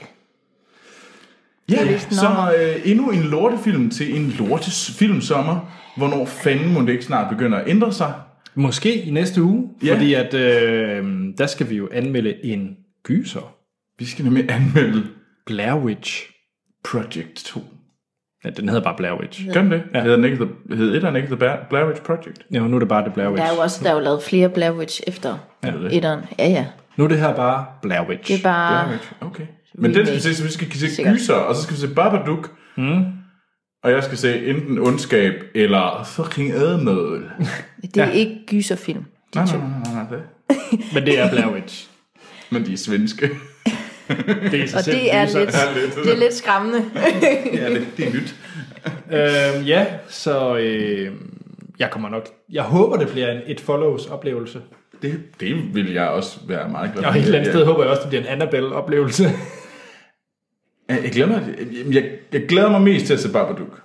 Speaker 3: Ja,
Speaker 2: vist en
Speaker 3: så øh, endnu en lortefilm til en lortefilm sommer. Hvornår fanden må det ikke snart begynde at ændre sig?
Speaker 1: Måske i næste uge,
Speaker 3: Ja.
Speaker 1: ja. fordi at, øh, der skal vi jo anmelde en gyser.
Speaker 3: Vi skal nemlig anmelde
Speaker 1: Blair Witch.
Speaker 3: Project 2.
Speaker 1: Ja, den hedder bare Blair Witch.
Speaker 3: Gør den det? Ja. Hedder den ikke The, hed etteren ikke The Ba- Blair Witch Project?
Speaker 1: Ja, nu er det bare det Blair
Speaker 2: Der
Speaker 1: Witch.
Speaker 2: er jo også der er jo lavet flere Blair Witch efter
Speaker 3: det.
Speaker 2: etteren. Ja, ja.
Speaker 1: Nu er det her bare Blair Witch.
Speaker 2: Det er bare...
Speaker 3: Blair Witch, okay. Men den skal vi se, så vi skal se
Speaker 2: Sikkert.
Speaker 3: gyser, og så skal vi se Babadook. Mm. Og jeg skal se enten ondskab eller fucking ædnødel. nej,
Speaker 2: Det er ja. ikke gyserfilm.
Speaker 3: nej, nej, nej, nej, det.
Speaker 1: Men det er Blair Witch.
Speaker 3: Men de er svenske.
Speaker 1: Det er sig
Speaker 2: Og
Speaker 1: selv
Speaker 2: det er
Speaker 1: gyser.
Speaker 2: lidt, det er lidt skræmmende.
Speaker 3: ja, det, det er nyt.
Speaker 1: Øhm, ja, så øh, jeg kommer nok... Jeg håber, det bliver en et follows oplevelse.
Speaker 3: Det, det vil jeg også være meget glad for.
Speaker 1: Og et eller andet
Speaker 3: Ja.
Speaker 1: sted håber jeg også, det bliver en Annabelle oplevelse.
Speaker 3: Jeg, jeg, glæder mig, jeg, jeg, jeg glæder mig mest til at se Babadook.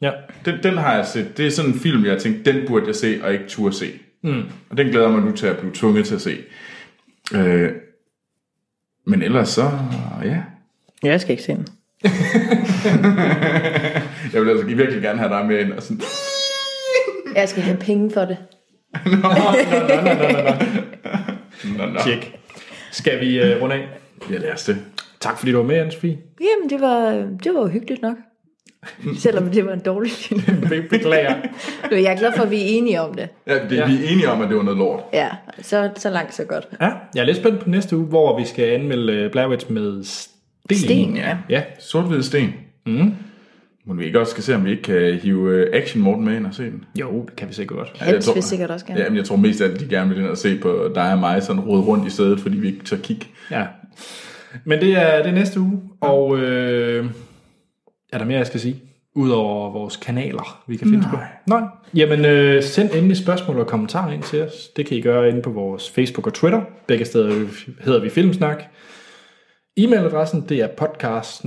Speaker 1: ja.
Speaker 3: Den, den har jeg set. Det er sådan en film, jeg tænkte, den burde jeg se og ikke turde se. Mm. Og den glæder jeg mig nu til at blive tvunget til at se. Øh, men ellers så, ja.
Speaker 2: Jeg skal ikke se den.
Speaker 3: Jeg vil altså virkelig gerne have dig med ind og sådan...
Speaker 2: Jeg skal have penge for det.
Speaker 3: Nå, nå.
Speaker 1: Tjek. Skal vi øh, runde af?
Speaker 3: Ja, lad os det.
Speaker 1: Tak fordi du var med, anne Sofie.
Speaker 2: Jamen, det var, det var jo hyggeligt nok. Selvom det var en dårlig film.
Speaker 1: Be- Beklager.
Speaker 2: Nu er jeg glad for, at vi er enige om det.
Speaker 3: Ja, det, ja. Vi er enige om, at det var noget lort.
Speaker 2: Ja, så, så langt, så godt.
Speaker 1: Ja, jeg er lidt spændt på næste uge, hvor vi skal anmelde øh, Blair Witch med sten.
Speaker 2: Sten, ja.
Speaker 1: Ja,
Speaker 3: Sort-hvid sten. Mm. Men vi ikke også skal se, om vi ikke kan hive øh, Action Morten med ind og se den.
Speaker 1: jo, det kan vi sikkert godt.
Speaker 2: Hans vil sikkert også gerne.
Speaker 3: Ja, men jeg tror mest af alt, de gerne vil ind og se på dig og mig sådan rode rundt i stedet, fordi vi ikke tør kigge.
Speaker 1: Ja. Men det er, det er næste uge, og øh, er der mere, jeg skal sige? Udover vores kanaler, vi kan findes på. Nej. Jamen, øh, send endelig spørgsmål og kommentarer ind til os. Det kan I gøre inde på vores Facebook og Twitter. Begge steder hedder vi Filmsnak. E-mailadressen, det er podcast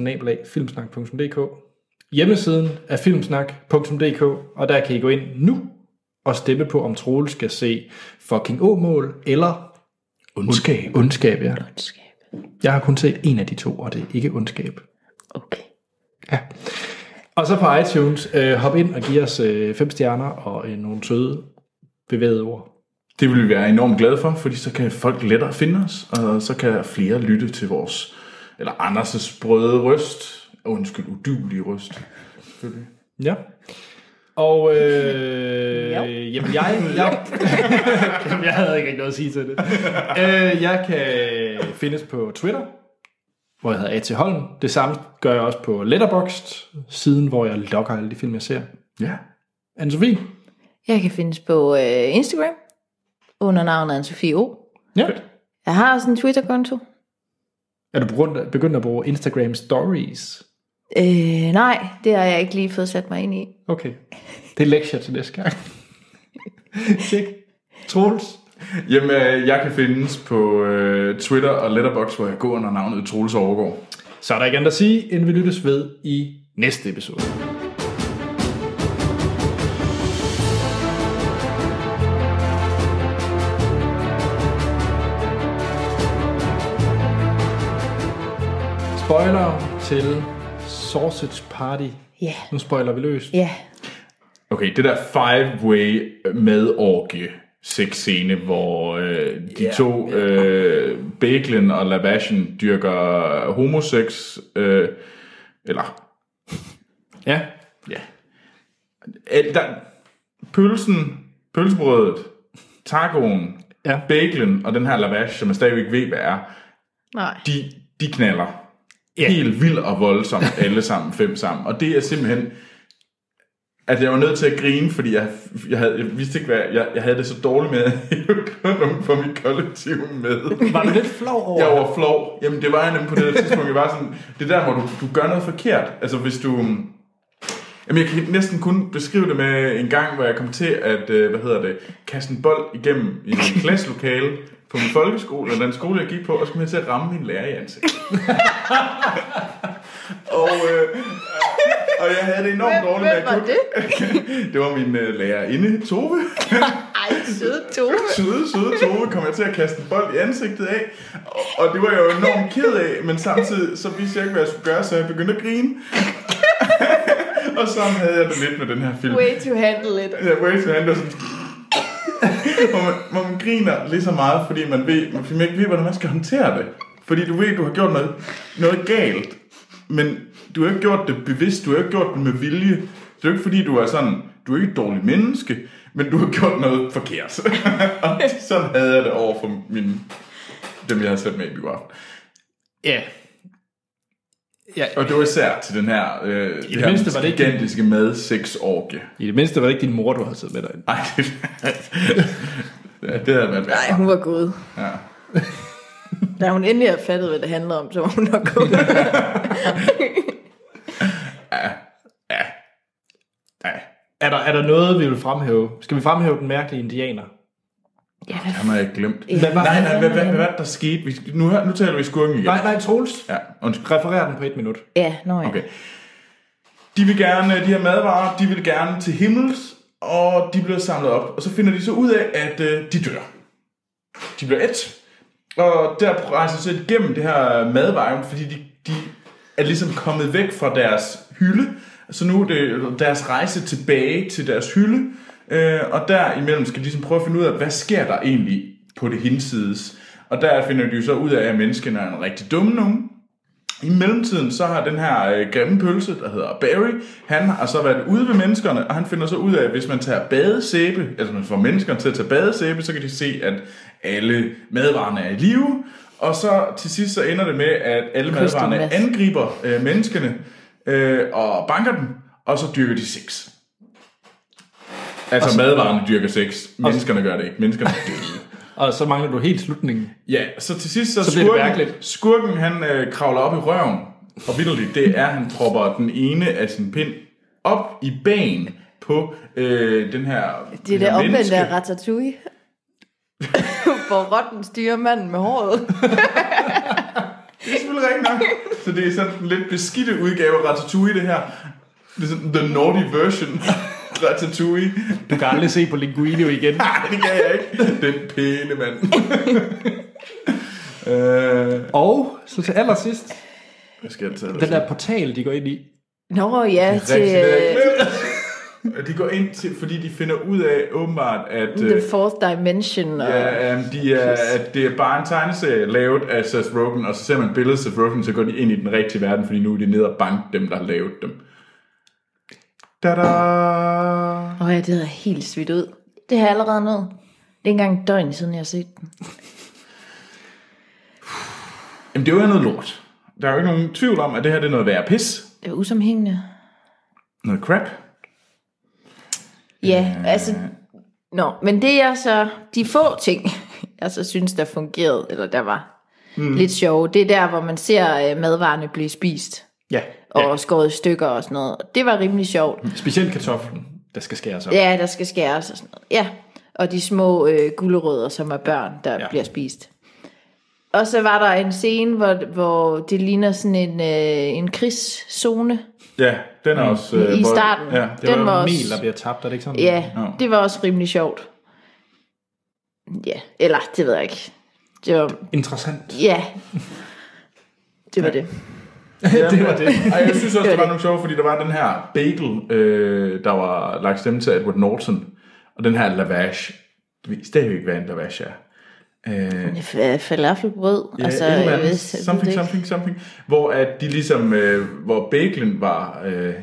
Speaker 1: Hjemmesiden er filmsnak.dk, og der kan I gå ind nu og stemme på, om Troel skal se fucking åmål eller ondskab. Ondskab, ja.
Speaker 2: Ondskab.
Speaker 1: Jeg har kun set en af de to, og det er ikke ondskab.
Speaker 2: Okay.
Speaker 1: Ja. Og så på iTunes, øh, hop ind og giv os øh, fem stjerner og øh, nogle søde bevægede ord.
Speaker 3: Det vil vi være enormt glade for, fordi så kan folk lettere finde os, og så kan flere lytte til vores, eller Anders' brøde røst. Undskyld, udybelige røst.
Speaker 1: Ja. Og øh, jamen jeg, jeg, jamen jeg havde ikke rigtig noget at sige til det. Øh, jeg kan findes på Twitter, hvor jeg hedder A.T. Holm. Det samme gør jeg også på Letterboxd, siden hvor jeg logger alle de film, jeg ser.
Speaker 3: Ja.
Speaker 1: Anne-Sophie?
Speaker 2: Jeg kan findes på øh, Instagram, under navnet Anne-Sophie O.
Speaker 1: Ja.
Speaker 2: Jeg har også en Twitter-konto.
Speaker 1: Er du begyndt- begyndt at bruge Instagram Stories?
Speaker 2: Øh, nej, det har jeg ikke lige fået sat mig ind i.
Speaker 1: Okay. Det er lektier til næste gang. Tjek. Troels.
Speaker 3: Jamen, øh, jeg kan findes på øh, Twitter og Letterboxd, hvor jeg går under navnet Troels Overgaard.
Speaker 1: Så er der ikke andet at sige, end vi lyttes ved i næste episode. Spoiler til Sausage Party.
Speaker 2: Ja.
Speaker 1: Nu spoiler vi løs.
Speaker 2: Ja,
Speaker 3: Okay, det der five-way med orgie sexscene, hvor øh, de yeah, to, øh, Baglen og Lavashen, dyrker homosex, øh, eller
Speaker 1: Ja.
Speaker 3: Ja. Al- Øh, Der, pølsen, pølsebrødet, tacoen,
Speaker 1: Ja.
Speaker 3: bagelen og den her lavash, som jeg stadigvæk ved, hvad er,
Speaker 2: nej.
Speaker 3: de, de knaller. Helt vildt og voldsomt, alle sammen, fem sammen. Og det er simpelthen at jeg var nødt til at grine, fordi jeg, jeg, havde, jeg vidste ikke, hvad jeg, jeg havde det så dårligt med, at jeg ikke havde nogen fra mit kollektiv med.
Speaker 1: Var du lidt flov over
Speaker 3: Jeg
Speaker 1: det?
Speaker 3: var flov. Jamen, det var jeg nemlig på det der tidspunkt. Jeg var sådan, det er der, hvor du, du gør noget forkert. Altså, hvis du... Jamen, jeg kan næsten kun beskrive det med en gang, hvor jeg kom til at, øh, hvad hedder det, kaste en bold igennem i en klasselokale på min folkeskole, eller den skole, jeg gik på, og så kom jeg til at ramme min lærer i ansigtet. og, øh, og jeg havde det enormt dårligt med
Speaker 2: Hvem
Speaker 3: at
Speaker 2: var
Speaker 3: kunne...
Speaker 2: det?
Speaker 3: Det var min øh, lærerinde, Tove.
Speaker 2: Ej, søde Tove.
Speaker 3: Søde, søde Tove kom jeg til at kaste en bold i ansigtet af, og- og det var jeg jo enormt ked af, men samtidig så vidste jeg ikke, hvad jeg skulle gøre, så jeg begyndte at grine. og sådan havde jeg det lidt med den her film.
Speaker 2: Way to handle it.
Speaker 3: Ja, Wait to Anderson. hvor, man, hvor man griner lige så meget, fordi man, ved, fordi man ikke ved, hvordan man skal håndtere det. Fordi du ved, du har gjort noget, noget galt, men du har ikke gjort det bevidst, du har ikke gjort det med vilje. Det er jo ikke fordi, du er sådan, du er ikke et dårligt menneske, men du har gjort noget forkert. og sådan havde jeg det over for mine, dem, jeg havde sat med i biografen.
Speaker 1: Ja. ja.
Speaker 3: Og det var især til den her, øh, I det, her
Speaker 1: mindste var det ikke-
Speaker 3: gigantiske mad sex orgie.
Speaker 1: I det mindste var det ikke din mor, du havde siddet med dig.
Speaker 3: Ej, det, ja, det havde været værre.
Speaker 2: Nej, hun var god.
Speaker 3: Ja.
Speaker 2: Da hun endelig havde fattet, hvad det handlede om, så var hun nok god.
Speaker 3: Nej,
Speaker 1: Er der, er der noget, vi vil fremhæve? Skal vi fremhæve den mærkelige indianer?
Speaker 2: ja, hvad
Speaker 3: ham har jeg glemt.
Speaker 1: Hvad var
Speaker 3: Nej, nej, hvad, hvad, hvad, hvad der skete? Vi, nu, hør- nu taler vi skurken igen.
Speaker 1: Nej, nej, Troels.
Speaker 3: Ja, undskyld.
Speaker 1: Referer den på et minut.
Speaker 2: Ja, nå ja.
Speaker 3: Okay. De vil gerne, øh, de her madvarer, de vil gerne til himmels, og de bliver samlet op. Og så finder de så ud af, at øh, de dør. De bliver et. Og der rejser de så igennem det her madvarer, fordi de, de er ligesom kommet væk fra deres hylde. Så nu er det øh, deres rejse tilbage til deres hylde. Øh, og derimellem skal de ligesom prøve at finde ud af, hvad sker der egentlig på det hinsides. Og der finder de jo så ud af, at menneskene er en rigtig dumme nogen. I mellemtiden så har den her øh, grimme pølse, der hedder Barry, han har så været ude ved menneskerne, og han finder så ud af, at hvis man tager badesæbe, altså man får menneskerne til at tage badesæbe, så kan de se, at alle madvarerne er i live. Og så til sidst så ender det med, at alle
Speaker 2: Christian
Speaker 3: madvarerne
Speaker 2: Mads.
Speaker 3: angriber øh, menneskene øh, og banker dem, og så dyrker de sex. Altså madvarerne dyrker sex, menneskerne gør det ikke, menneskerne dyrker det.
Speaker 1: Og så mangler du helt slutningen.
Speaker 3: Ja, så til sidst så,
Speaker 1: Så
Speaker 3: så
Speaker 1: bliver det
Speaker 3: skurken,
Speaker 1: mærkeligt.
Speaker 3: skurken, han øh, kravler op i røven. Og vidderligt, det er, han propper den ene af sin pind op i bagen på øh, den her
Speaker 2: Det er
Speaker 3: her
Speaker 2: det omvendte
Speaker 3: menneske.
Speaker 2: af Ratatouille. Hvor rotten styrer manden med håret.
Speaker 3: Det er selvfølgelig rigtigt nok. Så det er sådan en lidt beskidte udgave af Ratatouille, det her. Det er sådan the naughty version af Ratatouille.
Speaker 1: Du kan aldrig se på Linguino igen.
Speaker 3: Nej, det kan jeg ikke. Den pæne mand. øh,
Speaker 1: Og så til allersidst,
Speaker 3: hvad skal jeg tage
Speaker 1: den der portal, de går ind i.
Speaker 2: Nå ja, til
Speaker 3: Rigtig
Speaker 2: øh,
Speaker 3: lækkert. De går ind til, fordi de finder ud af åbenbart, at, øh,
Speaker 2: The Fourth Dimension. Og,
Speaker 3: ja, øhm, de er, at det er bare en tegneserie lavet af Seth Rogen, og så ser man billedet af Seth Rogen, så går de ind i den rigtige verden, fordi nu er de nede og banke dem, der har lavet dem. Da-da!
Speaker 2: Åh oh, ja, det er helt svidt ud. Det har jeg allerede nået. Det er ikke engang et døgn siden, jeg har set den.
Speaker 3: Jamen, det er jo noget lort. Der er jo ikke nogen tvivl om, at det her det er noget værre pis.
Speaker 2: Det er usammenhængende.
Speaker 3: Noget crap.
Speaker 2: Ja, altså... Nå, men det er så de få ting, jeg så synes, der fungerede, eller der var mm. lidt sjove. Det er der, hvor man ser øh, madvarerne blive spist
Speaker 1: Ja.
Speaker 2: og ja. Mm. skåret i stykker og sådan noget. Det var rimelig sjovt.
Speaker 1: Specielt kartoflen, der skal skæres op.
Speaker 2: Ja, der skal skæres og sådan noget. Ja, og de små øh, gulerødder, som er børn, der
Speaker 1: Ja.
Speaker 2: ja. bliver spist. Og så var der en scene, hvor, hvor det ligner sådan en, øh, en krigszone.
Speaker 3: Ja, den er også... øh,
Speaker 2: I
Speaker 3: hvor-
Speaker 2: starten.
Speaker 3: Ja,
Speaker 1: Det
Speaker 2: den
Speaker 1: var
Speaker 2: var
Speaker 1: jo
Speaker 2: også-
Speaker 1: mel, der bliver tabt, er det ikke sådan?
Speaker 2: Ja,
Speaker 3: Nå.
Speaker 2: det var også rimelig sjovt. Ja, eller det ved jeg ikke. Det var,
Speaker 1: Interessant.
Speaker 2: ja, det var det.
Speaker 1: det var det.
Speaker 3: Ej, jeg synes også,
Speaker 2: Det var
Speaker 3: det var
Speaker 2: det.
Speaker 3: nogle sjove, fordi der var den her bagel, øh, der var lagt stemme til Edward Norton, og den her lavash. Du ved stadigvæk, hvad en lavash er. Øh,
Speaker 2: F- øh, Falafelbrød.
Speaker 3: Ja,
Speaker 2: altså,
Speaker 3: altså, et eller andet.
Speaker 2: jeg ved- jeg ved
Speaker 3: something,
Speaker 2: det ikke.
Speaker 3: something, something. Hvor at de ligesom, øh, hvor bagelen var øh,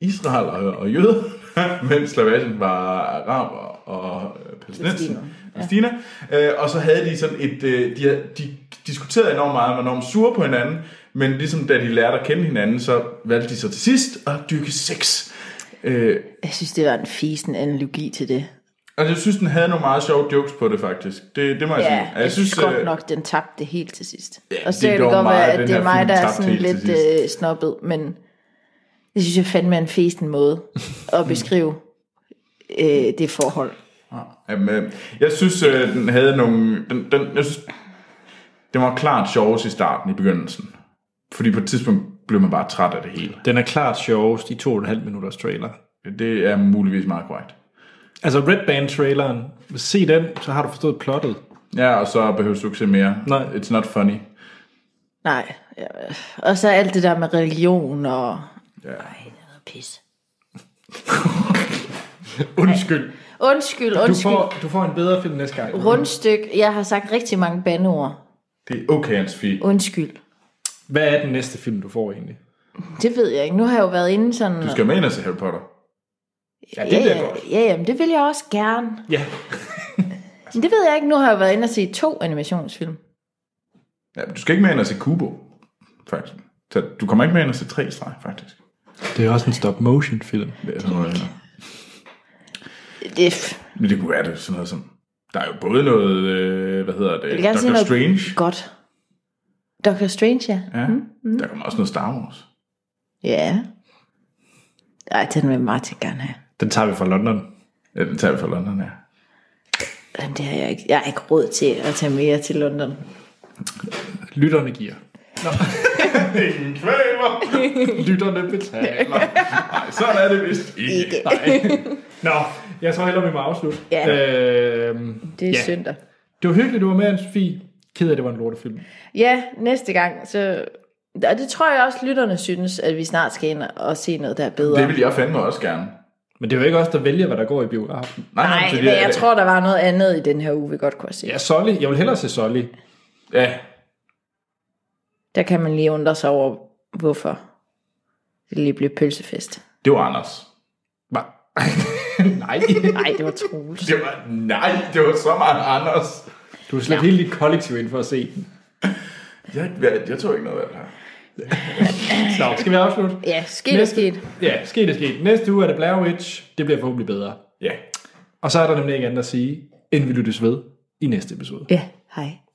Speaker 3: Israel og, og jøder, mens lavagen var araber og øh, palæstinenser. Palæstina. Ja. Øh, og så havde de sådan et, øh, de, havde- de diskuterede enormt meget, var enormt sure på hinanden, men ligesom da de lærte at kende hinanden, så valgte de så til sidst at dyrke sex. Øh,
Speaker 2: Jeg synes, det var en fisen analogi til det.
Speaker 3: altså, jeg synes, den havde nogle meget sjove jokes på det, faktisk. Det, det må jeg sige.
Speaker 2: Ja, jeg synes
Speaker 3: øh,
Speaker 2: godt nok, den tabte det helt til sidst.
Speaker 3: Ja,
Speaker 2: og
Speaker 3: det
Speaker 2: så kan det
Speaker 3: gjorde
Speaker 2: godt
Speaker 3: meget,
Speaker 2: være,
Speaker 3: at den
Speaker 2: at det er
Speaker 3: her
Speaker 2: mig,
Speaker 3: film
Speaker 2: der er
Speaker 3: tabte
Speaker 2: sådan
Speaker 3: helt til
Speaker 2: lidt øh, snobbet, men det synes jeg fandme er en fesen måde at beskrive øh, det forhold.
Speaker 3: Jamen, øh, jeg synes, øh, den havde nogle... Den, den, jeg synes, den var klart sjovest i starten, i begyndelsen. Fordi på et tidspunkt blev man bare træt af det hele.
Speaker 1: Den er klart sjovest i to og en halv minutters trailer.
Speaker 3: Det er muligvis meget korrekt.
Speaker 1: Altså Red Band-traileren, se den, så har du forstået plottet.
Speaker 3: Ja, og så behøver du ikke se mere.
Speaker 1: Nej.
Speaker 3: It's not funny.
Speaker 2: Nej. ja. Og så alt det der med religion og...
Speaker 3: Ja.
Speaker 2: Pis.
Speaker 1: Undskyld.
Speaker 2: Undskyld,
Speaker 1: Du
Speaker 2: undskyld.
Speaker 1: får, du får en bedre film næste gang.
Speaker 2: Rundstyk. Jeg har sagt rigtig mange bandeord.
Speaker 3: Det er okay, hans fie.
Speaker 2: Undskyld.
Speaker 1: Hvad er den næste film, du får egentlig?
Speaker 2: Det ved jeg ikke. Nu har jeg jo været inde sådan...
Speaker 3: Du skal med ind og se Harry Potter.
Speaker 1: Ja, det
Speaker 2: ja,
Speaker 1: bliver
Speaker 2: ja,
Speaker 1: godt.
Speaker 2: ja, jamen, det vil jeg også gerne.
Speaker 1: Ja.
Speaker 2: Men det ved jeg ikke. Nu har jeg været inde og se to animationsfilm.
Speaker 3: Ja, men du skal ikke med ind og se Kubo, faktisk. Så du kommer ikke med ind og se tre streg, faktisk.
Speaker 1: Det er også en stop-motion-film.
Speaker 3: Det er sådan noget, ja.
Speaker 2: Det, f-
Speaker 3: Men det kunne være det, sådan noget som... Der er jo både noget, øh, hvad hedder det,
Speaker 2: jeg vil gerne se
Speaker 3: Doctor
Speaker 2: noget
Speaker 3: Strange.
Speaker 2: godt. Doctor Strange, ja.
Speaker 3: Ja. Mm. Der kommer også noget Star Wars.
Speaker 2: Ja. Ej, den vil Martin gerne have.
Speaker 1: Den tager vi fra London.
Speaker 3: Ja, den tager vi fra London, ja.
Speaker 2: Jamen, det har jeg ikke. Jeg har ikke råd til at tage mere til London.
Speaker 1: Lytterne giver.
Speaker 3: Ingen kvæler.
Speaker 1: Lytterne betaler.
Speaker 3: Nej, sådan er det vist ikke.
Speaker 2: Ikke.
Speaker 1: Nå, jeg tror hellere, vi må afslutte.
Speaker 2: Ja.
Speaker 1: Øhm,
Speaker 2: Det er
Speaker 1: Ja.
Speaker 2: ja. søndag.
Speaker 1: det var hyggeligt, du var med, Anne-Sophie. Ked af, at det var en lortefilm.
Speaker 2: Ja, næste gang, så... Og det tror jeg også, lytterne synes, at vi snart skal ind og se noget, der er bedre.
Speaker 3: Det vil jeg fandme også gerne.
Speaker 1: Men det er jo ikke os, der vælger, hvad der går i biografen.
Speaker 2: Nej,
Speaker 3: det er-
Speaker 2: men jeg tror, der var noget andet i den her uge, vi godt kunne se.
Speaker 1: Ja, Solly. Jeg vil hellere se Solly.
Speaker 3: Ja,
Speaker 2: Der kan man lige undre sig over, hvorfor det lige blev pølsefest.
Speaker 3: det var Anders.
Speaker 1: Hva? Nej.
Speaker 2: Nej, det var Troels.
Speaker 3: Det var, nej, det var så meget Anders.
Speaker 1: Du har slet ja. hele dit kollektiv ind for at se den.
Speaker 3: Jeg, jeg, jeg tror ikke noget af det her.
Speaker 1: Nå, skal vi afslutte?
Speaker 2: Ja, skidt og skidt.
Speaker 1: Ja, sket er sket. Næste uge er det Blair Witch. Det bliver forhåbentlig bedre.
Speaker 3: Ja.
Speaker 1: Og så er der nemlig ikke andet at sige, end vi lyttes ved i næste episode.
Speaker 2: Ja, hej.